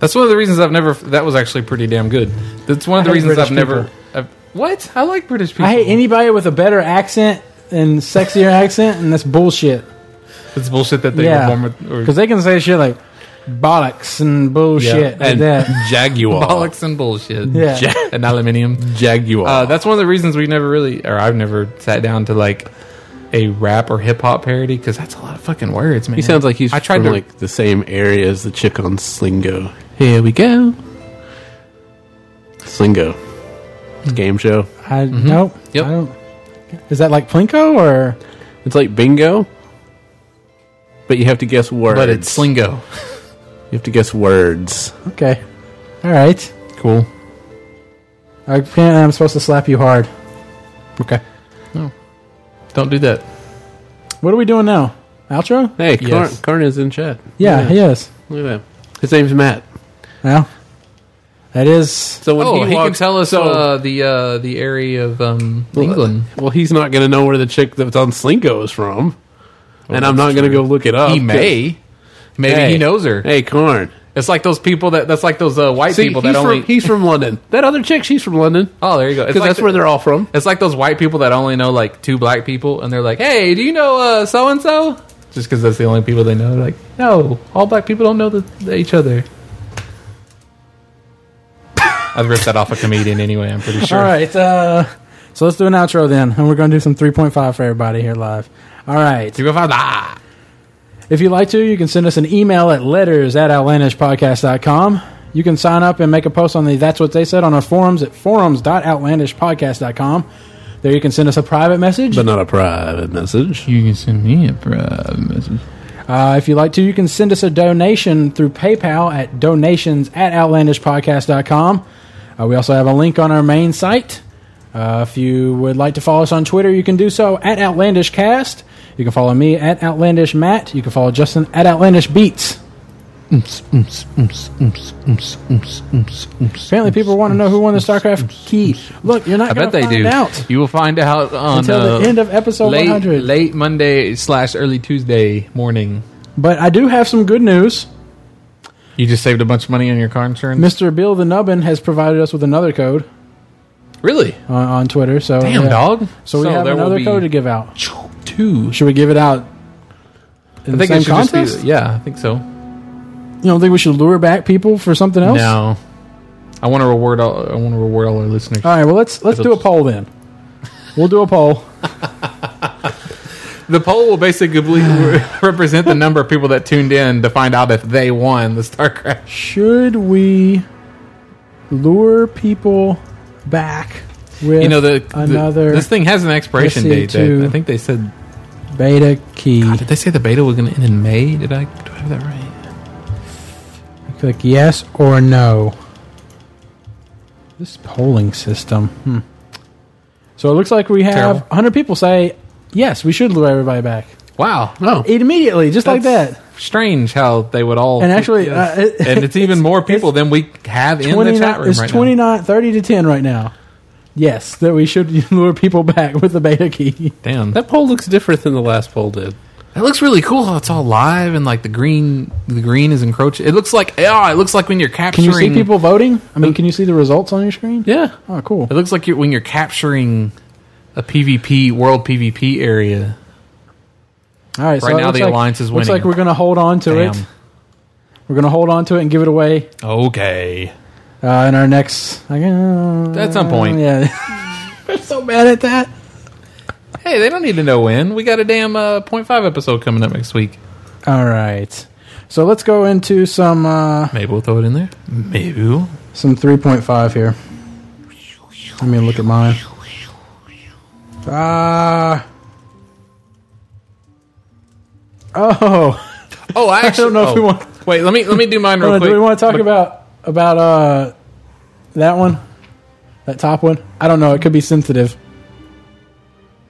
S3: That's one of the reasons I've never. That was actually pretty damn good. That's one of the
S2: I hate
S3: reasons
S2: British
S3: I've never.
S2: people.
S3: I've, what? I like British people.
S2: I hate anybody with a better accent and sexier accent, and that's bullshit.
S3: It's bullshit that they
S2: yeah,
S3: were born with. Or,
S2: because they can say shit like bollocks and bullshit like
S3: and
S2: that.
S4: Jaguar.
S3: bollocks and bullshit.
S2: Yeah.
S3: and aluminium.
S4: Jaguar.
S3: Uh, that's one of the reasons we never really, or I've never sat down to like a rap or hip hop parody because that's a lot of fucking words, man.
S4: he sounds like he's
S3: I tried
S4: from
S3: to
S4: like the same area as the chick on Slingo. Here we go. Slingo. It's
S3: Hmm.
S4: a game show.
S2: I nope.
S3: Yep.
S2: I don't. Is that like Plinko or
S4: It's like bingo, but you have to guess words.
S3: but it's slingo.
S4: You have to guess words.
S2: okay? All right.
S3: Cool.
S2: I can't, I'm supposed to slap you hard. Okay.
S3: Don't do that.
S2: What are we doing now? Outro?
S4: Hey, Karn,
S3: Yes.
S4: Karn is in chat.
S2: Yeah,
S4: Yeah.
S2: he is.
S4: Look at that. His name's Matt.
S2: Well, that is.
S4: So when
S3: oh,
S4: he,
S3: he,
S4: walks,
S3: can tell us
S4: so-
S3: uh, the uh, the area of um, England.
S4: Well, he's not going to know where the chick that's on Slingo is from, and I'm not going to go look it up.
S3: he may. Maybe
S4: Hey.
S3: he knows her.
S4: Hey, Karn.
S3: It's like those people that. That's like those uh, white
S4: See,
S3: people
S4: he's,
S3: that only.
S4: from, he's from London. That other chick, she's from London
S3: oh, there you go. It's
S4: because
S3: like
S4: that's where they're all from.
S3: It's like those white people that only know like two black people, and they're like, "Hey, do you know so and so?" Just because that's the only people they know. They're like, no, all black people don't know the, the- each other. I've ripped that off a comedian anyway. I'm pretty sure.
S2: All right. Uh, so let's do an outro then, and we're going to do some 3.5 for everybody here live. All right.
S3: Three, four, five, ah.
S2: If you'd like to, you can send us an email at letters at outlandishpodcast.com. You can sign up and make a post on the That's What They Said on our forums at forums.outlandishpodcast.com. There you can send us a private message.
S4: But not a private message.
S3: You can send me a private message.
S2: Uh, if you'd like to, you can send us a donation through PayPal at donations at outlandishpodcast.com. Uh, we also have a link on our main site. Uh, if you would like to follow us on Twitter, you can do so at OutlandishCast. You can follow me at OutlandishMatt. You can follow Justin at OutlandishBeats. Apparently, people want to know who won the StarCraft key. Look, you're not.
S3: I bet they do.
S2: Out
S3: You will find out on
S2: until the
S3: uh,
S2: end of episode
S3: late,
S2: 100.
S3: late Monday slash early Tuesday morning.
S2: But I do have some good news.
S3: You just saved a bunch of money on your car insurance.
S2: Mr. Bill the Nubbin has provided us with another code
S3: really?
S2: on, on Twitter. So
S3: Damn
S2: yeah.
S3: dog.
S2: So we have
S3: there will
S2: another
S3: be-
S2: code to give out.
S3: Choo, two.
S2: Should we give it out in the
S3: I think
S2: same
S3: it should just be-
S2: contest?
S3: yeah, I think so.
S2: You don't think we should lure back people for something else?
S3: No, I want to reward. All, I want to reward all our listeners.
S2: All right. Well, let's let's do a poll then. We'll do a poll.
S3: The poll will basically represent the number of people that tuned in to find out if they won the StarCraft.
S2: Should we lure people back with
S3: You know, the, the-
S2: another
S3: this thing has an expiration
S2: SE2.
S3: date. That I think they said.
S2: beta key?
S3: Did they say the beta was going to end in May? Did I do I have that right?
S2: Click yes or no. This polling system. Hmm. So it looks like we have
S3: Terrible.
S2: 100 people say yes, we should lure everybody back
S3: Wow.
S4: Oh,
S2: immediately, just like
S3: That's
S2: that.
S3: Strange how they would all.
S2: And actually, uh, it-
S3: and it's even more people than we have in the
S2: 29
S3: chat room
S2: it's
S3: right
S2: 29 30 to 10 right now. Yes, that we should lure people back with the beta key.
S3: now. Damn.
S4: that poll looks different than the last poll did.
S3: It looks really cool how it's all live and like the green the green is encroaching. It looks like oh, it looks like when you're
S2: Can
S3: capturing
S2: you see people voting? I
S3: Uh,
S2: mean, can you see the results on your screen?
S4: Yeah,
S2: Oh, cool.
S3: It looks like you're, when you're capturing a PvP world PvP area.
S2: All right. so
S3: Right
S2: it
S3: now
S2: looks
S3: the
S2: like-
S3: alliance is
S2: Looks
S3: winning.
S2: like we're going to hold on to it.
S3: Damn.
S2: We're going to hold on to it and give it away
S3: Okay.
S2: uh, in our next. I guess,
S3: At some point.
S2: Uh, Yeah. we're so bad at that.
S3: Hey, they don't need to know when. We got a damn uh, point five episode coming up next week.
S2: All right. So let's go into some uh,
S3: Maybe we'll throw it in there. Maybe. Oh, we'll.
S2: some 3.5 here. Let me look at mine. Ah. oh.
S3: Oh, I actually
S2: don't know if we want-
S3: want. Wait, let me let me do mine real
S2: Hold on,
S3: quick.
S2: do we want to talk
S3: Look-
S2: about about uh that one? That top one? I don't know. It could be sensitive.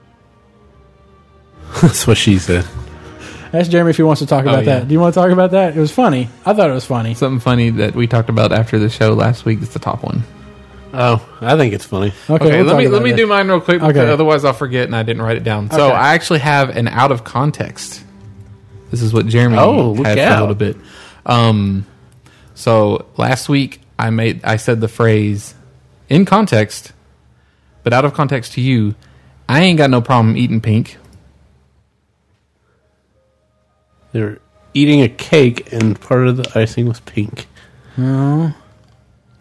S4: that's what she said.
S2: Ask Jeremy if he wants to talk about
S3: Oh, yeah.
S2: that. Do you want to talk about that? It was funny. I thought it was funny.
S3: something funny that we talked about after the show last week? It's the top one.
S4: Oh, I think it's funny.
S2: Okay,
S3: Okay,
S2: we'll
S3: let
S2: talk
S3: me let
S2: about
S3: me
S2: it.
S3: do mine real quick.
S2: Okay.
S3: Because otherwise, I'll forget and I didn't write it down. So
S2: Okay.
S3: I actually have an out of context. This is what Jeremy
S4: Oh, look
S3: had for
S4: out.
S3: a little bit. Um, so last week I made I said the phrase in context, but out of context to you, I ain't got no problem eating pink.
S4: They're eating a cake, and part of the icing was pink.
S2: Oh.
S4: And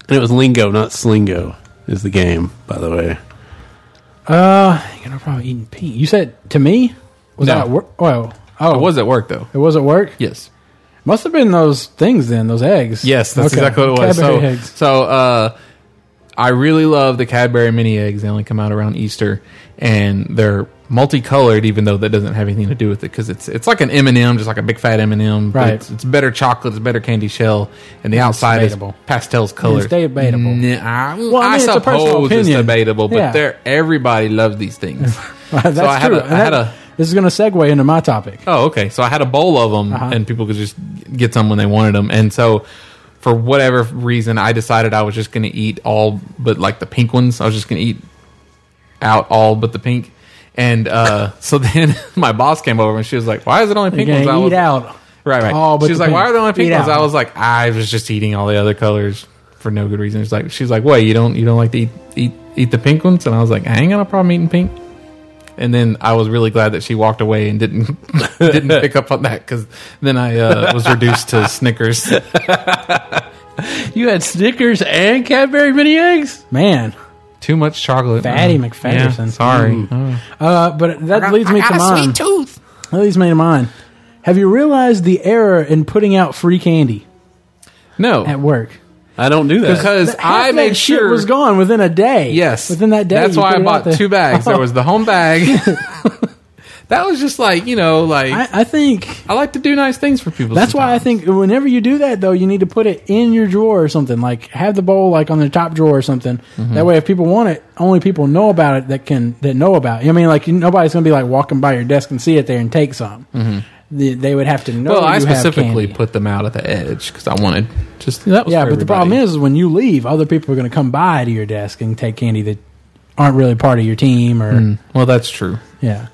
S4: it was lingo, not slingo, is the game, by the way.
S2: Uh, you're probably eating pee. You said to me? Was
S3: No.
S2: that at work? Oh, oh,
S3: It was at work though.
S2: it was at work.
S3: Yes.
S2: Must have been those things then. Those eggs.
S3: Yes, that's
S2: Okay.
S3: exactly what it was.
S2: Cadbury
S3: so,
S2: eggs.
S3: so uh, I really love the Cadbury mini eggs. They only come out around Easter, and they're multicolored. Even though that doesn't have anything to do with it, because it's it's like an M and m just like a big fat M and M.
S2: Right.
S3: It's, it's better chocolate. It's better candy shell, and the outside
S2: debatable.
S3: is pastels colored.
S2: debatable.
S3: Nah, I,
S2: Well, I
S3: I
S2: mean, it's a
S3: suppose
S2: personal
S3: it's,
S2: opinion.
S3: debatable, but
S2: Yeah.
S3: they're everybody loves these things.
S2: That's
S3: I had
S2: true.
S3: a- I
S2: And
S3: had
S2: that-
S3: a-
S2: This is going to segue into my topic.
S3: Oh, okay. So I had a bowl of them,
S2: Uh-huh.
S3: and people could just get some when they wanted them. And so, for whatever reason, I decided I was just going to eat all but like the pink ones. I was just going to eat out all but the pink. And uh, so then my boss came over and she was like, "Why is it only pink
S2: You're
S3: ones?"
S2: going
S3: I
S2: to
S3: was,
S2: eat out.
S3: Right, right.
S2: all Oh, but
S3: she was
S2: the
S3: like,
S2: pink.
S3: "Why are there only pink
S2: Eat
S3: ones?"
S2: out.
S3: I was like, "I was just eating all the other colors for no good reason." She's like, "She's like, what? You don't you don't like to eat eat eat the pink ones?" And I was like, "I ain't got no problem eating pink." And then I was really glad that she walked away and didn't didn't pick up on that because then I uh, was reduced to Snickers.
S4: You had Snickers and Cadbury mini eggs?
S2: Man.
S3: Too much chocolate,
S2: Fatty
S3: Mm.
S2: McFadderson.
S3: Yeah, sorry,
S2: Uh, but that leads me to mine.
S3: tooth.
S2: That leads me to mine. Have you realized the error in putting out free candy at
S3: No,
S2: work?
S4: I don't do that.
S3: because
S2: Half
S3: I
S2: that
S3: made
S2: shit
S3: sure
S2: was gone within a day.
S3: Yes,
S2: within that day.
S3: That's
S2: you
S3: why
S2: put it
S3: I
S2: out
S3: bought
S2: there.
S3: two bags. There was the home bag. that was just like you know, like I,
S2: I, I think
S3: like to do nice things for people.
S2: that's why I think whenever you do that, though, you need to put it in your drawer or something. Like have the bowl like on the top drawer or something. That way, if people want it, only people know about it that can that know about. It. I mean, like you- nobody's gonna be like walking by your desk and see it there and take some. They, they would have to know.
S3: Well, I
S2: you have
S3: specifically
S2: candy.
S3: put them out at the edge because I wanted just that was
S2: Yeah,
S3: for
S2: but the problem
S3: everybody.
S2: is, is when you leave, other people are going to come by to your desk and take candy that aren't really part of your team or
S3: well, that's true.
S2: yeah.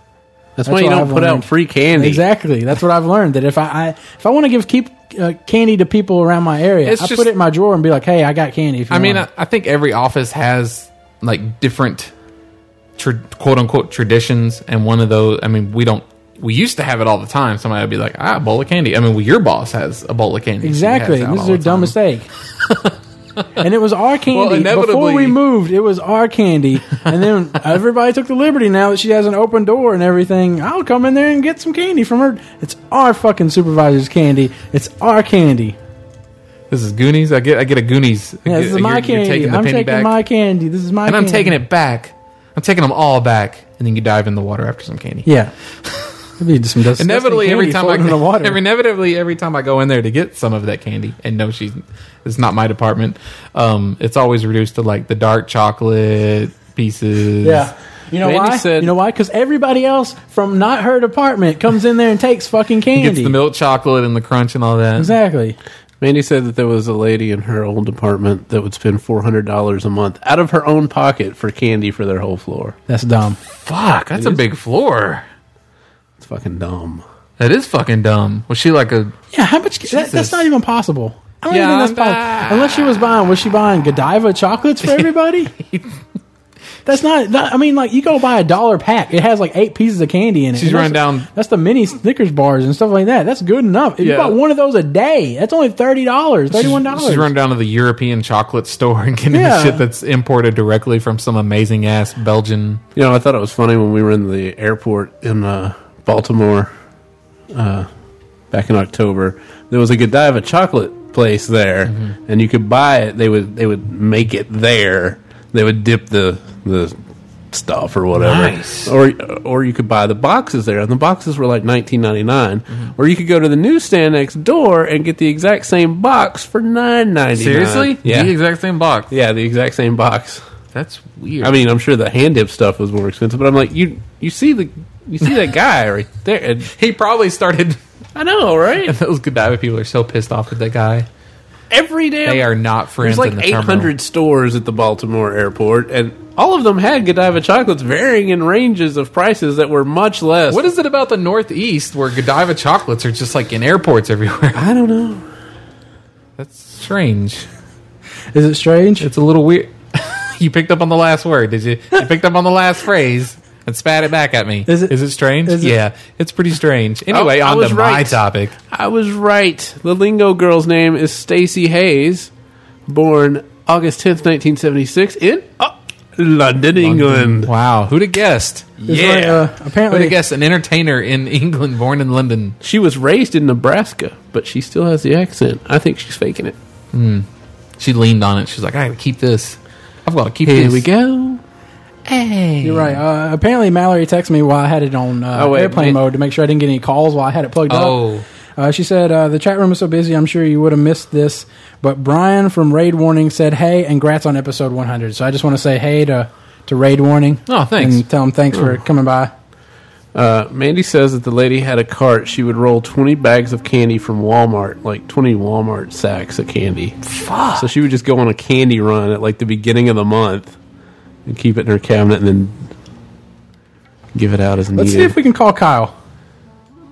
S4: that's, why you
S2: what
S4: don't
S2: I've
S4: put
S2: learned.
S4: out free candy.
S2: Exactly. That's what I've learned. That if I, I if I want to give keep uh, candy to people around my area,
S3: It's
S2: I
S3: just- uh,
S2: put it in my drawer and be like, "Hey, I got candy." If you
S3: I mean, I,
S2: want
S3: I think every office has like different tr quote unquote traditions, and one of those. I mean, we don't. We used to have it all the time. Somebody would be like, "Ah, a bowl of candy." I mean, well, your boss has a bowl of candy. She has
S2: Exactly.
S3: that
S2: This
S3: all
S2: is their
S3: the
S2: dumb
S3: time.
S2: mistake. and it was our candy before
S3: inevitably-
S2: we moved. It was our candy, and then everybody took the liberty. Now that she has an open door and everything, I'll come in there and get some candy from her. It's our fucking supervisor's candy. It's our candy.
S3: This is Goonies. I get. I get a Goonies.
S2: Yeah,
S3: I
S2: this
S3: get-
S2: is my
S3: you're- you're
S2: candy.
S3: taking the
S2: I'm
S3: penny
S2: taking
S3: back.
S2: my candy. This is my.
S3: and I'm
S2: candy.
S3: taking it back. I'm taking them all back, and then you dive in the water after some candy.
S2: Yeah. It'd be just some disgusting
S3: Inevitably, every
S2: candy
S3: time I
S2: floating in the water.
S3: every- inevitably every time I go in there to get some of that candy, and no, she's it's not my department. Um, it's always reduced to like the dark chocolate pieces.
S2: Yeah. You know
S3: Randy
S2: why?
S3: said-
S2: you know why? Because everybody else from not her department comes in there and takes fucking
S3: He
S2: candy.
S3: gets the milk chocolate and the crunch and all that.
S2: Exactly.
S4: Mandy said that there was a lady in her old apartment that would spend four hundred dollars a month out of her own pocket for candy for their whole floor.
S2: That's dumb.
S3: Fuck, that's a big floor.
S4: It's fucking dumb.
S3: That is fucking dumb. Was she like a?
S2: Yeah, how much? That, that's
S3: Jesus.
S2: not even possible. I don't
S3: Yeah,
S2: even think that's
S3: I'm
S2: possible. Unless she was buying, was she buying Godiva chocolates for everybody? that's not, not- I mean, like you go buy a dollar pack, it has like eight pieces of candy in it.
S3: She's
S2: And
S3: running
S2: that's-
S3: down-
S2: That's the mini Snickers bars and stuff like that. That's good enough. If
S3: Yeah.
S2: you bought one of those a day, that's only thirty dollars,
S3: She's,
S2: thirty one dollars.
S3: she's running down to the European chocolate store and getting
S2: Yeah.
S3: the shit that's imported directly from some amazing ass Belgian.
S4: You know, I thought it was funny when we were in the airport in uh, Baltimore uh, back in October. There was a Godiva chocolate place there,
S3: Mm-hmm.
S4: and you could buy it. They would they would make it there. They would dip the the stuff or whatever,
S3: Nice.
S4: or or you could buy the boxes there, and the boxes were like nineteen
S3: Mm-hmm.
S4: Or you could go to the newsstand next door and get the exact same box for nine ninety nine.
S3: Seriously?
S4: Yeah.
S3: The exact same box.
S4: yeah, the exact same box.
S3: That's weird.
S4: I mean, I'm sure the hand dip stuff was more expensive, but I'm like, you you see the you see that guy right there. And
S3: he probably started.
S4: I know, right?
S3: Those Godiva people are so pissed off at that guy.
S4: Every damn
S3: They are not friends.
S4: There's like
S3: in the
S4: 800
S3: terminal.
S4: stores at the Baltimore airport, and all of them had Godiva chocolates, varying in ranges of prices that were much less.
S3: What is it about the Northeast where Godiva chocolates are just like in airports everywhere?
S4: I don't know.
S3: That's strange.
S2: Is it strange?
S3: It's a little weird. you picked up on the last word, did you? You picked up on the last phrase and spat it back at me.
S2: Is it-
S3: is it strange?
S2: is it-
S3: yeah, it's pretty strange. Anyway,
S4: Oh, I
S3: on
S4: was
S3: to my
S4: right.
S3: topic.
S4: I was right. The lingo girl's name is Stacy Hayes, born August 10th, 1976, in uh, London, England.
S3: Wow, who'd have guessed?
S2: It's like, uh,
S3: Who'd
S2: apparently,
S3: have guessed an entertainer in England, born in London?
S4: She was raised in Nebraska, but she still has the accent. I think she's faking it.
S3: She leaned on it. She's like, I gotta keep this. I've got to keep
S4: Here
S3: this.
S4: we go.
S3: Hey,
S2: You're right. Uh, apparently, Mallory texted me while I had it on uh,
S4: Oh, wait,
S2: airplane
S4: wait.
S2: mode to make sure I didn't get any calls while I had it plugged
S3: Oh.
S2: up. Uh, she said, uh, The chat room was so busy, I'm sure you would have missed this. But Brian from Raid Warning said, Hey, and grats on episode 100. So I just want to say hey to, to Raid Warning.
S3: Oh, thanks.
S2: And tell him thanks for coming by.
S4: Uh, Mandy says that the lady had a cart. She would roll 20 bags of candy from Walmart, like 20 Walmart sacks of candy. Fuck. So she would just go on a candy run at like the beginning of the month and keep it in her cabinet and then give it out as
S2: Let's see
S4: needed.
S2: if we can call Kyle.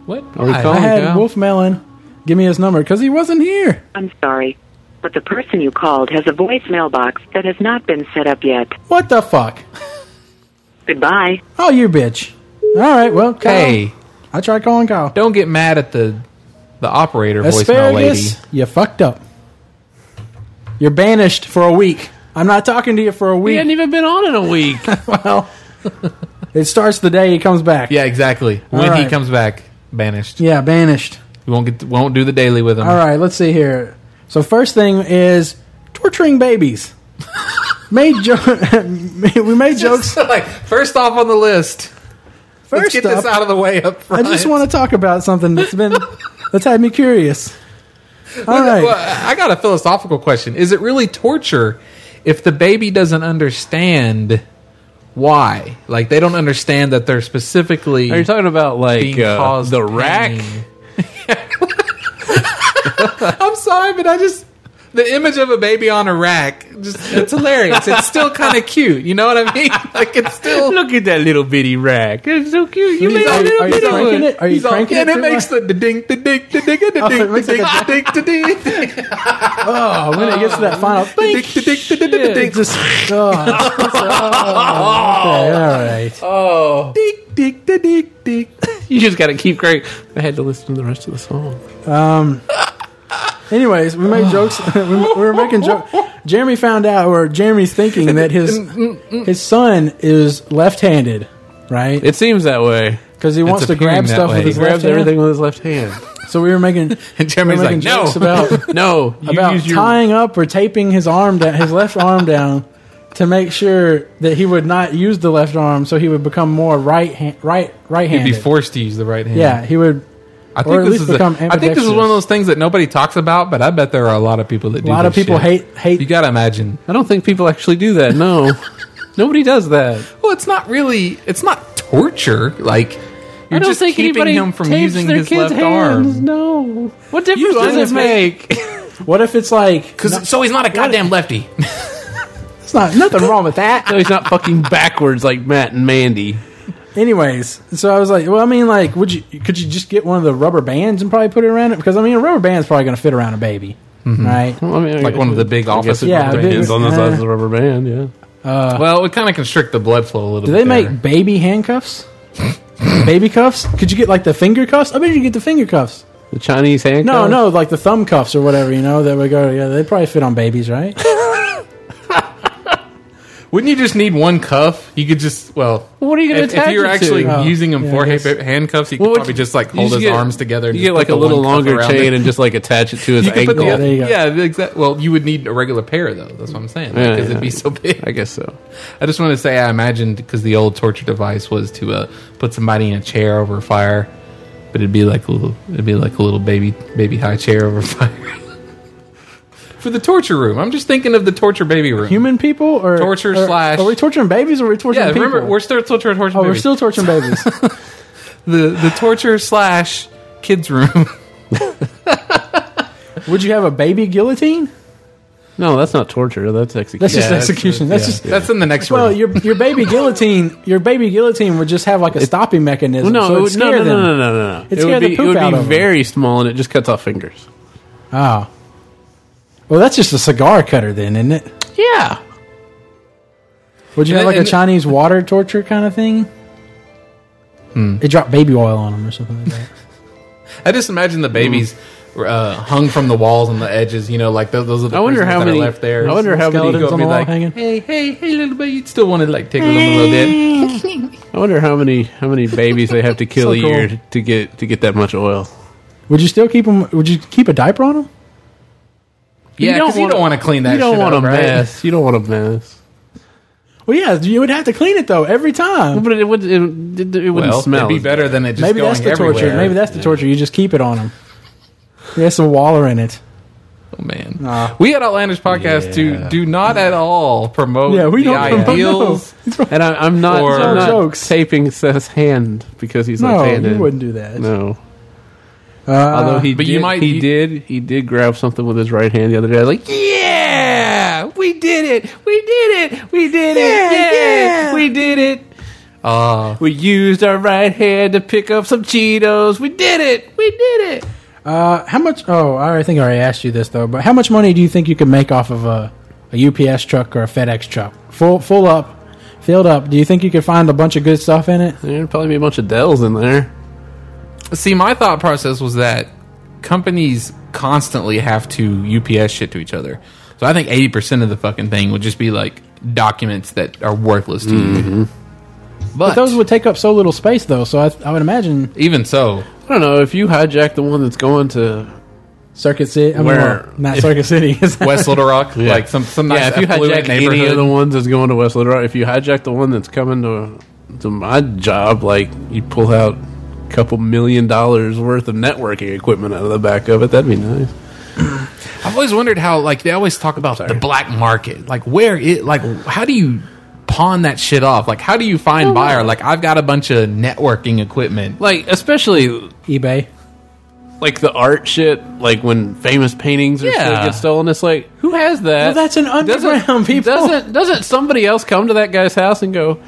S3: What?
S4: Are we
S3: Hi.
S2: I
S4: calling
S2: had
S4: Kyle?
S2: Wolf Melon give me his number because he wasn't here.
S12: I'm sorry, but the person you called has a voicemail box that has not been set up yet.
S2: What the fuck?
S12: Goodbye.
S2: Oh, you bitch. All right, well, Kyle.
S3: Hey,
S2: I tried calling Kyle.
S3: don't get mad at the the operator voicemail lady.
S2: Asparagus, you fucked up. You're banished for a week. I'm not talking to you for a
S4: we
S2: week.
S4: hadn't even been on in a week.
S2: well, it starts the day he comes back.
S3: Yeah, exactly.
S2: All
S3: when he
S2: right.
S3: comes back, banished.
S2: Yeah, banished.
S3: We won't get won't do the daily with him.
S2: All right, let's see here. So first thing is torturing babies. made jo- we made jokes.
S3: Jokes like first off on the list.
S2: First
S3: Let's get
S2: up,
S3: this out of the way up
S2: I
S3: front.
S2: just want to talk about something that's been that's had me curious. All right.
S3: Well, I got a philosophical question. Is it really torture if the baby doesn't understand why? Like they don't understand that they're specifically
S4: Are you talking about like
S3: being
S4: uh,
S3: caused
S4: the
S3: pain.
S4: rack?
S3: I'm sorry, but I just the image of a baby on a rack, just, it's hilarious. It's still kind of cute. You know what I mean? Like it's still.
S4: Look at that little bitty rack. It's so cute. You
S2: He's
S4: made
S2: all-
S4: a little
S2: are you
S4: bitty
S2: cranking
S4: one.
S2: it? Are you
S4: He's all-
S2: cranking
S4: and
S2: it
S4: it
S2: too
S4: makes
S2: much?
S4: the ding, the ding, the ding, the
S2: Oh, it
S4: ding,
S2: makes
S4: the ding,
S2: like
S4: the ding, the ding, the ding.
S2: Oh, when it gets to that final thing, it just. Oh, it's- oh, okay, all right.
S3: Oh,
S4: Dick, dick, da, dick, dick. You just gotta keep great. I had to listen to the rest of the song.
S2: Anyways, we made jokes. we, we were making jokes. Jeremy found out, or Jeremy's thinking that his his son is left-handed, right?
S4: It seems that way.
S2: Because he wants to
S3: appearing
S2: grab
S3: that
S2: stuff
S3: way.
S2: with
S4: He
S2: his left
S4: grabs everything
S2: hand.
S4: with his left hand.
S2: So we were making.
S3: and Jeremy's
S2: we were
S3: like,
S2: making
S3: no.
S2: jokes about
S4: No, you
S2: about
S4: use your
S2: tying up or taping his arm down, his left arm down, to make sure that he would not use the left arm, so he would become more right hand, right right
S3: You'd
S2: handed.
S3: be forced to use the right hand.
S2: yeah, he would.
S3: I
S2: or
S3: think
S2: at
S3: this
S2: least
S3: is. A,
S2: become
S3: I think this is one of
S2: ambidextrous.
S3: those things that nobody talks about, but I bet there are a lot of people that
S2: A
S3: do.
S2: lot of
S3: this
S2: people
S3: shit.
S2: hate hate
S3: You gotta imagine.
S4: I don't think people actually do that. No, nobody does that.
S3: Well, it's not really. It's not torture. Like you're
S11: don't
S3: just
S11: think
S3: keeping
S11: anybody
S3: him from
S11: tapes
S3: using
S11: their
S3: his
S11: kids'
S3: left arm.
S4: No,
S11: What difference
S4: you
S11: does it make?
S4: make?
S2: What if it's like?
S3: Because so he's not a goddamn lefty.
S2: It's not nothing wrong with that.
S4: No, he's not fucking backwards like Matt and Mandy.
S2: Anyways, so I was like, well, I mean, like, would you could you just get one of the rubber bands and probably put it around it? Because I mean, a rubber band's probably going to fit around a baby, right?
S4: Well, I mean,
S3: like one of the big office
S2: yeah,
S3: equipment.
S2: big-
S4: depends on the uh, size of the rubber band. Yeah,
S3: Well, it would kind of constrict the blood flow a little.
S2: Do
S3: bit
S2: they make
S3: there.
S2: baby handcuffs? baby cuffs? Could you get like the finger cuffs? I bet you could get the finger cuffs.
S4: the Chinese hand.
S2: No, no, like the thumb cuffs or whatever, you know, that would go together. They probably fit on babies, right?
S3: Wouldn't you just need one cuff? You could just well.
S4: What are you going
S3: If,
S4: to attach
S3: if you're
S4: it
S3: actually
S4: to?
S2: Oh,
S3: using him
S2: yeah,
S3: for
S2: I guess.
S3: ha- handcuffs, you could
S4: Well,
S3: probably just like
S4: you
S3: hold
S4: just
S3: his
S4: get-
S3: arms together. and
S4: You get
S3: just
S4: like
S3: put
S4: a
S3: the
S4: little
S3: one cuff
S4: longer
S3: around
S4: chain
S3: it.
S4: and just like attach it to his
S3: You could put the,
S4: ankle.
S2: there you go.
S3: yeah, exactly. Well, you would need a regular pair though. That's what I'm saying because
S4: Yeah, yeah.
S3: it'd be so big.
S4: I guess so.
S3: I just want to say I imagined because the old torture device was to uh, put somebody in a chair over a fire, but it'd be like a little, it'd be like a little baby baby high chair over fire. For the torture room, I'm just thinking of the torture baby room.
S2: Human people or
S3: Torture
S2: or-
S3: slash-
S2: Are we torturing babies or are we torturing
S3: yeah,
S2: people?
S3: remember we're still torture torture.
S2: oh, we're
S3: babies.
S2: still torturing babies.
S3: the the torture slash kids room.
S2: Would you have a baby guillotine?
S4: No, that's not torture. That's execution.
S2: That's just
S3: Yeah, that's-
S2: execution. That's, just
S3: That's in the next
S2: Well,
S3: room.
S2: your your baby guillotine, your baby guillotine would just have like a stopping mechanism.
S4: no,
S2: so
S4: it
S2: it'd
S4: would- no,
S2: scare
S4: no, no,
S2: them.
S4: no, no, no.
S2: It'd
S4: it
S2: scare
S4: would
S2: the
S4: be,
S2: poop
S4: it would
S2: out
S4: be
S2: of 'em.
S4: very small, and it just cuts off fingers.
S2: Oh. Well, that's just a cigar cutter, then, isn't it?
S4: Yeah,
S2: Would you have
S3: And-
S2: like a
S3: and-
S2: Chinese water torture kind of thing?
S3: Hmm.
S2: They drop baby oil on them or something like that.
S3: I just imagine the babies uh, hung from the walls and the edges. You know, like those, those are the
S4: I wonder
S3: prisoners
S4: how
S3: that
S4: many-
S3: are left there.
S4: I wonder how many
S2: Skeletons
S4: go
S2: on the
S4: be
S2: wall
S4: like,
S2: hanging.
S3: Hey, hey, hey, little baby! You'd still want to like tickle them a little bit.
S4: I wonder how many how many babies they have to kill
S2: So
S4: a year
S2: cool.
S4: to get to get that much oil.
S2: Would you still keep them? Would you keep a diaper on them?
S3: Yeah,
S4: don't
S3: because you
S4: wanna-
S3: don't want to clean that.
S4: you don't
S3: shit
S4: want
S3: up,
S4: a
S3: right?
S4: mess. You don't want a mess.
S2: Well, yeah, you would have to clean it though every time.
S4: But it would it, it, it wouldn't
S3: Well,
S4: smell.
S3: it'd be better than it just
S2: Maybe
S3: going
S2: that's the
S3: everywhere.
S2: torture. Maybe that's the torture. You just keep it on them. There's some waller in it.
S3: Oh man, we at Outlandish Podcast do do not at all promote
S2: Yeah, we
S3: the
S2: don't promote-
S3: ideals.
S4: And I, I'm not,
S3: Or-
S4: I'm not
S2: Jokes.
S4: taping Seth's hand because he's
S2: No,
S4: left-handed.
S2: you wouldn't do that.
S4: No.
S2: Uh,
S4: Although he,
S3: But
S4: did,
S3: you might-
S4: he
S3: you-
S4: did, he did grab something with his right hand the other day. I was like, yeah, we did it, we did it, we did it, yeah, we did it.
S3: Uh,
S4: We used our right hand to pick up some Cheetos. We did it, we did it.
S2: uh, how much? Oh, I think I already asked you this though. But how much money do you think you could make off of a, a UPS truck or a FedEx truck? Full, full up, filled up. Do you think you could find a bunch of good stuff in it?
S4: There'd probably be a bunch of Dells in there.
S3: see, my thought process was that companies constantly have to UPS shit to each other. So I think eighty percent of the fucking thing would just be like documents that are worthless to
S4: Mm-hmm.
S3: you. But,
S2: But those would take up so little space though. So I, I would imagine
S3: even so,
S4: I don't know if you hijack the one that's going to
S2: Circuit City. I mean,
S4: Where-
S2: well, not Circuit City.
S3: West Little Rock, like some some nice
S4: yeah, if you
S3: affluent
S4: hijack any
S3: neighborhood.
S4: of the ones that's going to West Little Rock, if you hijack the one that's coming to to my job, like you pull out a couple million dollars worth of networking equipment out of the back of it, that'd be nice.
S3: I've always wondered how like they always talk about the black market. Like where it like how do you pawn that shit off? Like how do you find buyer? Like I've got a bunch of networking equipment.
S4: Like especially
S2: eBay.
S4: like the art shit, like when famous paintings or
S3: Yeah.
S4: shit get stolen. It's like who has
S2: Well,
S4: that?
S2: that's an underground people.
S4: Doesn't doesn't somebody else come to that guy's house and go,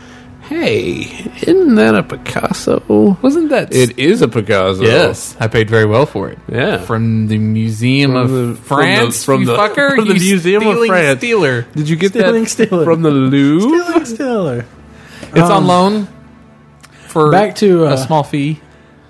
S4: "Hey, isn't that a Picasso?"
S3: Wasn't that
S4: It is a Picasso.
S3: Yes, I paid very well for it.
S4: Yeah.
S3: from the Museum
S4: From the-
S3: of
S4: from
S3: France.
S4: the- from
S3: you
S4: the-
S3: fucker,
S4: from the
S3: you
S4: Museum of
S3: stealing
S4: France.
S3: Stealer.
S4: Did you get
S2: Stealing
S4: that
S2: Stealer.
S4: from the Louvre?
S2: Stealing Stealer.
S3: It's
S4: um,
S3: on loan for
S2: Back to, uh,
S3: a small fee.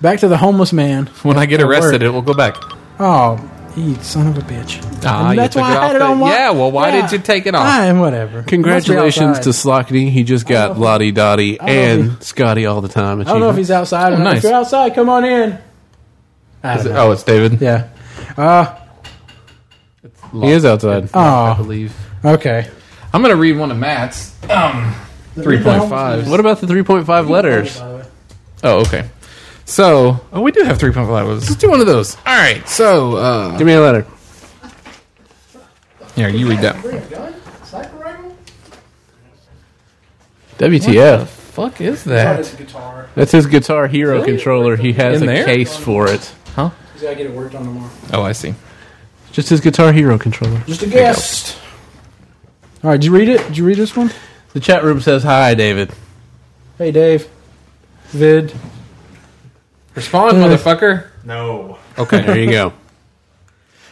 S2: Back to the homeless man.
S3: When I get
S2: at work.
S3: arrested, it will go back.
S2: Oh, you son of a bitch.
S3: Ah,
S2: And
S3: you
S2: that's
S3: took
S2: why
S3: it
S2: I
S3: off
S2: had it
S3: the-
S2: on lock.
S3: Yeah, well, why did you take it off?
S2: Ah, whatever.
S4: Congratulations to
S2: Must be outside.
S4: Slockney. He just got Lottie Dottie
S2: don't know if
S4: and Scotty all the time.
S2: I don't know if he's outside or
S3: Oh,
S2: not. If
S3: nice.
S2: you're outside, come on in. I don't know.
S3: Oh, it's David.
S2: Yeah. Uh,
S4: He is outside.
S3: I
S2: oh,
S3: believe.
S2: okay.
S3: I'm gonna read one of Matt's. Um, three point five.
S4: What about the 3.5 letters?
S3: Oh, okay. So, oh, we do have three point five levels. Let's do one of those. All right. So, uh,
S4: Give me a letter.
S3: here you read that. What
S4: WTF.
S3: the fuck is that?
S4: That's his guitar hero controller. He has
S3: In
S4: a
S3: there?
S4: case for it.
S2: He's got to get it worked on tomorrow.
S3: Oh, I see.
S4: Just his guitar hero controller.
S2: Just a guest. All right, did you read it? Did you read this one?
S4: The chat room says hi, David.
S2: Hey, Dave. Vid.
S3: Respond, motherfucker.
S13: No.
S4: There you go.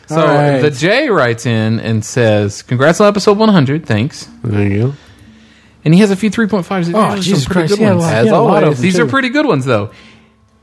S3: So
S2: All right.
S3: the J writes in and says, "Congrats on episode 100. Thanks."
S4: There you go.
S3: And he has a few 3.5s.
S2: Oh,
S3: Those are
S2: Jesus
S3: some pretty
S2: Christ,
S3: good
S2: he had a
S3: ones.
S2: lot- he
S3: As
S2: had a lot
S3: always.
S2: of them,
S3: These
S2: too.
S3: are pretty good ones, though.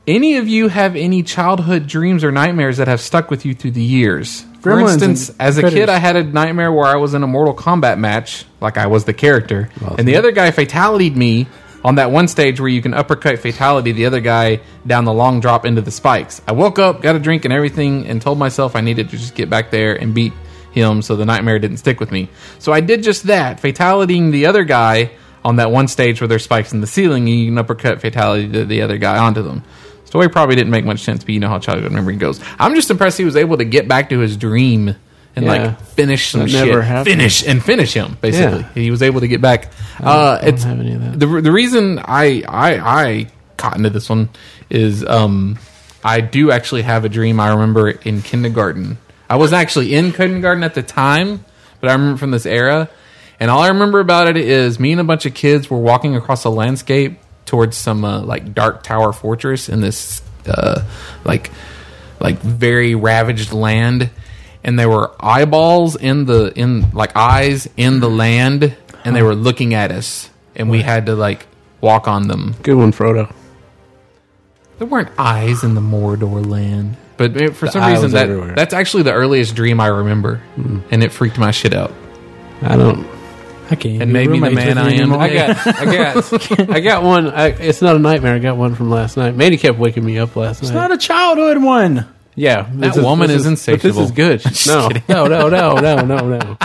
S3: Any of you have any childhood dreams or nightmares that have stuck with you through the years? For
S2: Gremlins
S3: instance,
S2: and
S3: as a
S2: Critters.
S3: kid, I had a nightmare where I was in a Mortal Kombat match, like I was the character, and the other guy fatality'd me on that one stage where you can uppercut fatality the other guy down the long drop into the spikes. I woke up, got a drink and everything, and told myself I needed to just get back there and beat him so the nightmare didn't stick with me. So I did just that, fatalitying the other guy on that one stage where there's spikes in the ceiling, and you can uppercut fatality to the other guy onto them. Story probably didn't make much sense, but you know how childhood memory goes. I'm just impressed he was able to get back to his dream and
S4: Yeah.
S3: like finish some
S4: That
S3: shit.
S4: never happened.
S3: Finish and finish him. Basically,
S4: Yeah.
S3: he was able to get back. Uh, it's
S4: have any of that.
S3: the the reason I I I caught into this one is um I do actually have a dream. I remember it in kindergarten. I was actually in kindergarten at the time, but I remember from this era. And all I remember about it is me and a bunch of kids were walking across a landscape towards some uh, like dark tower fortress in this uh, like like very ravaged land and there were eyeballs in the in like eyes in the land and they were looking at us and we had to like walk on them
S4: Good one, Frodo.
S3: there weren't eyes in the mordor land but it- for some
S4: eye
S3: reason
S4: was
S3: that
S4: everywhere.
S3: that's actually the earliest dream i remember and it freaked my shit out
S4: I don't.
S2: I can't.
S3: and
S2: be
S3: made me the
S2: roommates
S3: man
S2: with
S3: i
S2: you
S3: am
S2: anymore.
S3: today.
S4: I got. I got one. I, it's not a nightmare. I got one from last night. Mandy kept waking me up last
S2: It's
S4: night.
S2: not a childhood one.
S4: Yeah,
S3: That woman is insatiable.
S4: But this is good. No,
S3: kidding.
S4: no, no, no, no, no, no,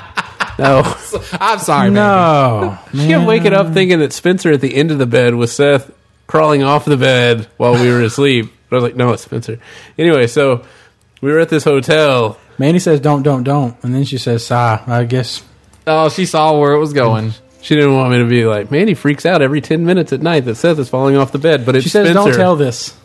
S4: no.
S3: i'm sorry man
S2: No.
S4: She kept waking up thinking that Spencer at the end of the bed was Seth crawling off the bed while we were asleep. But I was like, no, it's Spencer. Anyway, so we were at this hotel.
S2: Mandy says, don't, don't, don't. And then she says, sigh. I guess.
S3: oh she saw where it was going
S4: She didn't want me to be like, Mandy freaks out every ten minutes at night that Seth is falling off the bed. But it's
S2: She says,
S4: Spencer.
S2: don't tell this.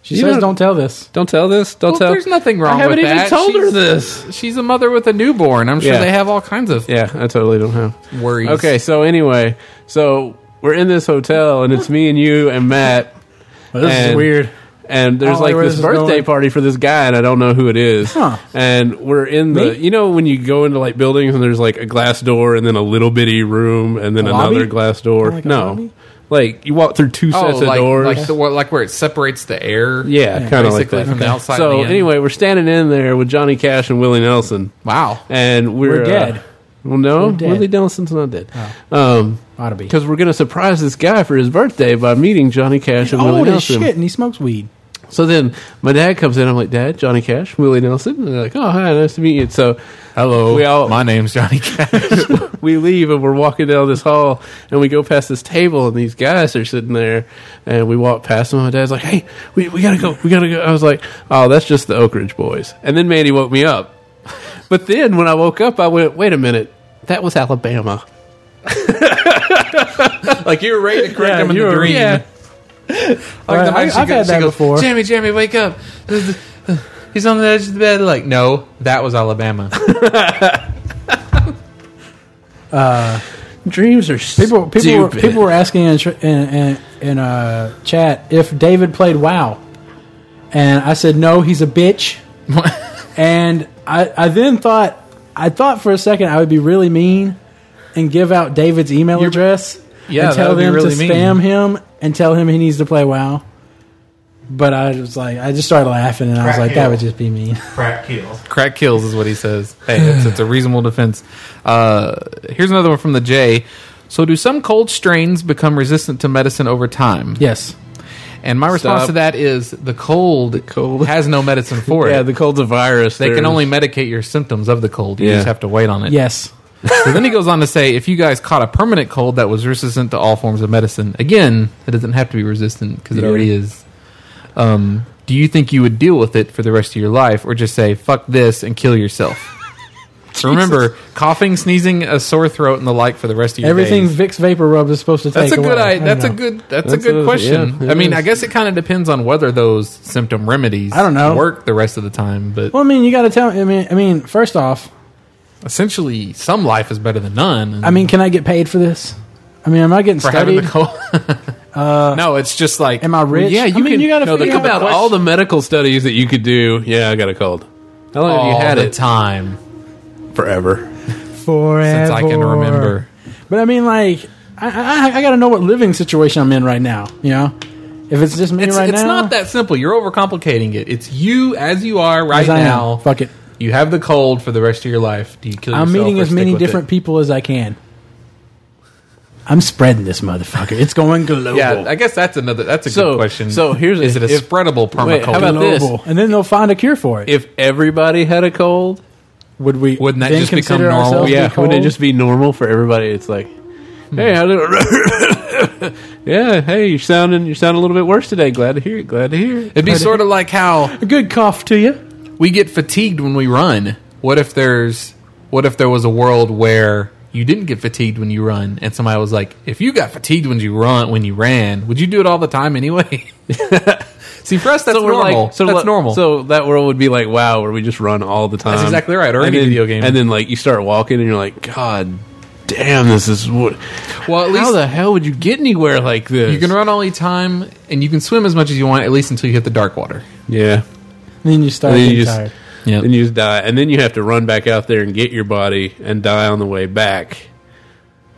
S2: She
S4: You
S2: says,
S4: don't-
S2: don't tell this.
S4: Don't tell this. Don't
S3: Well,
S4: tell.
S3: there's nothing
S4: I
S3: wrong
S4: haven't
S3: with
S4: even
S3: that.
S4: told her
S3: She's-
S4: this.
S3: she's a mother with a newborn i'm sure
S4: Yeah.
S3: they have all kinds of
S4: Yeah, I totally don't have.
S3: worries
S4: Okay, so anyway, so we're in this hotel, and it's me and you and Matt.
S2: this is
S4: and-
S2: weird.
S4: And
S2: I
S4: there's
S2: don't
S4: like
S2: know where
S4: this
S2: this is
S4: birthday
S2: going.
S4: party for this guy, and I don't know who it is.
S2: Huh.
S4: And we're in the,
S2: Me?
S4: you know, when you go into like buildings and there's like a glass door and then a little bitty room and then
S2: A
S4: another
S2: lobby?
S4: glass door.
S2: Like a
S4: no,
S2: lobby?
S4: like you walk through two
S3: Oh,
S4: sets
S3: like,
S4: of doors.
S3: like the one- like where it separates the air.
S4: yeah, kind of like
S3: basically
S4: that.
S3: from the outside and
S4: so
S3: the in.
S4: anyway, we're standing in there with Johnny Cash and Willie Nelson,
S3: Wow.
S4: and we're,
S2: We're
S4: uh,
S2: dead.
S4: well, no,
S2: We're dead. Oh.
S4: Willie Nelson's not dead. Um,
S2: Ought to be.
S4: because we're going to surprise this guy for his birthday by meeting Johnny Cash and Willie
S2: Old as
S4: Nelson.
S2: shit, and he smokes weed.
S4: So then my dad comes in. I'm like, Dad, Johnny Cash, Willie Nelson. And they're like, Oh, hi, nice to meet you. So
S3: Hello.
S4: We all-
S3: My name's Johnny Cash.
S4: we leave and we're walking down this hall and we go past this table and these guys are sitting there and we walk past them. My dad's like, Hey, we, we gotta go, we gotta go. I was like, Oh, that's just the Oak Ridge Boys. And then Mandy woke me up. But then when I woke up, I went, Wait a minute, that was Alabama.
S3: like you were ready to correct him in
S4: you
S3: the
S4: were-
S3: dream.
S4: yeah.
S3: Like the
S2: I-
S3: mic, she
S2: I've
S3: goes-
S2: had
S3: she
S2: that
S3: goes,
S2: before.
S3: Jamie, Jamie, wake up. He's on the edge of the bed. Like, no, that was Alabama.
S2: Uh,
S4: Dreams are
S2: people. People were,
S4: stupid.
S2: people were asking in tr- in, in, in uh, chat if David played WoW, and I said no, he's a bitch. and I, I then thought I thought for a second I would be really mean and give out David's email address
S3: Yeah,
S2: and
S3: that
S2: tell
S3: would be
S2: them
S3: really
S2: to
S3: mean.
S2: spam him and tell him he needs to play WoW. But I was like, I just started laughing, and I was
S3: Crack
S2: like, that
S3: you.
S2: would just be mean.
S3: Crack kills. Crack kills is what he says. Hey, it's, it's a reasonable defense. Uh, here's another one from the J. So, do some cold strains become resistant to medicine over time?
S2: Yes.
S3: And my response
S4: Stop.
S3: to that is the cold, cold has no medicine for
S4: Yeah,
S3: it.
S4: the cold's a virus.
S3: They can
S4: There's-
S3: only medicate your symptoms of the cold. You
S4: Yeah.
S3: just have to wait on it.
S2: Yes.
S3: so then he goes on to say, if you guys caught a permanent cold that was resistant to all forms of medicine, again, it doesn't have to be resistant because it
S4: Yeah.
S3: already is. Um, do you think you would deal with it for the rest of your life, or just say "fuck this" and kill yourself? Remember, coughing, sneezing, a sore throat, and the like for the rest of your
S2: Everything
S3: days.
S2: Vicks vapor rub is supposed to
S3: That's a
S2: take away.
S3: good. I,
S2: don't
S3: that's a
S2: know.
S3: good. That's,
S4: That's
S3: a good
S4: a-
S3: question.
S4: yeah,
S3: I mean,
S4: it
S3: I
S4: is.
S3: guess it kind of depends on whether those symptom remedies
S2: I don't know.
S3: work the rest of the time. But
S2: Well, I mean, you got to tell. I mean, I mean, first off,
S3: essentially, some life is better than none. and-
S2: I mean, can I get paid for this? I mean, am I getting
S3: for having
S2: studied?
S3: the cold. no, it's just like
S2: Am I
S3: well,
S2: rich?
S3: Yeah,
S2: I
S3: you
S2: mean,
S3: can.
S2: you gotta
S3: no, the
S2: figure
S4: Think
S2: out
S4: about
S2: question.
S4: all the medical studies that you could do. Yeah, I got a cold. How long
S3: all
S4: have you had
S3: the
S4: it?
S3: time
S4: Forever.
S2: Forever.
S3: since I can remember.
S2: But I mean, like, I, I, I got to know what living situation I'm in right now. You know, if it's just me
S3: It's,
S2: right
S3: it's
S2: now,
S3: not that simple. You're overcomplicating it. It's you as you are right
S2: as I am,
S3: now.
S2: fuck it.
S3: You have the cold for the rest of your life. Do you kill yourself?
S2: I'm meeting
S3: or
S2: as
S3: stick
S2: many
S3: with it?
S2: different people as I can. I'm spreading this motherfucker. It's going global.
S3: Yeah, I guess that's another. That's a
S4: So-
S3: good question.
S4: so here's a-
S3: is it a
S4: if-
S3: spreadable permaculture?
S4: wait, how about this?
S2: global. And then they'll find a cure for it.
S4: If everybody had a cold,
S2: Would we?
S3: Wouldn't that
S2: then
S3: just become
S2: consider
S3: normal?
S2: ourselves to be
S4: Oh, yeah,
S2: cold?
S4: wouldn't it just be normal for everybody? It's like, hey, I don't- yeah, hey, you're sounding you're sounding a little bit worse today. Glad to hear it. Glad to hear it.
S3: It'd be sort of like how
S2: a good cough to you?
S3: we get fatigued when we run. What if there's what if there was a world where you didn't get fatigued when you run and somebody was like, if you got fatigued when you run when you ran, would you do it all the time anyway? See, for us that's
S4: so we're
S3: normal.
S4: like, so
S3: that's
S4: like-
S3: normal.
S4: So that world would be like, wow, where we just run all the time.
S3: exactly right, or
S4: and
S3: any
S4: then,
S3: video game.
S4: And then like you start walking, and you're like, God damn, this is what.
S3: well, at
S4: how
S3: least
S4: the hell would you get anywhere like this?
S3: you can run all the time and you can swim as much as you want, at least until you hit the dark water.
S4: Yeah.
S2: And then you start
S4: And then
S2: getting
S4: you just-
S2: tired.
S3: Yep.
S4: Then you just die, and then you have to run back out there and get your body and die on the way back.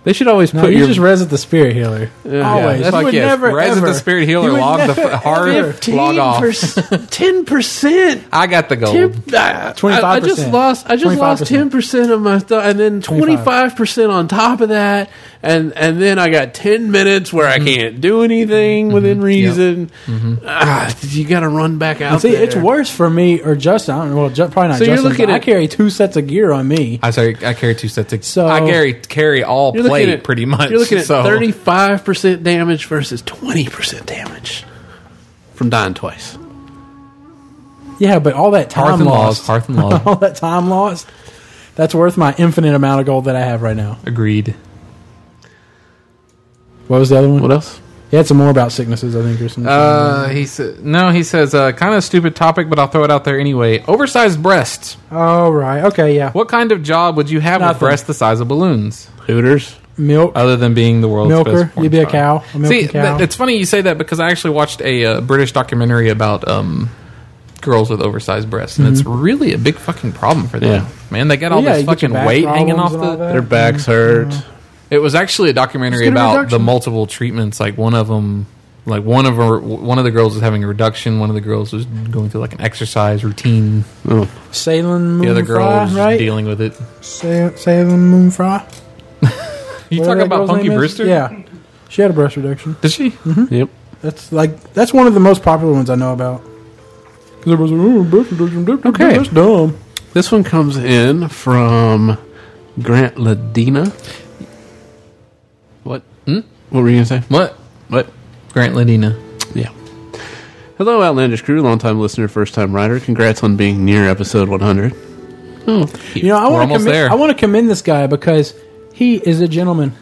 S4: They should always
S2: No,
S4: put
S2: you
S4: your
S2: just res at the spirit healer. Always.
S3: that's
S2: you
S3: like,
S2: would
S3: yes,
S2: never
S3: res at
S2: ever.
S3: the spirit healer,
S2: You would
S3: log the
S2: never,
S3: f- hard
S2: ever-
S3: log off.
S4: ten percent.
S3: I got the gold.
S4: Ten, Oh. Uh, I, I
S2: 25%.
S4: just lost. I just lost
S2: 25%.
S4: ten percent of my, th- and then twenty five percent on top of that, and and then I got ten minutes where I can't do anything within reason. Ah, you got to run back out.
S2: See,
S4: there.
S2: it's worse for me or Justin. I don't, well, Ju- probably not
S4: So
S2: Justin.
S4: you're looking
S2: but I
S4: at-
S2: carry two sets of gear on me.
S3: I sorry, I carry two sets of
S2: So-
S3: I carry carry all
S4: You're looking
S3: plate
S4: at
S3: pretty much.
S4: You're looking at
S3: so-
S4: thirty five percent damage versus twenty percent damage from dying twice.
S2: Yeah, but all that time
S3: Hearth and laws,
S2: lost,
S3: hearth and laws.
S2: all that time lost, that's worth my infinite amount of gold that I have right now.
S3: Agreed.
S2: What was the other one?
S4: What else?
S2: He had some more about sicknesses, I think, or something.
S3: Uh, he sa- no, he says uh, kind of stupid topic, but I'll throw it out there anyway. Oversized breasts.
S2: all right, okay, yeah.
S3: What kind of job would you have with
S2: Nothing.
S3: breasts the size of balloons,
S4: Hooters.
S2: Milk,
S3: other than being the world's
S2: milker.
S3: Oh, best? porn
S2: You'd be a
S3: star?
S2: cow. A milking
S3: See,
S2: cow.
S3: Th- it's funny you say that because I actually watched a uh, British documentary about um, girls with oversized breasts, and it's really a big fucking problem for them.
S4: Yeah.
S3: Man, they got all
S2: Well, Mm-hmm. yeah,
S3: this
S2: you get your
S3: fucking
S2: back
S3: weight hanging off
S2: problems and all
S3: the.
S2: that. Mm-hmm.
S4: Their backs hurt.
S3: It was actually a documentary
S2: Just get a
S3: about the
S2: reduction.
S3: multiple treatments. Like one of them, like one of her, one of the girls was having a reduction. One of the girls was going through like an exercise routine.
S2: Salem Moon
S3: The other girl
S2: Fry,
S3: was
S2: right?
S3: dealing with it.
S2: Sa- Salem Moon Fry.
S3: You
S2: Whatever
S3: talking
S2: that
S3: about
S2: girl's
S3: Punky
S2: name is.
S3: Brewster?
S2: Yeah, Mm-hmm. she had a breast reduction.
S3: Did she?
S4: Mm-hmm. Yep.
S2: That's like that's one of the most popular ones I know about. Because everybody's like, oh, breast reduction, dip, dip, dip,
S4: Okay.
S2: that's dumb.
S4: This one comes in from Grant Ladina. What? Hmm? What were you gonna say?
S3: What?
S4: What?
S3: Grant Ladina.
S4: Yeah. Hello, Outlandish crew, longtime listener, first time writer. Congrats on being near episode 100.
S2: You
S4: Oh,
S2: know, I
S3: We're
S2: want to
S3: almost
S2: commend,
S3: there.
S2: I want to commend this guy because he is a gentleman.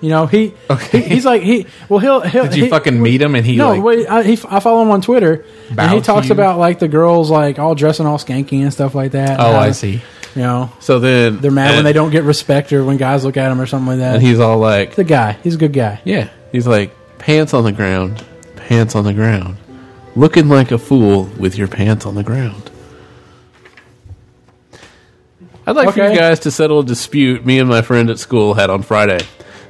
S2: You know, he, he- he's like he. Well, he'll he'll.
S3: Did you
S2: he-
S3: fucking meet him and he
S2: no,
S3: like
S2: wait, I, he, I follow him on Twitter, and
S3: Bow
S2: he
S3: to
S2: talks
S3: you?
S2: about like the girls like all dressing all skanky and stuff like that.
S3: Oh,
S2: Uh,
S3: I see. Uh,
S2: You know,
S4: So then
S2: they're mad when
S4: and-
S2: they don't get respect or when guys look at him or something like that.
S4: And he's all like,
S2: the guy. He's a good guy.
S3: Yeah.
S4: he's like, pants on the ground, pants on the ground, looking like a fool with your pants on the ground. I'd like for
S2: Okay.
S4: you guys to settle a dispute me and my friend at school had on Friday.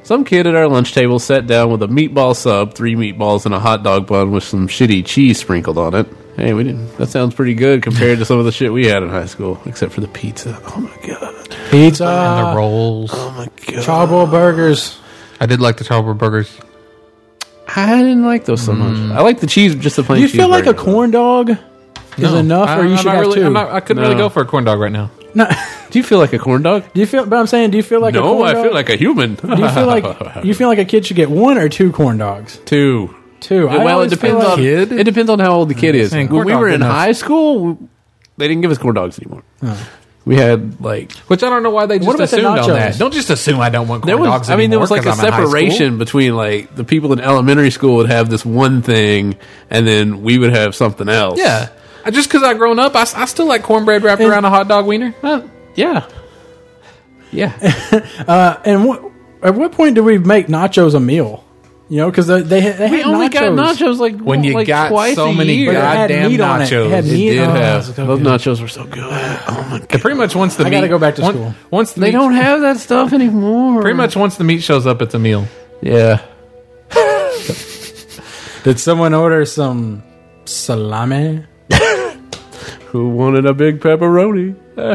S4: Some kid at our lunch table sat down with a meatball sub, three meatballs, and a hot dog bun with some shitty cheese sprinkled on it. Hey, we didn't. That sounds pretty good compared to some of the shit we had in high school, except for the pizza. Oh my god!
S2: Pizza,
S3: the rolls.
S2: um,
S4: Oh my god!
S2: charbroil uh, burgers.
S3: I did like the Charber burgers.
S4: I didn't like those so much. I like the cheese, just the plain.
S2: Do Mm. you feel like a
S4: cheeseburger.
S2: corn dog is
S3: No,
S2: enough,
S3: I-
S2: or you
S3: I'm
S2: should
S3: not
S2: have
S3: really,
S2: 2
S3: I'm not, I couldn't really
S4: No.
S3: go for a corn dog right now.
S2: No.
S4: Do you feel like a corn dog?
S2: Do you feel? But I'm saying, do you feel like a
S4: No,
S2: corn
S4: I
S2: dog?
S4: feel like a human.
S2: Do you feel like you feel like a kid should get one or two corn dogs?
S4: two?
S2: Two. I
S4: well, it
S2: always feel
S4: depends
S2: like-
S4: on
S3: Kid?
S4: it depends on how old the kid is.
S3: saying
S4: When
S3: corn
S4: we
S3: dog
S4: were in
S3: enough. Oh.
S4: high school, we- they didn't give us corn dogs anymore. We had like
S3: Which I don't know why they just
S2: What about the
S3: assumed on
S2: nachos?
S3: that. Don't just assume I don't want corn
S4: there was.
S3: dogs.
S4: I mean, there was like
S3: anymore
S4: a
S3: 'cause I'm in high
S4: separation
S3: school.
S4: between like the people in elementary school would have this one thing, and then we would have something else.
S3: Yeah, I- just because I've grown up, I, s- I still like cornbread wrapped
S2: And-
S3: around a hot dog wiener.
S4: Uh, yeah, yeah.
S2: Uh, And what, at what point do we make nachos a meal? You know, because they they, had- they
S4: we
S2: had
S4: only
S2: nachos.
S4: got nachos like
S3: When you
S4: like
S3: got
S4: twice
S3: so
S4: a
S3: many
S4: year.
S2: But it had
S3: goddamn
S2: meat on it. It
S3: nachos.
S2: had
S3: It
S2: meat
S4: did
S2: on it.
S4: have.
S2: It was so
S4: Those
S2: good.
S4: nachos were so good. Oh my god!
S3: Pretty much once the
S2: I
S3: meat,
S2: gotta go back to
S3: on-
S2: school.
S3: Once the
S4: They
S3: meat,
S4: don't have that stuff anymore.
S3: Pretty much once the meat shows up, it's a meal.
S4: Yeah.
S2: Did someone order some salami?
S4: Who wanted a big pepperoni?
S3: I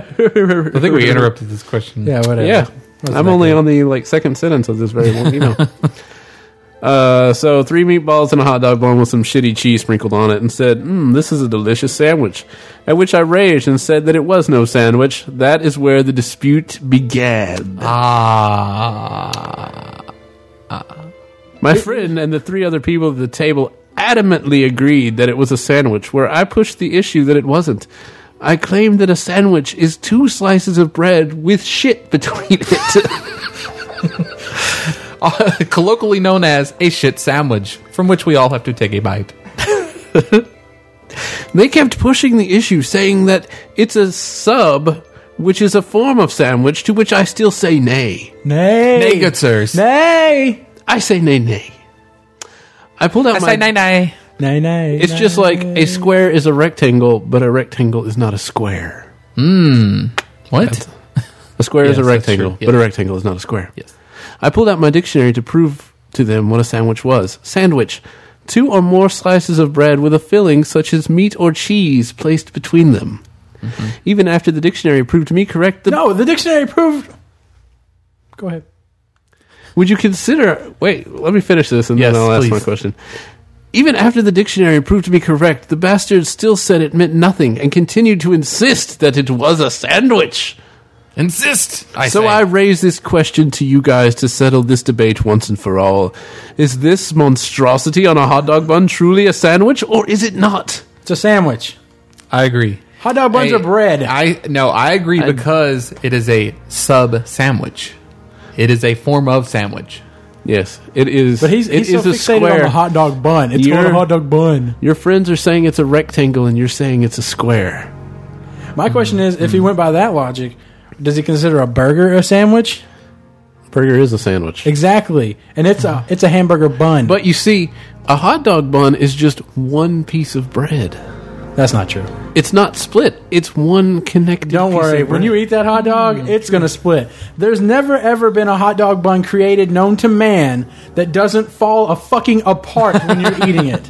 S3: think we interrupted this question.
S2: Yeah, whatever.
S4: Yeah. I'm only on the like second sentence of this very long email. Uh, so three meatballs and a hot dog bun with some shitty cheese sprinkled on it, and said, mm, "This is a delicious sandwich." At which I raged and said that it was no sandwich. That is where the dispute began.
S3: Ah,
S4: My friend and the three other people at the table adamantly agreed that it was a sandwich, where I pushed the issue that it wasn't. I claimed that a sandwich is two slices of bread with shit between it.
S3: colloquially known as a shit sandwich, from which we all have to take a bite.
S4: they kept pushing the issue, saying that it's a sub, which is a form of sandwich, to which I still say nay.
S2: Nay.
S3: Nay, good sirs.
S2: Nay.
S4: I say nay, nay. I pulled out
S3: I
S4: my.
S3: say nay nay.
S2: Nay, nay.
S4: It's just like a square is a rectangle, but a rectangle is not a square.
S3: What?
S4: A square
S3: Yes,
S4: is a
S3: that's
S4: rectangle,
S3: true. Yes.
S4: but a rectangle is not a square.
S3: Yes.
S4: I pulled out my dictionary to prove to them what a sandwich was. Sandwich. Two or more slices of bread with a filling such as meat or cheese placed between them.
S3: Mm-hmm.
S4: Even after the dictionary proved me correct, the,
S2: No, Oh, the dictionary proved. Go ahead.
S4: would you consider? Wait, let me finish this and
S3: Yes,
S4: then I'll ask my
S3: please.
S4: question. Even after the dictionary proved me correct, the bastard still said it meant nothing and continued to insist that it was a sandwich.
S3: Insist. I
S4: so
S3: say.
S4: I raise this question to you guys to settle this debate once and for all. Is this monstrosity on a hot dog bun truly a sandwich or is it not?
S2: It's a sandwich.
S3: I agree.
S2: Hot dog buns
S3: I-
S2: are bread.
S3: I no, I agree because it is a sub sandwich. It is a form of sandwich.
S4: Yes, it is.
S2: but he's,
S4: it
S2: he's so
S4: is
S2: fixated on the hot dog bun. It's called a
S4: You're-
S2: hot dog bun.
S4: Your friends are saying it's a rectangle and you're saying it's a square.
S2: My question is, if he went by that logic, does he consider a burger a sandwich?
S4: Burger is a sandwich.
S2: Exactly, and it's a it's a hamburger bun.
S4: But you see, a hot dog bun is just one piece of bread.
S2: that's not true.
S4: It's not split. It's one connected.
S2: Don't
S4: piece of
S2: worry. When
S4: bread.
S2: you eat that hot dog, it's going to split. There's never ever been a hot dog bun created known to man that doesn't fall a fucking apart when you're eating it.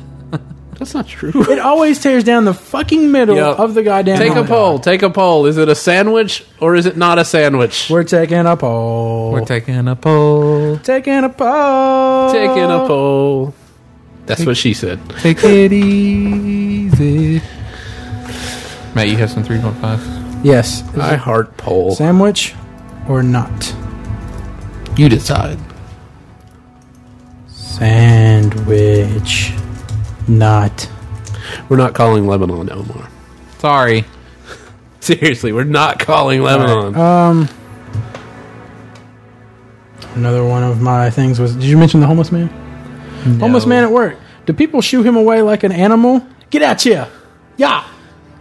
S4: that's not true.
S2: It always tears down the fucking middle
S4: Yep.
S2: of the goddamn.
S4: Take a
S2: hot dog.
S4: poll. Take a poll. Is it a sandwich or is it not a sandwich?
S2: We're taking a poll.
S3: We're taking a poll.
S2: taking a poll.
S4: Taking a poll. That's what she said.
S3: Take it easy. Matt, you have some three point five.
S2: Yes. Is
S4: I
S2: it
S4: heart poll.
S2: sandwich or not?
S3: You decide.
S2: Sandwich, not.
S4: We're not calling Lebanon Omar.
S3: Sorry.
S4: Uh, Seriously, we're not calling Lebanon.
S2: Um, Another one of my things was. Did you mention the homeless man? Homeless man at work. Do people shoo him away like an animal? Get out here! Yeah,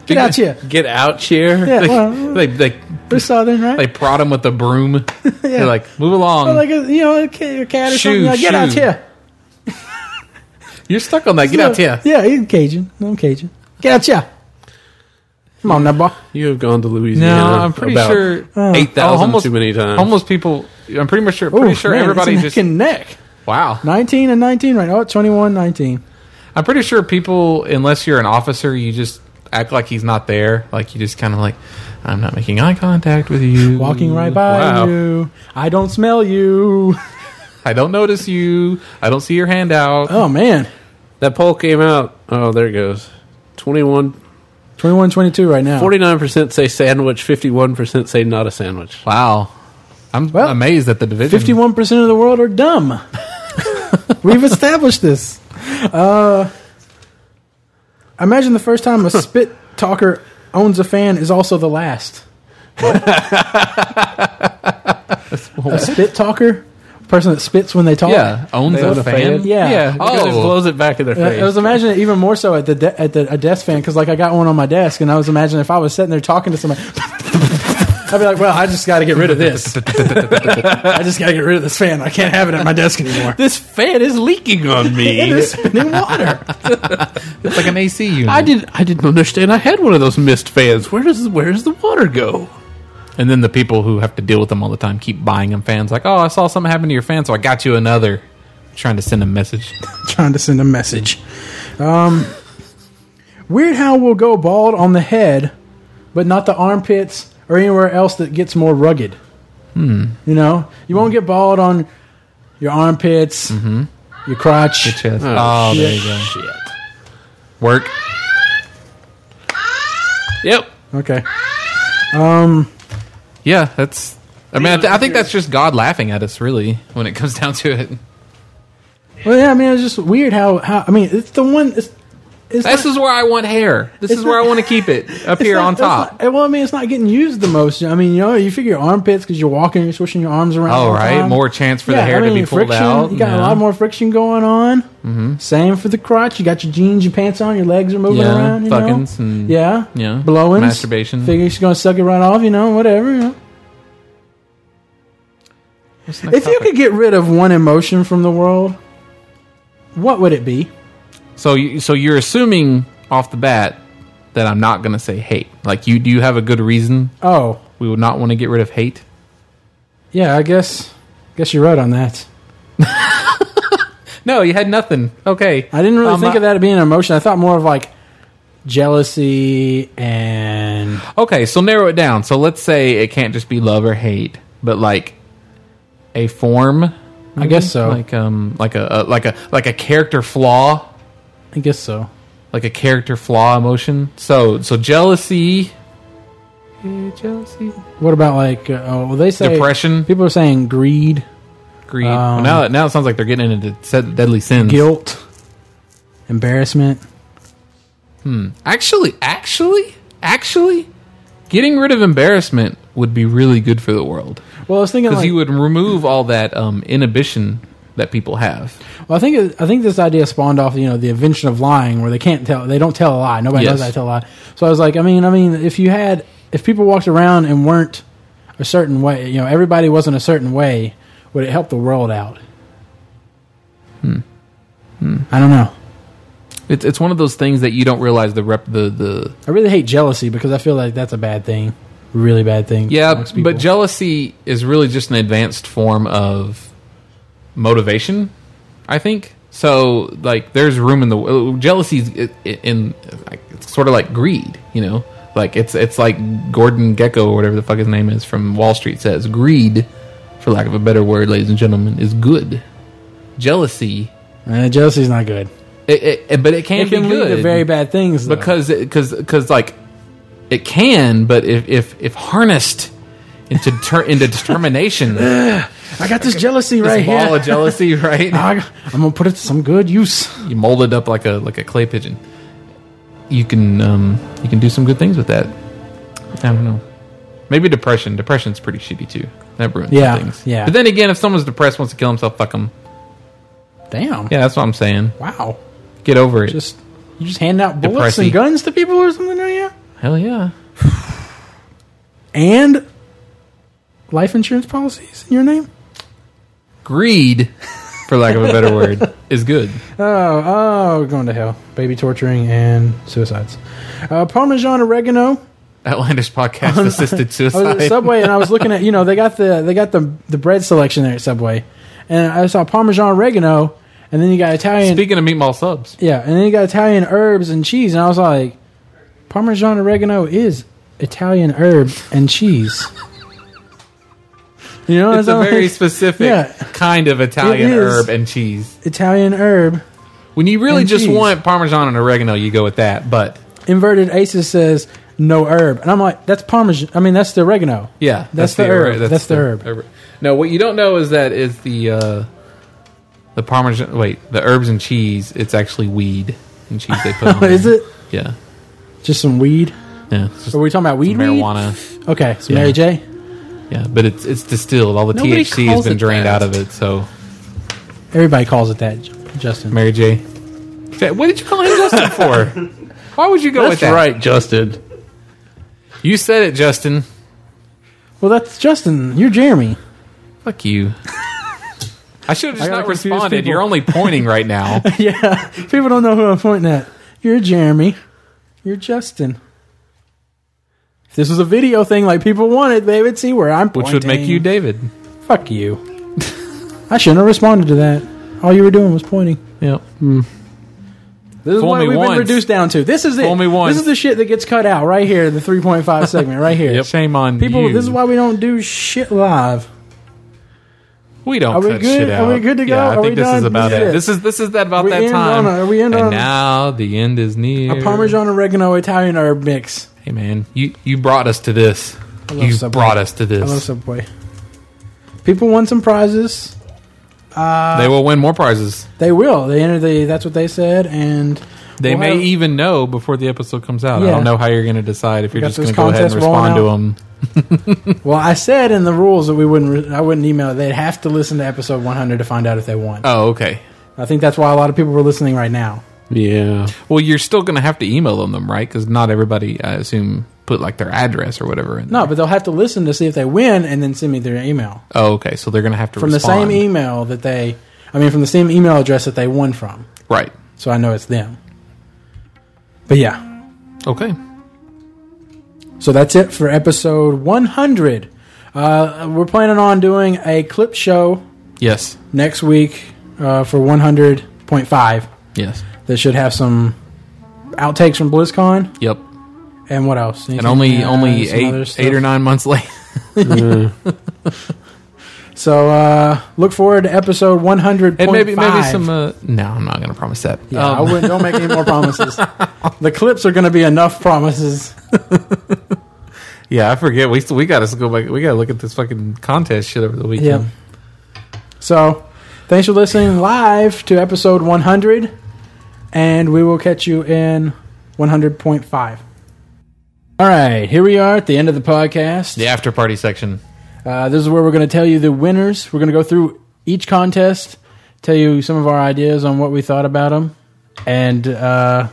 S2: get out here!
S3: Get out here.
S2: Yeah,
S3: they,
S2: well-
S3: they, they,
S2: We're southern, right?
S3: they prod him with the broom. They're like, move along.
S2: Or like a, you know, a ca- a cat or something.
S3: Shoo,
S2: Like, get out
S3: shoo.
S2: here!
S3: You're stuck on that. Get out here.
S2: Yeah, he's Cajun. I'm Cajun. Get out here! Come on, now, boy.
S4: You have gone to Louisiana.
S3: No, I'm pretty
S4: about
S3: sure Oh,
S4: eight thousand
S3: homeless-
S4: too many times.
S3: homeless people. I'm pretty much sure. Pretty
S2: Oh. Ooh,
S3: sure
S2: man,
S3: everybody
S2: it's a
S3: just
S2: neck and neck.
S3: wow.
S2: 19 and 19 right now. Oh, 21, 19.
S3: I'm pretty sure people, unless you're an officer, you just act like he's not there. Like you just kind of like, I'm not making eye contact with you.
S2: Walking right by
S3: Wow.
S2: you. I don't smell you.
S3: I don't notice you. I don't see your hand out.
S2: Oh, man.
S4: That poll came out. Oh, there it goes. 21
S2: 21, 22 right now.
S4: 49% say sandwich, 51% say not a sandwich.
S3: Wow. I'm
S2: Well,
S3: amazed at the division.
S2: 51% of the world are dumb. We've established this. Uh, imagine the first time a spit talker owns a fan is also the last. a spit talker? Person that spits when they talk?
S3: Yeah, owns
S4: They
S3: a
S4: own a
S3: fan.
S4: fan.
S2: Yeah.
S3: yeah.
S4: It just
S3: Oh,
S4: blows it back in their face.
S2: I was imagining it even more so at the de- at the a desk fan because like I got one on my desk and I was imagining if I was sitting there talking to somebody, I'd be like, well, I just got to get rid of this. I just got to get rid of this fan. I can't have it at my desk anymore.
S4: this fan is leaking on
S2: It
S4: me.
S2: is spinning water.
S3: it's like an AC unit.
S4: I did. I didn't understand. I had one of those mist fans. Where does where does the water go?
S3: and then the people who have to deal with them all the time keep buying them fans. Like, oh, I saw something happen to your fan, so I got you another. Trying to send a message.
S2: Trying to send a message. Um, Weird how we'll go bald on the head, but not the armpits or anywhere else that gets more rugged. You know, you won't get bald on your armpits, your crotch.
S3: Chest. Oh, there you go.
S4: Shit.
S3: Work.
S4: Yep.
S2: Okay.
S3: Yeah, that's. I mean, I, th- I think that's just God laughing at us, really, when it comes down to it.
S2: Well, yeah, I mean, it's just weird how, how I mean, it's the one. It's, it's
S3: This
S2: not-
S3: is where I want hair. This
S2: It's
S3: is where
S2: not-
S3: I want to keep it up
S2: it's
S3: here
S2: not-
S3: on
S2: it's
S3: top.
S2: not- well, I mean, it's not getting used the most. I mean, you know, you figure your armpits because you're walking, you're swishing your arms around.
S3: Oh,
S2: all the
S3: right,
S2: time.
S3: more chance for the
S2: Yeah,
S3: hair
S2: I mean,
S3: to be pulled
S2: friction,
S3: out.
S2: You got a
S3: Yeah. Mm-hmm.
S2: lot more friction going on. Same for the crotch. You got your jeans, your pants on, your legs are moving
S3: uh, Yeah,
S2: around. You
S3: fuckings
S2: know?
S3: and-
S2: yeah,
S3: yeah,
S2: blowing,
S3: masturbation.
S2: Figure she's gonna suck it right off. You know, whatever. You know?
S3: What's the next
S2: If you
S3: topic?
S2: could get rid of one emotion from the world, what would it be?
S3: so you, so you're assuming off the bat that I'm not going to say hate. Like you, do you have a good reason
S2: Oh,
S3: we would not want to get rid of hate?
S2: yeah, I guess. Guess you're right on that.
S3: No, you had nothing. Okay,
S2: I didn't really
S3: Um,
S2: think
S3: I-
S2: of that being an emotion. I thought more of like jealousy and
S3: Okay, so narrow it down. So let's say it can't just be love or hate, but like a form.
S2: I guess Mm-hmm. so.
S3: Like um, like a, a like a like a character flaw,
S2: I guess so.
S3: like a character flaw emotion. So so jealousy. Yeah, jealousy.
S2: What about like uh, oh, well, they say
S3: Depression.
S2: People are saying greed,
S3: Greed. well, now now it sounds like they're getting into se- deadly sins.
S2: Um, guilt, embarrassment.
S3: Actually, actually, actually, getting rid of embarrassment would be really good for the world
S2: Well, I was thinking
S3: because
S2: like,
S3: you would remove all that um inhibition that people have.
S2: well, I think it- I think this idea spawned off you know the invention of lying where they can't tell they don't tell a lie. Nobody
S3: Yes.
S2: knows I tell a lie. So I was like, I mean, I mean, if you had if people walked around and weren't a certain way, you know, everybody wasn't a certain way, would it help the world out? Hmm. I don't know.
S3: It's it's one of those things that you don't realize the rep the the
S2: I really hate jealousy because I feel like that's a bad thing, really bad thing.
S3: yeah,
S2: amongst people.
S3: but jealousy is really just an advanced form of motivation, I think. So like, there's room in the jealousy is i- i- in like, it's sort of like greed, you know. Like it's it's like Gordon Gecko or whatever the fuck his name is from Wall Street says greed, for lack of a better word, ladies and gentlemen, is good. Jealousy,
S2: Eh, jealousy's not good.
S3: it, it, it- but it can,
S2: It can
S3: be
S2: lead
S3: good.
S2: to very bad things though.
S3: because because because like it can but if if if harnessed into ter- into determination this
S2: I got this jealousy right Ah.
S3: ball
S2: here.
S3: of jealousy right
S2: I, am gonna put it to some good use.
S3: you mold it up like a like a clay pigeon you can um you can do some good things with that i don't know maybe depression depression's pretty shitty too That ruins
S2: Yeah,
S3: things.
S2: yeah.
S3: But then again, if someone's depressed, wants to kill himself, fuck him.
S2: Damn.
S3: Yeah, that's what I'm saying.
S2: Wow.
S3: Get over it.
S2: Just you just handing out bullets
S3: Depressing.
S2: and guns to people or something, are you?
S3: Hell yeah.
S2: And life insurance policies in your name?
S3: Greed, for lack of a better word, is good.
S2: Oh, oh, going to hell. Baby torturing and suicides. Uh, Parmesan oregano.
S3: Outlandish podcast assisted
S2: I
S3: suicide.
S2: was at Subway and I was looking at you know they got the they got the the bread selection there at Subway, and I saw Parmesan oregano, and then you got Italian
S3: Speaking of meatball subs,
S2: yeah, and then you got Italian herbs and cheese, and I was like, Parmesan oregano is Italian herb and cheese. You know,
S3: it's a
S2: all
S3: very
S2: like,
S3: specific
S2: Yeah.
S3: kind of Italian
S2: It is.
S3: herb and cheese.
S2: Italian herb.
S3: When you really
S2: And
S3: just
S2: cheese.
S3: want Parmesan and oregano, you go with that. But
S2: Inverted Aces says no herb, and I'm like, that's Parmesan. I mean, that's the oregano.
S3: yeah,
S2: That's the herb. That's the herb.
S3: No, what you don't know is that is the uh, the Parmesan. Wait, the herbs and cheese. It's actually weed and cheese they put on.
S2: Is
S3: there.
S2: it
S3: Yeah,
S2: just some weed?
S3: yeah. It's just
S2: Are we talking about weed?
S3: marijuana.
S2: Weed? Okay, so
S3: Yeah.
S2: Mary J.
S3: Yeah, but it's it's distilled. All the
S2: Nobody
S3: THC has
S2: calls
S3: been
S2: it
S3: drained
S2: that.
S3: out of it. So
S2: Everybody calls it that, J- Justin.
S3: Mary J. What did you call him Justin for? Why would you go with
S4: That's
S3: that?
S4: right, Justin.
S3: You said it, Justin.
S2: Well, that's Justin. You're Jeremy.
S3: Fuck you. I should have just
S2: I gotta
S3: not
S2: confuse
S3: responded.
S2: people.
S3: You're only pointing right now.
S2: yeah, people don't know who I'm pointing at. You're Jeremy. You're Justin. If this was a video thing like people wanted, they would see where I'm
S3: Which
S2: pointing.
S3: would make you David.
S2: Fuck you. I shouldn't have responded to that. All you were doing was pointing.
S3: Yep.
S2: This is
S3: Fool
S2: what
S3: me
S2: we've
S3: once.
S2: been reduced down to. This is it.
S3: Fool me once.
S2: This is the shit that gets cut out right here, the 3.5 segment right here.
S3: Shame on
S2: People,
S3: you.
S2: this is why we don't do shit live.
S3: we don't
S2: Are we
S3: cut
S2: good?
S3: shit
S2: Are
S3: out.
S2: we good to go?
S3: Yeah, I
S2: Are
S3: think
S2: we
S3: this is
S2: done?
S3: about
S2: This is
S3: it.
S2: it.
S3: This is this is that about
S2: We
S3: that
S2: end
S3: time.
S2: on a- we end
S3: and
S2: on a-
S3: now the end is near.
S2: A Parmesan oregano Italian herb mix.
S3: Hey man, you you brought us to this.
S2: love
S3: You
S2: Subway.
S3: brought us to
S2: I love
S3: this.
S2: Subway. People won some prizes.
S3: They will win more prizes.
S2: They will. They enter the. That's what they said, and
S3: They
S2: we'll
S3: may
S2: have-
S3: even know before the episode comes out. I
S2: Yeah.
S3: don't know how you're going to decide if you're
S2: got
S3: just going
S2: this
S3: to go ahead and
S2: contest rolling
S3: respond to them.
S2: Well, I said in the rules that we wouldn't. Re- I wouldn't email. it. They'd have to listen to episode 100 to find out if they won.
S3: Oh, okay.
S2: I think that's why a lot of people were listening right now.
S4: Yeah.
S3: Well, you're still going to have to email them, them right? Because not everybody, I assume, put like their address or whatever. In
S2: No, but they'll have to listen to see if they win, and then send me their email
S3: Oh, okay. So they're going to have to
S2: from
S3: respond.
S2: the same email that they. I mean, from the same email address that they won from,
S3: Right.
S2: so I know it's them. But yeah,
S3: Okay.
S2: so that's it for episode 100. Uh, we're planning on doing a clip show
S3: Yes.
S2: next week uh, for 100.5.
S3: Yes.
S2: that should have some outtakes from BlizzCon
S3: Yep.
S2: and what else? Anything,
S3: And only
S2: uh,
S3: only
S2: some other
S3: eight
S2: stuff.
S3: eight or nine months late.
S2: So uh, look forward to episode one hundred.
S3: and maybe maybe some. Uh, no, I'm not going to promise that.
S2: Yeah,
S3: Um,
S2: I wouldn't. Don't make any more promises. the clips are going to be enough promises.
S3: yeah, I forget. We we got to go back. We got to look at this fucking contest shit over the weekend.
S2: Yeah. So thanks for listening live to episode one hundred, and we will catch you in one hundred point five. All right, here we are at the end of the podcast.
S3: The after party section.
S2: Uh, this is where we're going to tell you the winners. We're going to go through each contest, tell you some of our ideas on what we thought about them, and uh,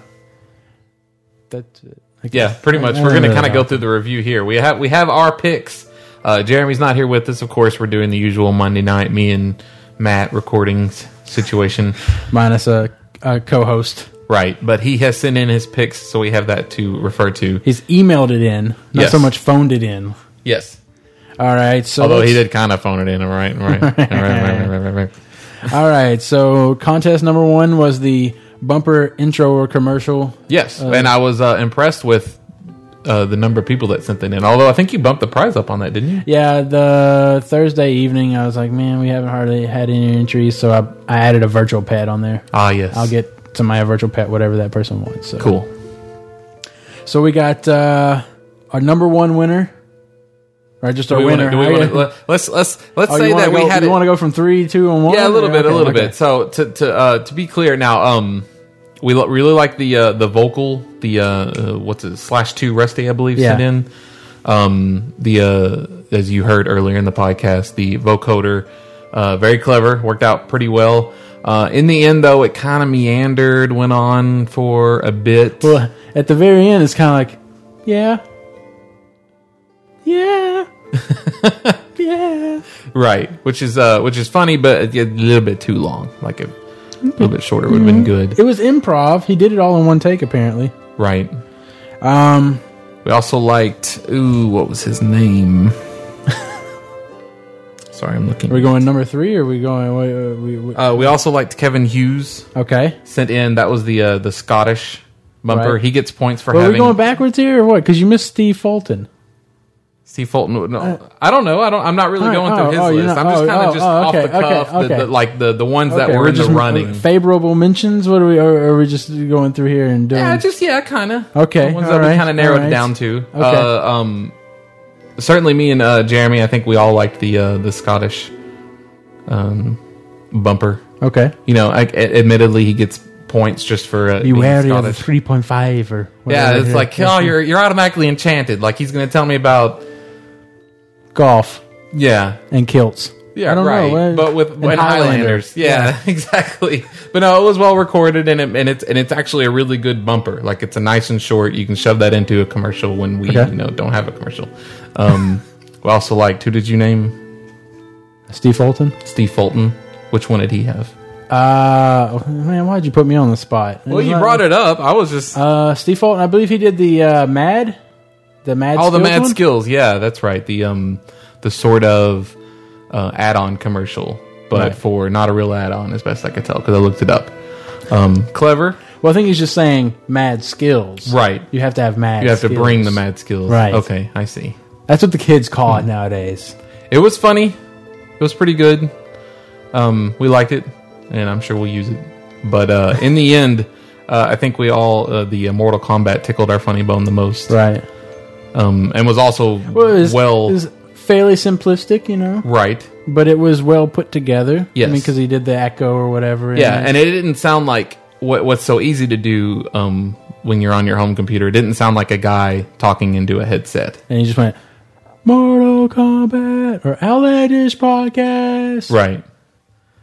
S2: that's it. I guess.
S3: Yeah, pretty much.
S2: I
S3: We're
S2: don't
S3: going to
S2: know
S3: kind of
S2: about
S3: go through the review here. We have we have our picks. Uh, Jeremy's not here with us, of course. We're doing the usual Monday night me and Matt recordings situation,
S2: minus a, a co-host.
S3: right? But he has sent in his picks, so we have that to refer to.
S2: He's emailed it in, not
S3: Yes.
S2: so much phoned it in.
S3: Yes,
S2: All right, so
S3: although he
S2: let's-
S3: did kind of phone it in. All right, all right, all right, all right, all right, all right, all right.
S2: All right, so contest number one was the bumper intro or commercial.
S3: Yes, and I was uh, impressed with uh, the number of people that sent it in. Although I think you bumped the prize up on that, didn't you?
S2: Yeah, the Thursday evening, I was like, man, we haven't hardly had any entries, so I, I added a virtual pet on there.
S3: Ah, yes.
S2: I'll get somebody a virtual pet, whatever that person wants. So.
S3: cool.
S2: So we got uh, our number one winner, or just our
S3: Do we
S2: winner.
S3: wanna, do we
S2: I-
S3: wanna, let- let's let's let's
S2: Oh,
S3: say
S2: you wanna
S3: that
S2: go,
S3: we had
S2: You
S3: it-
S2: want to go from three, two, and one?
S3: Yeah, a little bit, a
S2: Okay,
S3: little
S2: okay.
S3: bit. So to to uh, to be clear now, um, we lo- really like the uh, the vocal, the uh, uh, what's it, slash two rusty, I believe,
S2: Yeah.
S3: sent in. Um, the uh, as you heard earlier in the podcast, the vocoder. Uh, very clever, worked out pretty well. Uh, in the end, though, it kind of meandered, went on for a bit.
S2: Well, uh, at the very end, it's kind of like, yeah, yeah, yeah.
S3: Right, which is uh, which is funny, but a a little bit too long. Like a little bit shorter would have been good.
S2: It was improv. He did it all in one take, apparently.
S3: Right.
S2: Um,
S3: We also liked. Ooh, what was his name? Sorry, I'm looking.
S2: are we going number three? Or are we going? Wait, wait, we, we,
S3: Uh, we also liked Kevin Hughes
S2: okay.
S3: sent in. That was the uh, the Scottish bumper.
S2: Right.
S3: He gets points for
S2: Well, are we
S3: having
S2: going backwards here or what? Because you missed Steve Fulton.
S3: Steve Fulton. No, I don't know. I don't. I'm not really
S2: Uh, all right,
S3: going through
S2: oh, oh,
S3: his
S2: you're
S3: list.
S2: not-
S3: I'm just
S2: oh,
S3: kind of
S2: oh,
S3: just
S2: oh,
S3: off
S2: okay,
S3: the cuff,
S2: okay,
S3: the,
S2: okay.
S3: the, like the the ones that
S2: Okay,
S3: were
S2: we're
S3: in the
S2: just-
S3: running.
S2: Favorable mentions? What are we? Or are we just going through here and doing?
S3: Yeah, just yeah, kind of.
S2: Okay,
S3: ones
S2: all
S3: that we
S2: right,
S3: kind of narrowed
S2: all right.
S3: it down to.
S2: Okay.
S3: Uh, um, certainly, me and uh, Jeremy, I think we all liked the uh, the Scottish um, bumper.
S2: okay.
S3: You know, I, a- admittedly, he gets points just for uh, being Scottish.
S2: three point five or
S3: yeah, it's like oh, you're you're automatically enchanted. Like he's going to tell me about
S2: golf
S3: yeah.
S2: and kilts.
S3: Yeah,
S2: I don't
S3: right.
S2: know. uh,
S3: But with
S2: and
S3: and Highlanders,
S2: Highlander.
S3: yeah, exactly. But no, it was well recorded, and it, and it's and it's actually a really good bumper. Like it's a nice and short. You can shove that into a commercial when we
S2: Okay.
S3: you know don't have a commercial. Um, we also liked who did you name?
S2: Steve Fulton.
S3: Steve Fulton. Which one did he have?
S2: Uh, man, why'd you put me on the spot?
S3: Well, you brought it up. I was just
S2: Uh, Steve Fulton. I believe he did the uh, Mad, the Mad.
S3: all Oh, the
S2: Skills
S3: mad
S2: one?
S3: skills. Yeah, that's right. The um the sort of uh, add-on commercial, but
S2: Right.
S3: for not a real add-on, as best I could tell because I looked it up. Um, clever.
S2: Well, I think he's just saying Mad Skills.
S3: Right.
S2: You have to have Mad.
S3: You have to
S2: skills.
S3: bring the mad skills.
S2: Right.
S3: Okay, I see.
S2: That's what the kids call it nowadays.
S3: It was funny. It was pretty good. Um, we liked it, and I'm sure we'll use it. But uh, in the end, uh, I think we all uh, the uh, Mortal Kombat tickled our funny bone the most,
S2: Right.
S3: um, and was also
S2: Well, it was,
S3: well
S2: it was fairly simplistic, you know,
S3: right.
S2: but it was well put together.
S3: Yes.
S2: I mean, because he did the echo or whatever. in
S3: Yeah,
S2: it.
S3: and it didn't sound like what what's so easy to do um, when you're on your home computer. It didn't sound like a guy talking into a headset.
S2: and he just went Mortal Kombat or Outlandish Podcast.
S3: Right.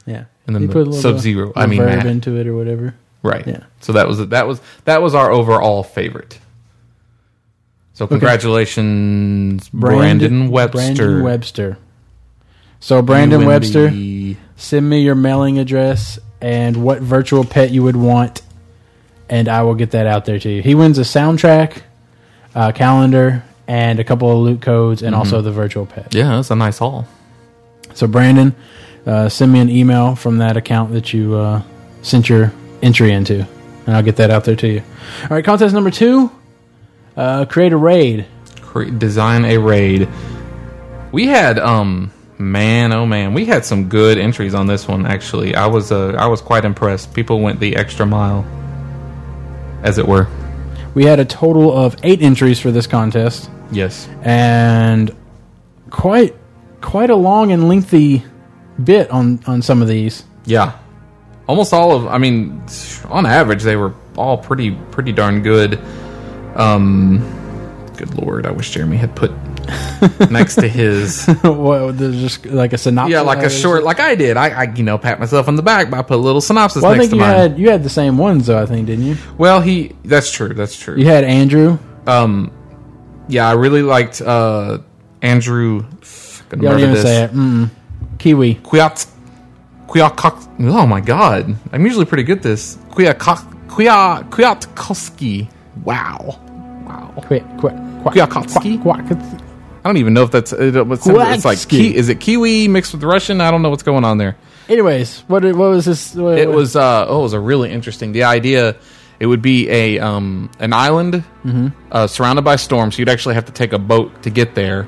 S2: Yeah.
S3: And then
S2: He
S3: the
S2: put a little
S3: Sub-Zero- I mean, uh,
S2: reverb
S3: Matt.
S2: into it or whatever.
S3: Right.
S2: Yeah.
S3: So that was that was that was our overall favorite. So congratulations, Brandon, Webster.
S2: Brandon Webster. So Brandon
S3: You and
S2: Webster,
S3: the-
S2: send me your mailing address and what virtual pet you would want, and I will get that out there to you. He wins a soundtrack, uh, calendar, and a couple of loot codes,
S3: Mm-hmm.
S2: and also the virtual pet.
S3: Yeah, that's a nice haul.
S2: So Brandon, uh, send me an email from that account that you uh, sent your entry into, and I'll get that out there to you. All right, contest number two. Uh, create a raid.
S3: Cre- design a raid. We had um man, oh man, we had some good entries on this one. Actually, I was uh, I was quite impressed. People went the extra mile, as it were.
S2: We had a total of eight entries for this contest.
S3: Yes.
S2: and quite quite a long and lengthy bit on on some of these.
S3: Yeah. Almost all of I mean on average they were all pretty pretty darn good. Um good lord, I wish Jeremy had put next to his
S2: Oh, What, there's just like a synopsis.
S3: Yeah, like a short like I did. I, I you know, pat myself on the back by put a little synopsis
S2: Well, I
S3: next
S2: think
S3: to
S2: you
S3: mine.
S2: had you had the same ones though. I think didn't you?
S3: well, he that's true, that's true.
S2: You had Andrew.
S3: Um yeah, I really liked uh Andrew gonna
S2: You don't
S3: murder
S2: even
S3: this.
S2: say it. Mm. Kiwi.
S3: Kwiat Kwiatkok Oh my god. I'm usually pretty good at this. Kwiatkok Kwiat Kwiatkowski. Wow. Wow.
S2: Quit. Quit.
S3: Kwiatkowski?
S2: Quack.
S3: I don't even know if that's uh, it- it's, it's like
S2: Kwiatkowski.
S3: ki- is it kiwi mixed with Russian? I don't know what's going on there.
S2: Anyways, what what was this? What,
S3: It was uh oh, it was a really interesting. The idea it would be a um an island
S2: Mm-hmm.
S3: uh, surrounded by storms. So you'd actually have to take a boat to get there.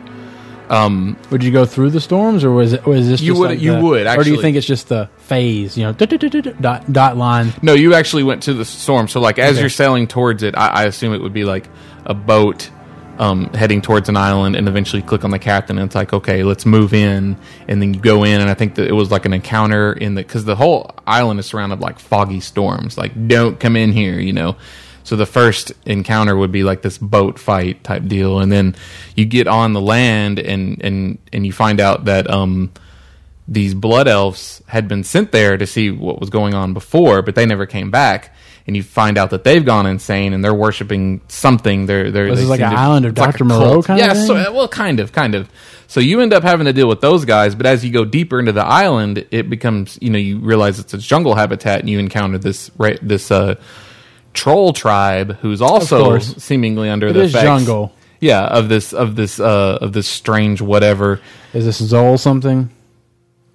S3: Um
S2: Would you go through the storms, or was it was this?
S3: You
S2: just
S3: would-
S2: like
S3: you
S2: the- or do
S3: would,
S2: you
S3: actually.
S2: think it's just the phase? You know, dot dot, dot line.
S3: No, you actually went to the storm. So, like, as
S2: Okay.
S3: you're sailing towards it, I, I assume it would be like a boat um, heading towards an island, and eventually click on the captain, and it's like, okay, let's move in, and then you go in, and I think that it was like an encounter in the because the whole island is surrounded by, like foggy storms, like don't come in here, you know. So the first encounter would be like this boat fight type deal, and then you get on the land and and and you find out that um these blood elves had been sent there to see what was going on before, but they never came back. And you find out that they've gone insane and they're worshiping something. They're they're
S2: This
S3: they
S2: is like
S3: seem
S2: an
S3: to-
S2: Island of
S3: it's like
S2: Dr.
S3: a
S2: Moreau
S3: cult.
S2: kind of
S3: yeah,
S2: thing?
S3: So, well, kind of, kind of. So you end up having to deal with those guys, but as you go deeper into the island, it becomes you know you realize it's a jungle habitat, and you encounter this ra- this uh, troll tribe who's also
S2: course.
S3: seemingly under
S2: It
S3: the
S2: is
S3: effects,
S2: jungle.
S3: Yeah, of this of this uh, of this strange whatever.
S2: Is this Zol something?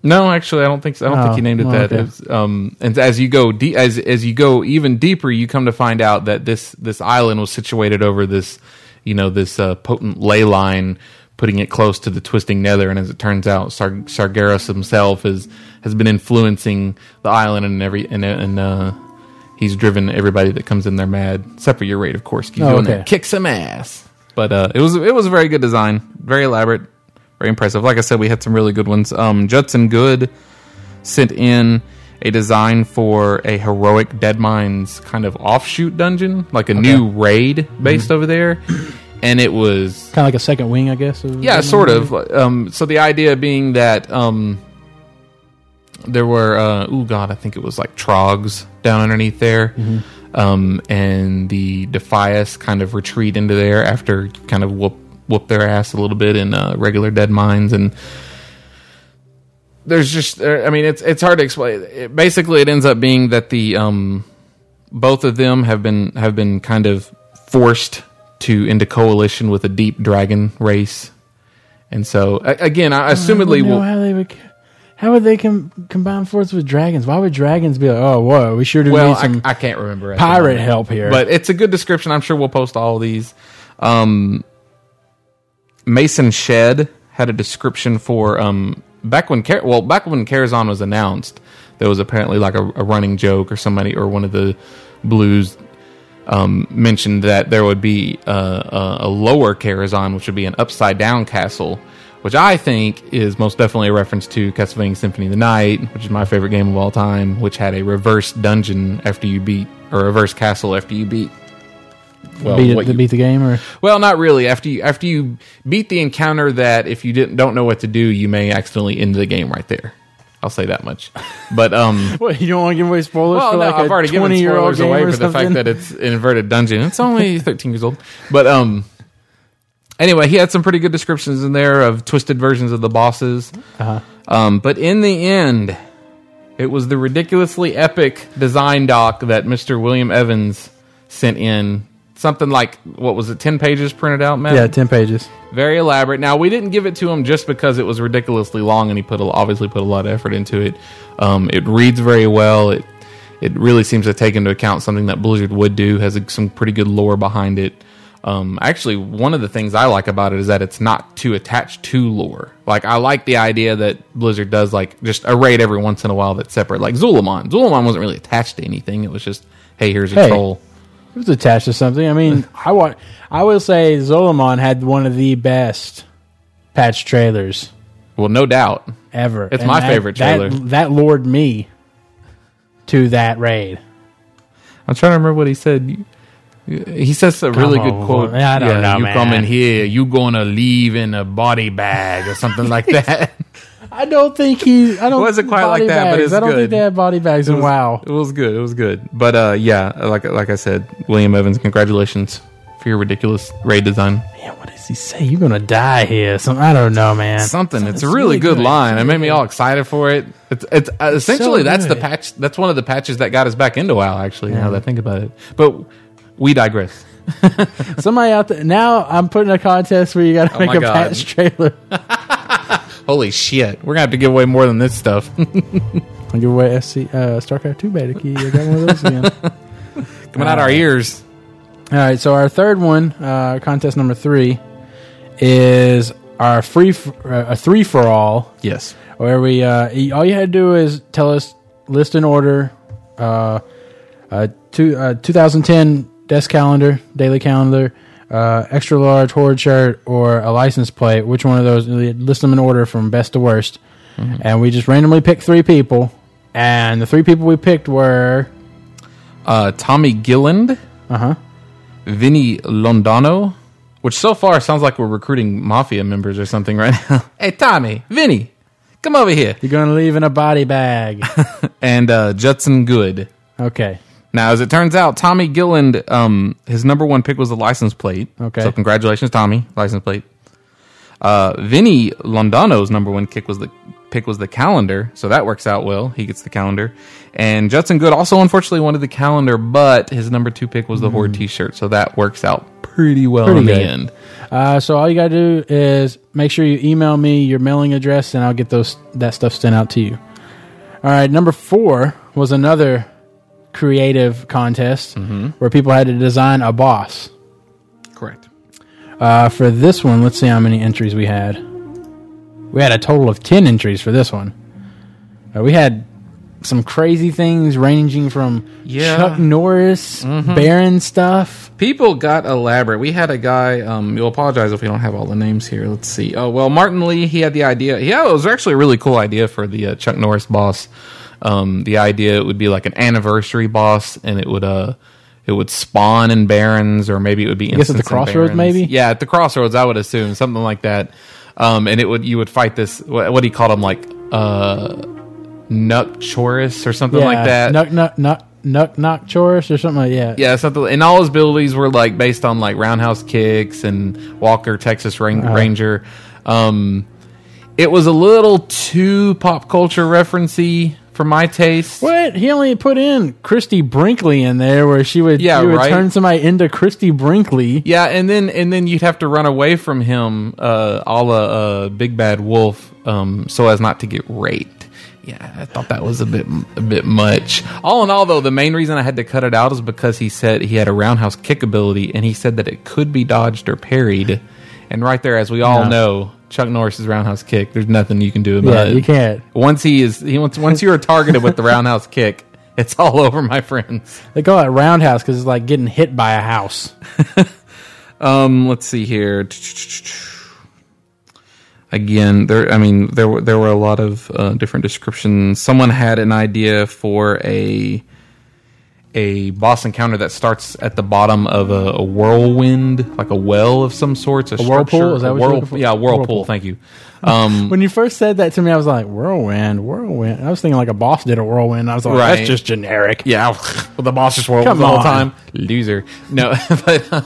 S3: No, actually, I don't think so. I don't
S2: Oh,
S3: think he named it
S2: oh,
S3: that.
S2: okay.
S3: It's, um, and as you go de- as as you go even deeper, you come to find out that this this island was situated over this, you know, this uh, potent ley line, putting it close to the twisting nether. And as it turns out, Sar- Sargeras himself is has been influencing the island, and every and and uh, he's driven everybody that comes in there mad, except for your raid, of course. Keep
S2: Oh,
S3: doing
S2: okay.
S3: that. Kick some ass. But uh, it was it was a very good design, very elaborate, very impressive. Like I said, we had some really good ones. Um, Judson Good sent in a design for a heroic Dead Mines kind of offshoot dungeon, like a new raid based
S2: Mm-hmm.
S3: over there, and it was
S2: Kind of like a second wing, I guess. of-
S3: yeah, sort of. Um, so the idea being that um, there were, uh, oh god, I think it was like trogs down underneath there, um, and the Defias kind of retreat into there after kind of whoop whoop their ass a little bit in uh, regular dead mines and there's just uh, I mean it's it's hard to explain. It, basically, it ends up being that the um, both of them have been have been kind of forced to into coalition with a deep dragon race, and so a- again, I assumedly
S2: I don't know
S3: will
S2: how they would. How would they com- combine forces with dragons? Why would dragons be like, oh, whoa, we sure do
S3: well,
S2: need some
S3: I, I can't remember at the
S2: pirate
S3: moment.
S2: help here?
S3: but it's a good description. I'm sure we'll post all these. Um, Mason Shed had a description for um, back when Car- well back when Carazon was announced, there was apparently like a, a running joke or somebody or one of the blues um, mentioned that there would be uh, a, a lower Carazon, which would be an upside down castle. Which I think is most definitely a reference to Castlevania Symphony of the Night, which is my favorite game of all time, which had a reverse dungeon after you beat, or reverse castle after you beat. Well,
S2: beat,
S3: what
S2: it,
S3: you-
S2: beat the game or
S3: well, not really. After you after you beat the encounter, that if you didn't don't know what to do, you may accidentally end the game right there. I'll say that much. But um,
S2: what? You don't want to give away spoilers
S3: well,
S2: for
S3: no,
S2: like a
S3: I've already given
S2: twenty-year-old
S3: spoilers
S2: game
S3: away
S2: or
S3: for the fact
S2: something?
S3: that it's an inverted dungeon. It's only thirteen years old, but um. Anyway, he had some pretty good descriptions in there of twisted versions of the bosses.
S2: Uh-huh.
S3: Um, but in the end, it was the ridiculously epic design doc that Mr. William Evans sent in. Something like what was it, ten pages printed out, Matt?
S2: yeah, ten pages.
S3: very elaborate. Now we didn't give it to him just because it was ridiculously long, and he put a, obviously put a lot of effort into it. Um, it reads very well. It it really seems to take into account something that Blizzard would do. Has a, some pretty good lore behind it. Um, actually, one of the things I like about it is that it's not too attached to lore. Like I like the idea that Blizzard does like just a raid every once in a while that's separate. Like Zulamon. Zulamon wasn't really attached to anything. It was just hey, here's a
S2: Hey.
S3: troll.
S2: It was attached to something. I mean, I want. I will say Zolomon had one of the best patch trailers
S3: Well, no doubt.
S2: ever.
S3: It's
S2: And
S3: my
S2: that-
S3: favorite
S2: that-
S3: trailer.
S2: That, lured me to that raid.
S3: I'm trying to remember what he said. He says a really
S2: Come
S3: good
S2: on,
S3: quote.
S2: I don't know,
S3: you come
S2: man.
S3: in here, you gonna leave in a body bag or something like that.
S2: I don't think he. I don't.
S3: It wasn't quite
S2: body
S3: like that, but
S2: bags.
S3: it's
S2: I don't think
S3: good.
S2: they had body bags.
S3: It
S2: And
S3: was-
S2: wow,
S3: it was good. It was good. But uh, yeah, like like I said, William Evans, congratulations for your ridiculous raid design.
S2: man, what does he say? You're gonna die here. Some I don't know, man.
S3: Something. It's a really good line. It made me all excited for it. It's it's uh, essentially that's the
S2: good.
S3: patch. That's one of the patches that got us back into WoW. Actually, now that I think about it, but we digress.
S2: Somebody out there now. I'm putting a contest where you got to make
S3: my
S2: a
S3: God.
S2: patch trailer.
S3: Holy shit, we're gonna have to give away more than this stuff.
S2: I'll give away SC, uh, StarCraft 2 beta key. I got one of those again. All
S3: Coming out our ears.
S2: right, so our third one, uh, contest number three, is our free f- uh, a three for all,
S3: Yes.
S2: where we uh, e- all you had to do is tell us list and order, uh, uh, two, uh, 2010 desk calendar, daily calendar, uh, extra large horde shirt, or a license plate. Which one of those? List them in order from best to worst, and we just randomly picked three people, and the three people we picked were.
S3: uh, Tommy Gilland,
S2: Uh-huh.
S3: Vinny Londano, which so far sounds like we're recruiting mafia members or something right now. hey, Tommy, Vinny, come over here.
S2: You're going to leave in a body bag.
S3: and uh, Judson Good.
S2: okay.
S3: Now, as it turns out, Tommy Gilland, um, his number one pick was the license plate.
S2: Okay.
S3: So congratulations, Tommy, license plate. Uh, Vinny Londano's number one kick was the pick was the calendar, so that works out well. He gets the calendar, and Judson Good also unfortunately wanted the calendar, but his number two pick was the Horde T-shirt, so that works out pretty well
S2: Hmm. Pretty
S3: in the
S2: good.
S3: end.
S2: Uh, so all you got to do is make sure you email me your mailing address, and I'll get those that stuff sent out to you. All right, number four was another creative contest
S3: Mm-hmm.
S2: where people had to design a boss.
S3: Correct.
S2: Uh, for this one, let's see how many entries we had. We had a total of ten entries for this one. Uh, we had some crazy things ranging from
S3: Yeah. Mm-hmm.
S2: Chuck Norris, Baron stuff.
S3: People got elaborate. We had a guy. Um, you'll apologize if we don't have all the names here. Let's see. Oh well, Martin Lee. He had the idea. Yeah, it was actually a really cool idea for the uh, Chuck Norris boss. Um, the idea it would be like an anniversary boss, and it would uh, it would spawn in barons, or maybe it would be.
S2: guess at the
S3: instance in
S2: crossroads,
S3: barons.
S2: maybe?
S3: Yeah, at the crossroads, I would assume something like that. Um, and it would you would fight this what, what he called him like uh, nupchorus or something like that.
S2: Knock, knock, knock, knock, knock, chorus or something like that.
S3: Yeah, something. And all his abilities were like based on like roundhouse kicks and Walker Texas Ran- Ranger. Um, it was a little too pop culture referency for my taste.
S2: What? He only put in Christy Brinkley in there where she would,
S3: Yeah,
S2: you would
S3: right.
S2: turn somebody into Christy Brinkley.
S3: Yeah, and then and then you'd have to run away from him, uh, a la uh, Big Bad Wolf, um, so as not to get raped. Yeah, I thought that was a bit a bit much. All in all, though, the main reason I had to cut it out is because he said he had a roundhouse kick ability, and he said that it could be dodged or parried. And right there, as we all know, Chuck Norris's roundhouse kick. There's nothing you can do about
S2: Yeah,
S3: it.
S2: you can't.
S3: Once he is, he once once you are targeted with the roundhouse kick, it's all over, my friends.
S2: They call it roundhouse because it's like getting hit by a house.
S3: Um, let's see here. Again, there. I mean, there were there were a lot of uh, different descriptions. Someone had an idea for a a boss encounter that starts at the bottom of a, a whirlwind, like a well of some sorts. A,
S2: whirlpool?
S3: structure,
S2: Is that
S3: a
S2: what you're
S3: whirl-
S2: looking for?
S3: Yeah, a whirlpool.
S2: Whirlpool.
S3: Thank you. Um,
S2: When you first said that to me, I was like, whirlwind, whirlwind. I was thinking like a boss did a whirlwind. I was like,
S3: Right.
S2: that's just generic.
S3: yeah, well, the boss just
S2: Come
S3: whirlwinds all the
S2: on.
S3: time. Loser. No, but uh,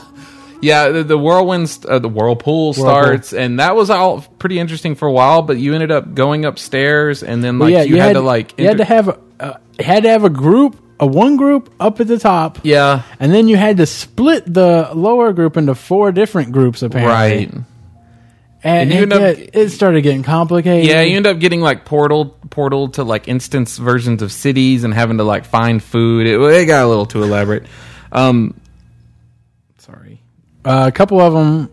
S3: yeah, the, the whirlwind, st- uh, the whirlpool starts, and that was all pretty interesting for a while. But you ended up going upstairs, and then like
S2: But yeah,
S3: you, had, to like
S2: you had
S3: inter-
S2: to have a, uh, had to have a group, a one group up at the top,
S3: yeah,
S2: and then you had to split the lower group into four different groups apparently.
S3: right.
S2: and,
S3: And you
S2: it,
S3: end up-
S2: get- it started getting complicated.
S3: Yeah, you end up getting like portal portal to like instance versions of cities and having to like find food. It, it got a little too elaborate. Um, sorry.
S2: Uh, a couple of them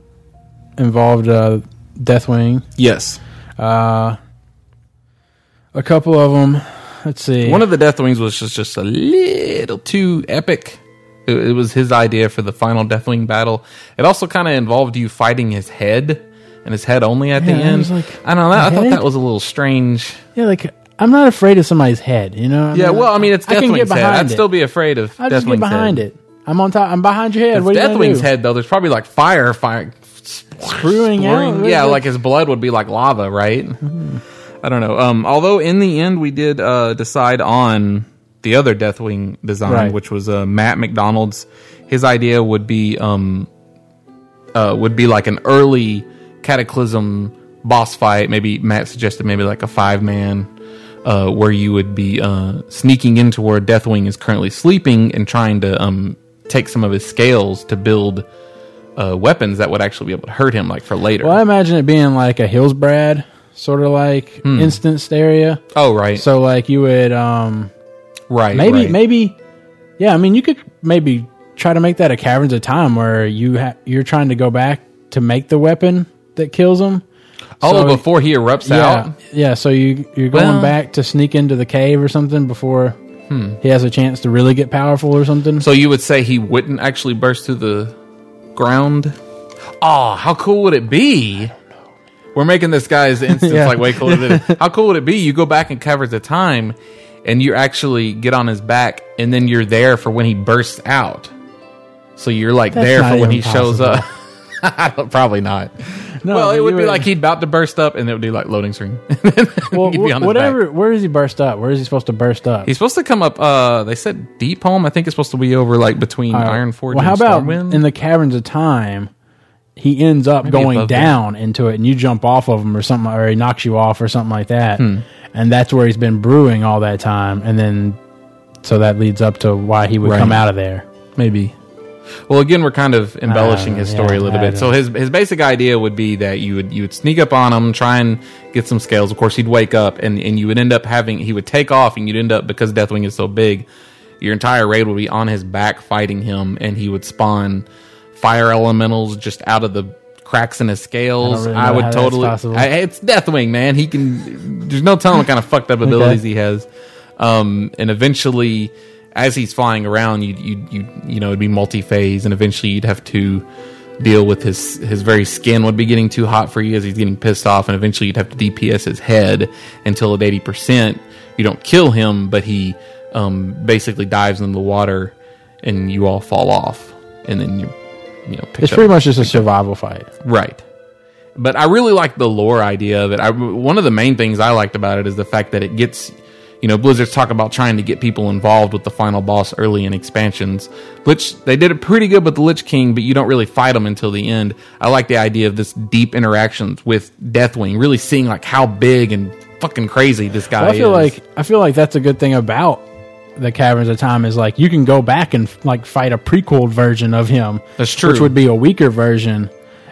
S2: involved uh, Deathwing.
S3: Yes.
S2: A couple of them. Let's see.
S3: One of the Deathwings was just, just a little too epic. It, it was his idea for the final Deathwing battle. It also kind of involved you fighting his head and his head only at
S2: Yeah,
S3: the
S2: I
S3: end.
S2: was like,
S3: I don't know. I
S2: the
S3: thought that
S2: head?
S3: was a little strange.
S2: yeah, like I'm not afraid of somebody's head. You know. I
S3: Yeah, well, I mean, it's
S2: I can get
S3: Deathwing's head.
S2: behind
S3: I'd
S2: it.
S3: still be afraid of
S2: I'll
S3: Deathwing's
S2: just get behind
S3: head.
S2: it. I'm on top. I'm behind your head.
S3: It's
S2: What are you gonna
S3: Deathwing's
S2: do?
S3: head, though, there's probably like fire, fire
S2: Screwing out.
S3: Boring.
S2: What
S3: Yeah,
S2: is it?
S3: like his blood would be like lava, right? I don't know. Um, although in the end, we did uh, decide on the other Deathwing design,
S2: Right.
S3: which was uh, Matt McDonald's. His idea would be um, uh, would be like an early Cataclysm boss fight. Maybe Matt suggested maybe like a five man. Uh, where you would be uh, sneaking into where Deathwing is currently sleeping and trying to um, take some of his scales to build uh, weapons that would actually be able to hurt him, like for later.
S2: Well, I imagine it being like a Hillsbrad sort of like
S3: Hmm.
S2: instanced area.
S3: Oh, right.
S2: So like you would um
S3: right,
S2: maybe
S3: right.
S2: maybe yeah i mean you could maybe try to make that a caverns of time where you ha- you're trying to go back to make the weapon that kills them
S3: oh,
S2: so-
S3: before he erupts
S2: yeah
S3: out.
S2: yeah so you you're going
S3: Well- Hmm.
S2: back to sneak into the cave or something before he has a chance to really get powerful or something
S3: So you would say he wouldn't actually burst through the ground? Oh, how cool would it be? We're making this guy's instance
S2: Yeah.
S3: like way cooler than it. How cool would it be? You go back and cover the time, and you actually get on his back, and then you're there for when he bursts out. So you're like
S2: That's
S3: there
S2: not
S3: for
S2: even
S3: when he shows up. I don't- Probably not.
S2: No,
S3: well, it
S2: you
S3: would be
S2: were-
S3: like he'd about to burst up, and it would be like loading screen.
S2: Well,
S3: He'd be
S2: wh-
S3: on his
S2: whatever. Where is he burst up? Where is he supposed to burst up?
S3: He's supposed to come up. Uh, they said deep home. I think it's supposed to be over like between
S2: All right.
S3: Iron Forge.
S2: Well, how
S3: and
S2: about
S3: Stormwind.
S2: in the caverns of time? He ends up
S3: Maybe
S2: going
S3: above that.
S2: down into it, and you jump off of him or something, or he knocks you off or something like that,
S3: Hmm.
S2: and that's where he's been brewing all that time, and then so that leads up to why he would
S3: Right.
S2: come out of there.
S3: Maybe. Well, again, we're kind of embellishing
S2: Uh,
S3: his story
S2: yeah,
S3: a little
S2: I
S3: bit. So his his basic idea would be that you would you would sneak up on him, try and get some scales. Of course, he'd wake up, and and you would end up having he would take off, and you'd end up because Deathwing is so big, your entire raid would be on his back fighting him, and he would spawn fire elementals just out of the cracks in his scales. I,
S2: really know
S3: would
S2: how that's
S3: totally.
S2: possible.
S3: I, it's Deathwing, man. He can. There's no telling what kind of fucked up abilities he has. Um, and eventually, as he's flying around, you you you you know it'd be multi phase, and eventually you'd have to deal with his his very skin would be getting too hot for you as he's getting pissed off, and eventually you'd have to DPS his head until at eighty percent you don't kill him, but he um, basically dives in the water, and you all fall off, and then you you know pick
S2: It's
S3: up
S2: pretty much just a survival fight.
S3: Right. But I really like the lore idea of it. I, one of the main things I liked about it is the fact that it gets, you know, Blizzard's talk about trying to get people involved with the final boss early in expansions, which they did it pretty good with the Lich King, but you don't really fight him until the end. I like the idea of this deep interactions with Deathwing, really seeing like how big and fucking crazy this guy
S2: I feel
S3: is.
S2: like I feel like that's a good thing about the caverns of time is like you can go back and like fight a prequel version of him.
S3: That's true.
S2: Which would be a weaker version,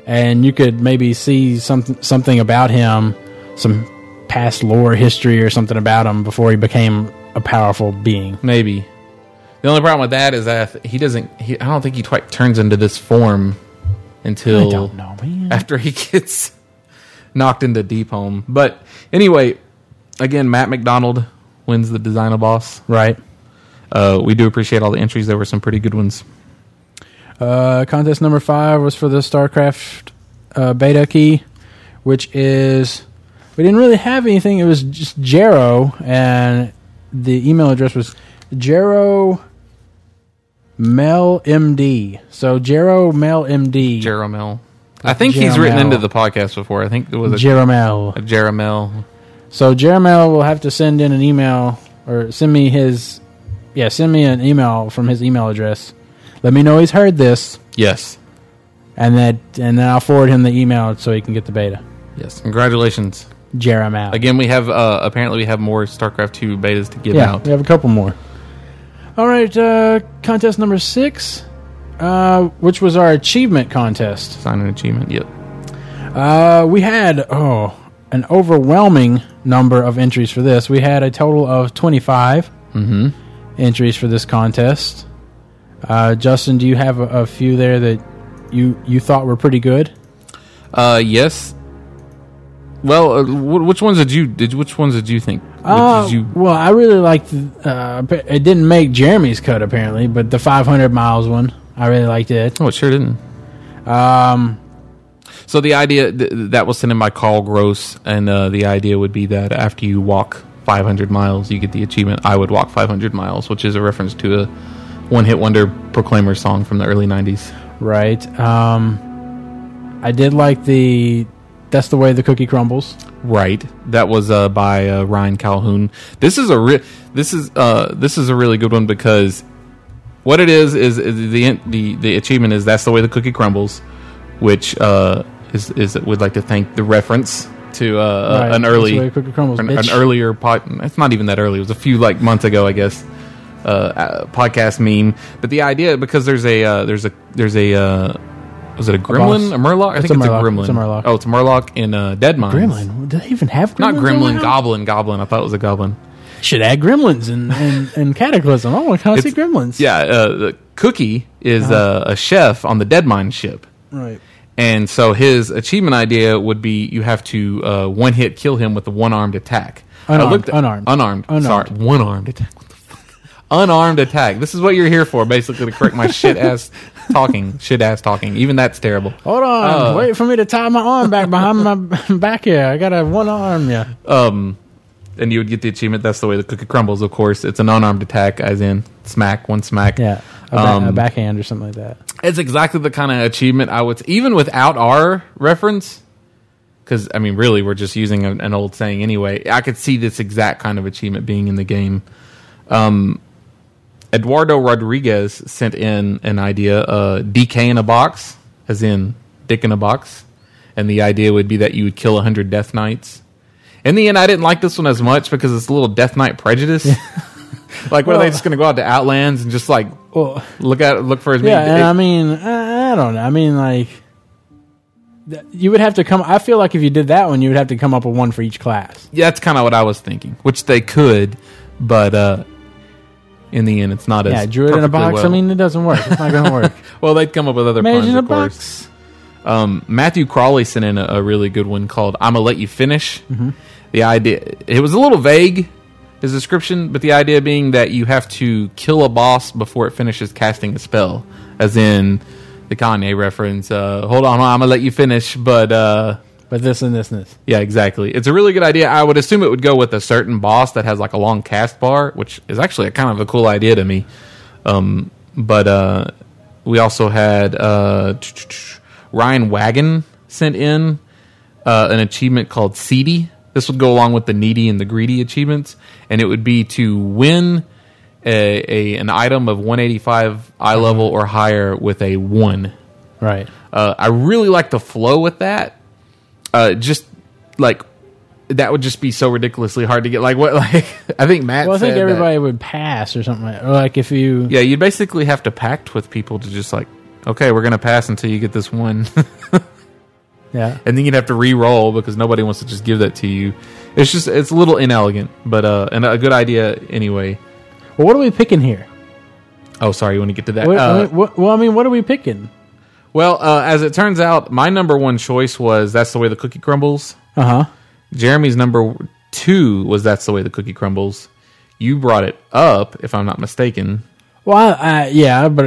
S2: and you could maybe see something something about him, some past lore history or something about him before he became a powerful being.
S3: maybe. The only problem with that is that he doesn't. He, I don't think he quite turns into this form until
S2: I don't know, man.
S3: after he gets knocked into deep home. But anyway, again, Matt McDonald wins the design of boss.
S2: Right.
S3: Uh, we do appreciate all the entries. There were some pretty good ones.
S2: Uh, contest number five was for the StarCraft uh, beta key, which is we didn't really have anything. It was just Jero, and the email address was Jero Mel MD. So Jero Mel MD.
S3: Jeromel. I think he's written
S2: Jeromel.
S3: into the podcast before. I think it was a,
S2: Jeromel.
S3: a Jeromel.
S2: So Jeremel will have to send in an email or send me his yeah, send me an email from his email address. Let me know he's heard this
S3: Yes.
S2: and that and then I'll forward him the email so he can get the beta.
S3: Yes. Congratulations.
S2: Jeremel.
S3: Again, we have uh, apparently we have more StarCraft 2 betas to give
S2: yeah,
S3: out.
S2: we have a couple more. All right, uh, contest number six, uh, which was our achievement contest.
S3: Sign an achievement. Yep.
S2: Uh, we had oh an overwhelming number of entries for this. We had a total of twenty Mm-hmm. entries for this contest. Uh, Justin, do you have a, a few there that you you thought were pretty good?
S3: Uh, yes. Well, uh, wh- which ones did you did? Which ones did you think?
S2: Uh,
S3: did you,
S2: Well, I really liked. Uh, it didn't make Jeremy's cut apparently, but the five hundred miles one, I really liked it.
S3: oh, it sure didn't.
S2: Um,
S3: So the idea th- that was sent in by Carl Gross, and uh, the idea would be that after you walk 500 miles, you get the achievement. I would walk 500 miles, which is a reference to a one-hit wonder Proclaimer song from the early 90s.
S2: right. Um, I did like the. That's the way the cookie crumbles.
S3: Right. That was uh, by uh, Ryan Calhoun. This is a re- this is uh, this is a really good one because what it is is, is the the the achievement is that's the way the cookie crumbles, which uh, is is would like to thank the reference to uh,
S2: Right.
S3: an
S2: That's
S3: early
S2: the way the cookie crumbles,
S3: an,
S2: bitch.
S3: an earlier pot. It's not even that early. It was a few like months ago, I guess. Uh, uh, podcast meme, but the idea because there's a uh, there's a there's a uh, was it a gremlin
S2: boss.
S3: a, murloc? I
S2: It's a
S3: think it's a
S2: Murloc.
S3: gremlin.
S2: It's a Murloc.
S3: Oh, it's a murloc in uh, Dead Mines.
S2: Gremlin? Do they even have gremlins
S3: Not gremlin,
S2: around?
S3: goblin, goblin. I thought it was a goblin.
S2: Should add gremlins and and, and cataclysm. I want to see gremlins.
S3: Yeah, uh, the Cookie is uh, a chef on the Deadmine ship.
S2: Right.
S3: And so his achievement idea would be you have to uh, one hit kill him with a one armed attack. I
S2: Unarmed,
S3: looked at-
S2: unarmed.
S3: Unarmed.
S2: Unarmed.
S3: Sorry. One armed attack. What the fuck? Unarmed attack. This is what you're here for, basically, to correct my shit ass talking. Shit ass talking. Even that's terrible.
S2: Hold on.
S3: Uh.
S2: Wait for me to tie my arm back behind my back here. I got a one arm. Yeah.
S3: Um, and you would get the achievement. That's the way the cookie crumbles. Of course, it's an unarmed attack, as in smack one smack.
S2: Yeah. a, ba-
S3: Um,
S2: a backhand or something like that.
S3: It's exactly the kind of achievement I would, even without our reference, because I mean, really, we're just using an, an old saying anyway. I could see this exact kind of achievement being in the game. Um, Eduardo Rodriguez sent in an idea: uh, DK in a box, as in Dick in a box, and the idea would be that you would kill hundred Death Knights. In the end, I didn't like this one as much because it's a little Death Knight prejudice. like, what are
S2: Well-
S3: they just going to go out to Outlands and just like
S2: Well,
S3: look at look for as many?
S2: yeah, and
S3: it-
S2: I mean, I, I don't know. I mean, like, th- you would have to come. I feel like if you did that one, you would have to come up with one for each class.
S3: Yeah, that's kind of what I was thinking, which they could, but uh, in the end, it's not as
S2: yeah, Druid in a
S3: perfectly
S2: box.
S3: Well.
S2: I mean, it doesn't work. It's not going to work.
S3: well, they'd come up with other
S2: Mage
S3: puns,
S2: in a
S3: of course.
S2: box.
S3: Um, Matthew Crawley sent in a, a really good one called "I'm gonna let you finish."
S2: Mm-hmm.
S3: The idea it was a little vague, his description, but the idea being that you have to kill a boss before it finishes casting a spell, as in the Kanye reference. Uh, Hold on, I'm gonna let you finish, but. Uh,
S2: But this and this and this.
S3: yeah, exactly. It's a really good idea. I would assume it would go with a certain boss that has like a long cast bar, which is actually a kind of a cool idea to me. Um, but uh, we also had uh, Ryan Wagon sent in uh, an achievement called Seedy. This would go along with the needy and the greedy achievements, and it would be to win a, a an item of 185 eye level or higher with a one.
S2: Right.
S3: Uh, I really like the flow with that. Uh, just like that would just be so ridiculously hard to get. Like what? Like I think Matt.
S2: Well, I think
S3: said that-
S2: everybody would pass or something like. Or like if you.
S3: yeah, you'd basically have to pact with people to just like, okay, we're gonna pass until you get this one,
S2: Yeah.
S3: and then you'd have to re-roll because nobody wants to just give that to you. It's just it's a little inelegant, but uh, and a good idea anyway.
S2: Well, what are we picking here?
S3: Oh, sorry, you want to get to that?
S2: What,
S3: Uh,
S2: what- well, I mean, what are we picking?
S3: well, uh, as it turns out, my number one choice was that's the way the cookie crumbles.
S2: Uh huh.
S3: Jeremy's number two was that's the way the cookie crumbles. You brought it up, if I'm not mistaken.
S2: Well, I, I, yeah, but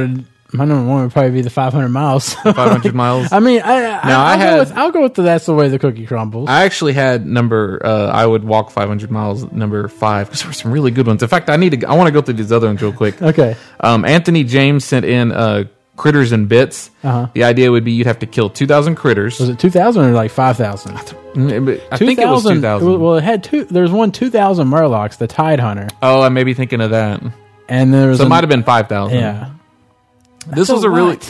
S2: my number one would probably be the 500 miles.
S3: 500 miles.
S2: I mean, I, I,
S3: Now, I
S2: I'll,
S3: had-
S2: go with, I'll go with the that's the way the cookie crumbles.
S3: I actually had number. Uh, I would walk 500 miles. Number five because there were some really good ones. In fact, I need to. I want to go through these other ones real quick.
S2: okay.
S3: Um, Anthony James sent in uh, critters and bits.
S2: Uh-huh.
S3: The idea would be you'd have to kill 2,000 critters.
S2: Was it 2,000 or like 5,000?
S3: Mm, but I think it was 2,000.
S2: Well, it had two. There was one 2,000 Murlocs, the Tide Hunter,
S3: oh, I may be thinking of that.
S2: and there was
S3: So it
S2: an-
S3: might have been 5,000.
S2: Yeah.
S3: This was a really.
S2: lot.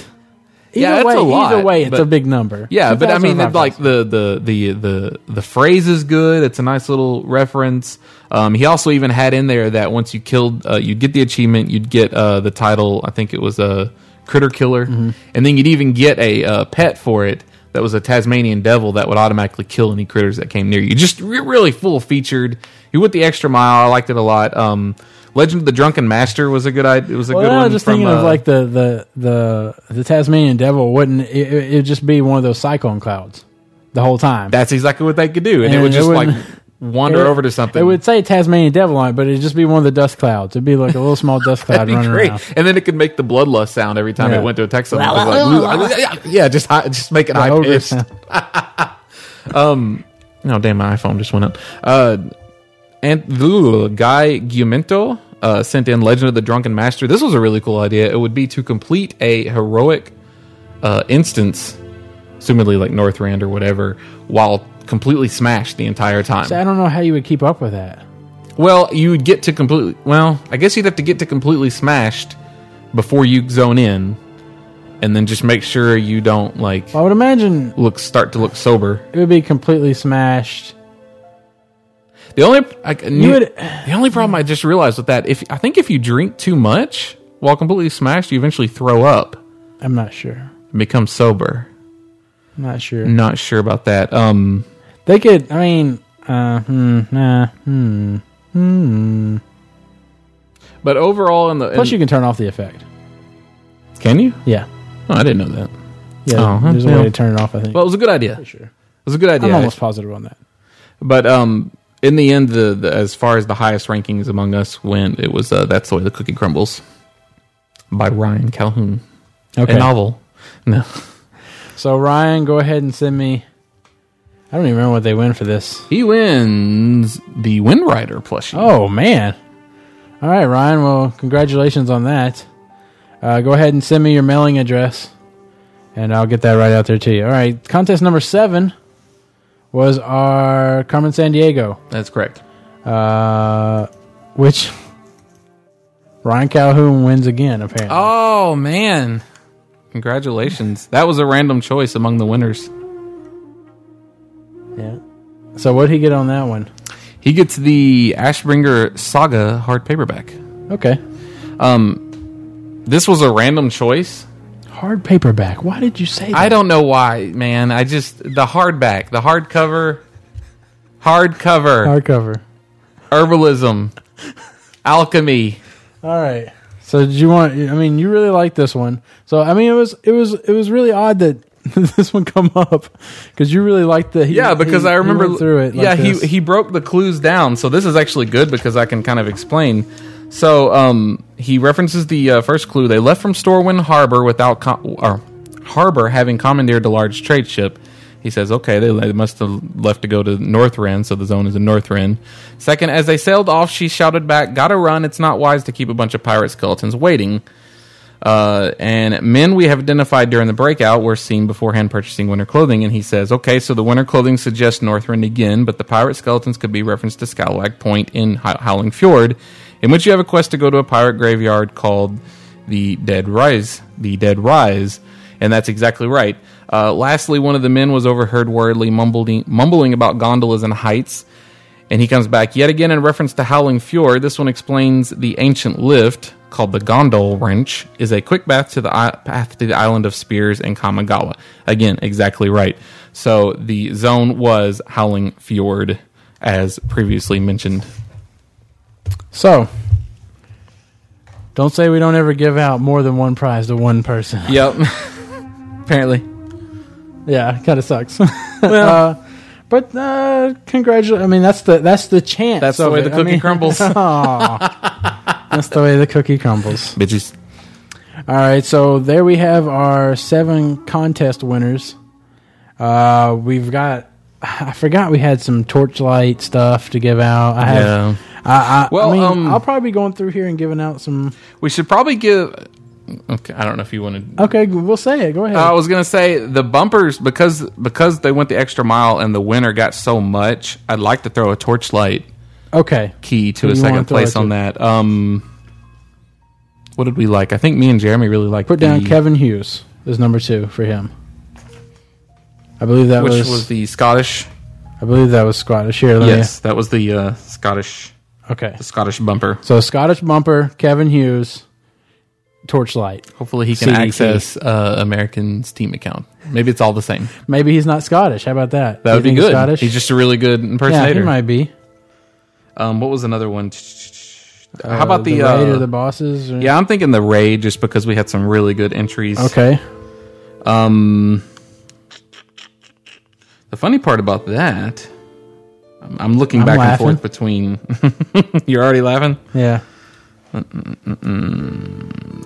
S2: Either
S3: Yeah, that's
S2: way,
S3: a lot,
S2: Either way, it's
S3: but-
S2: a big number.
S3: Yeah, but I
S2: 2,000
S3: mean,
S2: or
S3: it, like
S2: 5,000.
S3: the, the the the the phrase is good. It's a nice little reference. Um, he also even had in there that once you killed, uh, you'd get the achievement, you'd get uh, the title. I think it was a critter killer,
S2: Mm-hmm.
S3: and then you'd even get a uh, pet for it that was a Tasmanian devil that would automatically kill any critters that came near you. Just re- really full featured. You went the extra mile. I liked it a lot. Um, Legend of the Drunken Master was a good. i- It was a
S2: Well,
S3: good
S2: I
S3: one.
S2: was just
S3: from,
S2: thinking of
S3: uh,
S2: like the, the the the Tasmanian devil wouldn't it, it- it'd just be one of those cyclone clouds the whole time.
S3: that's exactly what they could do,
S2: And
S3: and, it would
S2: it
S3: just like
S2: wouldn't-
S3: wander
S2: It-
S3: over to something.
S2: It would say Tasmanian devil on it, but it'd just be one of the dust clouds. It'd be like a little small dust cloud
S3: That'd be
S2: running
S3: great.
S2: around.
S3: And then it could make the bloodlust sound every time
S2: Yeah.
S3: it went to attack someone. It was like, yeah, just high, just make it
S2: The
S3: high
S2: ogre
S3: pitched.
S2: sound.
S3: Oh damn, my iPhone just went up. Uh, and the guy Giumento uh, sent in Legend of the Drunken Master. This was a really cool idea. It would be to complete a heroic uh, instance, assumedly like Northrend or whatever, while completely smashed the entire time.
S2: So I don't know how you would keep up with that.
S3: Well, you would get to completely. Well, I guess you'd have to get to completely smashed before you zone in, and then just make sure you don't like
S2: I would imagine
S3: look start to look sober.
S2: it would be completely smashed.
S3: The only I knew,
S2: would-
S3: the only problem I just realized with that if I think if you drink too much while completely smashed, you eventually throw up
S2: I'm not sure.
S3: and become sober.
S2: I'm not sure.
S3: Not sure about that. Um,
S2: They could. I mean, uh, hmm, nah, hmm.
S3: but overall, in the
S2: Plus,
S3: in-
S2: you can turn off the effect.
S3: can you?
S2: Yeah,
S3: Oh, I didn't know that.
S2: yeah.
S3: Oh,
S2: there's a
S3: yeah.
S2: way to turn it off. I think.
S3: Well, it was a good idea. It
S2: sure.
S3: was a good idea.
S2: I'm almost positive on that.
S3: But um, in the end, the, the as far as the highest rankings among us went, it was uh, "That's the Way the Cookie Crumbles" by Ryan Calhoun,
S2: Okay.
S3: a novel. No,
S2: So Ryan, go ahead and send me. I don't even remember what they win for this.
S3: he wins the Wind Rider plushie.
S2: Oh man! All right, Ryan. Well, congratulations on that. Uh, go ahead and send me your mailing address, and I'll get that right out there to you. All right, contest number seven was our Carmen San Diego,
S3: That's correct.
S2: uh, which Ryan Calhoun wins again. Apparently,
S3: Oh man. Congratulations. That was a random choice among the winners.
S2: yeah. So what would he get on that one?
S3: He gets the Ashbringer Saga hard paperback.
S2: Okay,
S3: This was a random choice.
S2: hard paperback. Why did you say that?
S3: I don't know why, man. I just the hardback, the hardcover, hardcover,
S2: hardcover.
S3: herbalism, alchemy.
S2: All right. So did you want? I mean, you really like this one. So I mean, it was it was it was really odd that this one come up because you really liked the he-
S3: Yeah, because
S2: he-
S3: I
S2: he
S3: remember
S2: went through it. like
S3: yeah,
S2: this.
S3: he he broke the clues down, so this is actually good because I can kind of explain. So um, he references the uh, first clue. They left from Storwin Harbor without com- or harbor having commandeered a large trade ship. He says, okay, they, they must have left to go to Northrend, so the zone is in Northrend. Second, as they sailed off, she shouted back, "Gotta run! It's not wise to keep a bunch of pirate skeletons waiting." Uh, and men we have identified during the breakout were seen beforehand purchasing winter clothing. And he says, okay, so the winter clothing suggests Northrend again, but the pirate skeletons could be referenced to Scalawag Point in How- Howling Fjord, in which you have a quest to go to a pirate graveyard called the Dead Rise. The Dead Rise. And that's exactly right. Uh, lastly, one of the men was overheard worriedly mumbling, mumbling about gondolas and heights. And he comes back yet again in reference to Howling Fjord. This one explains the ancient lift called the Gondol Wrench is a quick path to the i- path to the island of Spears and Kamigawa. Again, exactly right. So the zone was Howling Fjord, as previously mentioned.
S2: So don't say we don't ever give out more than one prize to one person.
S3: Yep. Apparently,
S2: Yeah, kind of sucks. uh, but uh, congratulations. I mean, that's the that's the chance.
S3: that's the
S2: of
S3: way
S2: it.
S3: the
S2: I
S3: cookie
S2: mean-
S3: crumbles.
S2: Aw. that's the way the cookie crumbles.
S3: Bitches.
S2: All right, so there we have our seven contest winners. Uh, we've got. I forgot we had some torchlight stuff to give out. I have.
S3: Yeah.
S2: I, I,
S3: Well,
S2: I mean,
S3: um,
S2: I'll probably be going through here and giving out some.
S3: We should probably give. Okay, I don't know if you want to
S2: Okay, we'll say it. Go ahead.
S3: I was gonna say the bumpers because because they went the extra mile and the winner got so much. I'd like to throw a torchlight
S2: okay.
S3: key to
S2: Who
S3: a
S2: you wanna
S3: second
S2: throw
S3: place
S2: it
S3: on
S2: to?
S3: that. Um, what did we like? I think me and Jeremy really liked.
S2: Put down
S3: the-
S2: Kevin Hughes is number two for him. I believe that
S3: which
S2: was,
S3: was, the Scottish.
S2: I believe that was Scottish. Here, let me-
S3: Yes, that was the uh, Scottish
S2: Okay.
S3: the Scottish bumper.
S2: So Scottish bumper, Kevin Hughes, torchlight.
S3: Hopefully, he can
S2: CDT.
S3: access uh, American's team account. Maybe it's all the same.
S2: Maybe he's not Scottish. How about that?
S3: That
S2: You
S3: would be
S2: think he's
S3: good.
S2: Scottish?
S3: He's just a really good
S2: yeah,
S3: impersonator.
S2: he might be.
S3: um, what was another one?
S2: Uh,
S3: How about the, uh,
S2: raid or the bosses? or-
S3: Yeah, I'm thinking the raid just because we had some really good entries.
S2: Okay.
S3: Um, the funny part about that, I'm, I'm looking
S2: I'm
S3: back
S2: laughing.
S3: and forth between. you're already laughing.
S2: Yeah.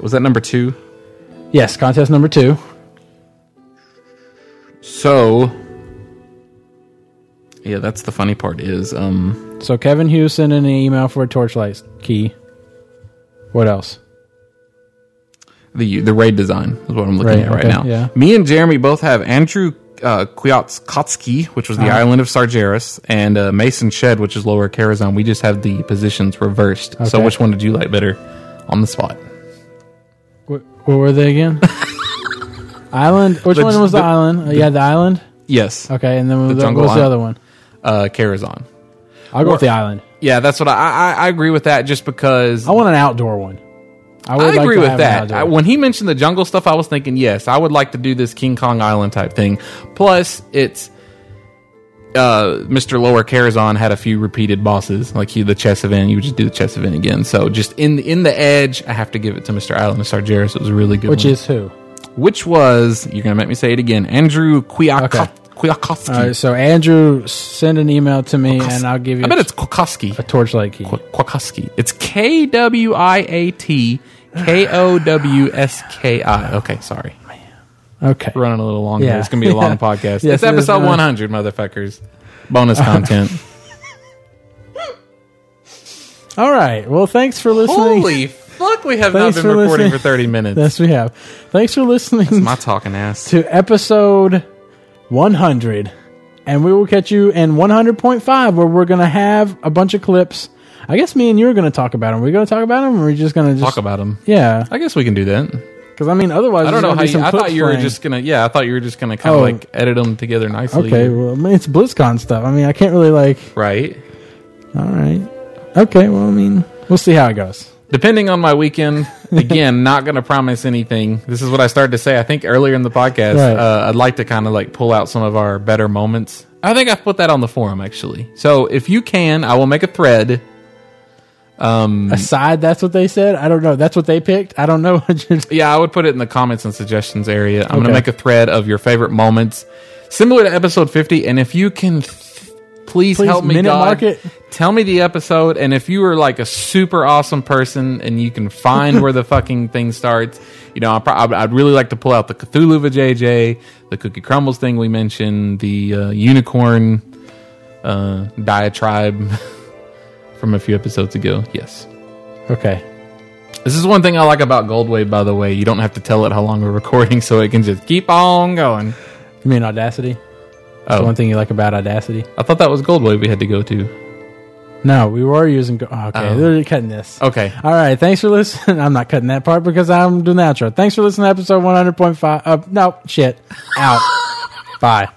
S3: Was that number two?
S2: Yes. Contest number two.
S3: So, yeah, that's the funny part. Is um,
S2: So Kevin Hughes sent in an email for a torchlight key. What else?
S3: the the raid design is what I'm looking
S2: Raid,
S3: at right
S2: okay,
S3: now.
S2: yeah.
S3: Me and Jeremy both have Andrew uh, Kwiatkowski, which was the
S2: Uh-huh.
S3: island of Sargeras, and uh, Mason Shed, which is lower Karazhan. We just have the positions reversed. So,
S2: Okay.
S3: which one did you like better on the spot?
S2: What, what were they again? island. Which
S3: The-
S2: one was the,
S3: the-
S2: island? Uh, yeah, the island.
S3: Yes,
S2: Okay, and then the
S3: jungle
S2: what was the
S3: island.
S2: other one?
S3: uh, Karazhan.
S2: I'll go
S3: Or-
S2: with the island.
S3: Yeah, that's what I, I I agree with that. Just because
S2: I want an outdoor one. would
S3: I
S2: like
S3: agree
S2: to
S3: with
S2: have an
S3: that.
S2: outdoor
S3: I,
S2: one.
S3: when he mentioned the jungle stuff, I was thinking, yes, I would like to do this King Kong Island type thing. Plus, it's uh, Mr. Lower Karazhan had a few repeated bosses, like he the chess event. You would just do the chess event again. So just in in the edge, I have to give it to Mr. Island and Sargeras. It was a really good.
S2: Which
S3: one.
S2: is who?
S3: which was you're gonna make me say it again, Andrew Kwiatkowski.
S2: Okay. All right, so Andrew, send an email to me, and I'll give you
S3: Oh, I bet it's Kwiatkowski.
S2: a torchlight key.
S3: Qu- Kwakowski. It's K W I A T K O W S K I. Okay, sorry.
S2: Okay.
S3: We're running a little long here.
S2: Yeah.
S3: It's going to be a long
S2: Yeah.
S3: podcast.
S2: Yes,
S3: it's
S2: it is
S3: episode
S2: gonna-
S3: 100, motherfuckers. Bonus content.
S2: All right. Well, thanks for listening.
S3: Holy fuck, we have
S2: Thanks
S3: not been
S2: for
S3: recording
S2: listening.
S3: for 30 minutes.
S2: Yes, we have. Thanks for listening
S3: My talking ass.
S2: to episode 100. And we will catch you in 100.5, where we're going to have a bunch of clips. I guess me and you are going to talk about them. Are we going to talk about them, or are we just going to just.
S3: Talk about them.
S2: Yeah.
S3: I guess we can do that.
S2: Because, I mean, otherwise,
S3: I don't
S2: there's
S3: know
S2: gonna
S3: how
S2: be
S3: you.
S2: some
S3: I thought
S2: clips
S3: you were
S2: playing.
S3: just gonna. Yeah, I thought you were just gonna kind of
S2: Oh.
S3: like edit them together nicely.
S2: Okay, well, I mean, it's BlizzCon stuff. I mean, I can't really, like.
S3: Right.
S2: All right. Okay, well, I mean, we'll see how it goes.
S3: Depending on my weekend, again, not gonna promise anything. This is what I started to say. I think earlier in the podcast,
S2: Right.
S3: uh, I'd like to kind of like pull out some of our better moments. I think I put that on the forum actually. So if you can, I will make a thread. Um.
S2: Aside, that's what they said. I don't know. That's what they picked. I don't know. what you're-
S3: Yeah, I would put it in the comments and suggestions area. I'm going to
S2: Okay.
S3: make a thread of your favorite moments, similar to episode 50. And if you can, th- please,
S2: Please
S3: help me,
S2: minute
S3: God,
S2: mark it.
S3: tell me the episode. And if you are like a super awesome person and you can find where the fucking thing starts, you know, I pro- I'd, I'd really like to pull out the Cthulhu JJ, the Cookie Crumbles thing we mentioned, the uh, unicorn uh, diatribe from a few episodes ago. Yes.
S2: okay.
S3: This is one thing I like about Goldwave, by the way. You don't have to tell it how long we're recording, so it can just keep on going.
S2: You mean Audacity? That's
S3: Oh.
S2: the one thing you like about Audacity?
S3: I thought that was Goldwave we had to go to.
S2: No, we were using. Go- oh, okay,
S3: Oh.
S2: they're cutting this.
S3: Okay.
S2: All right. Thanks for listening. I'm not cutting that part because I'm doing the outro. Thanks for listening to episode 100.5. Uh, no, shit. Out. Bye.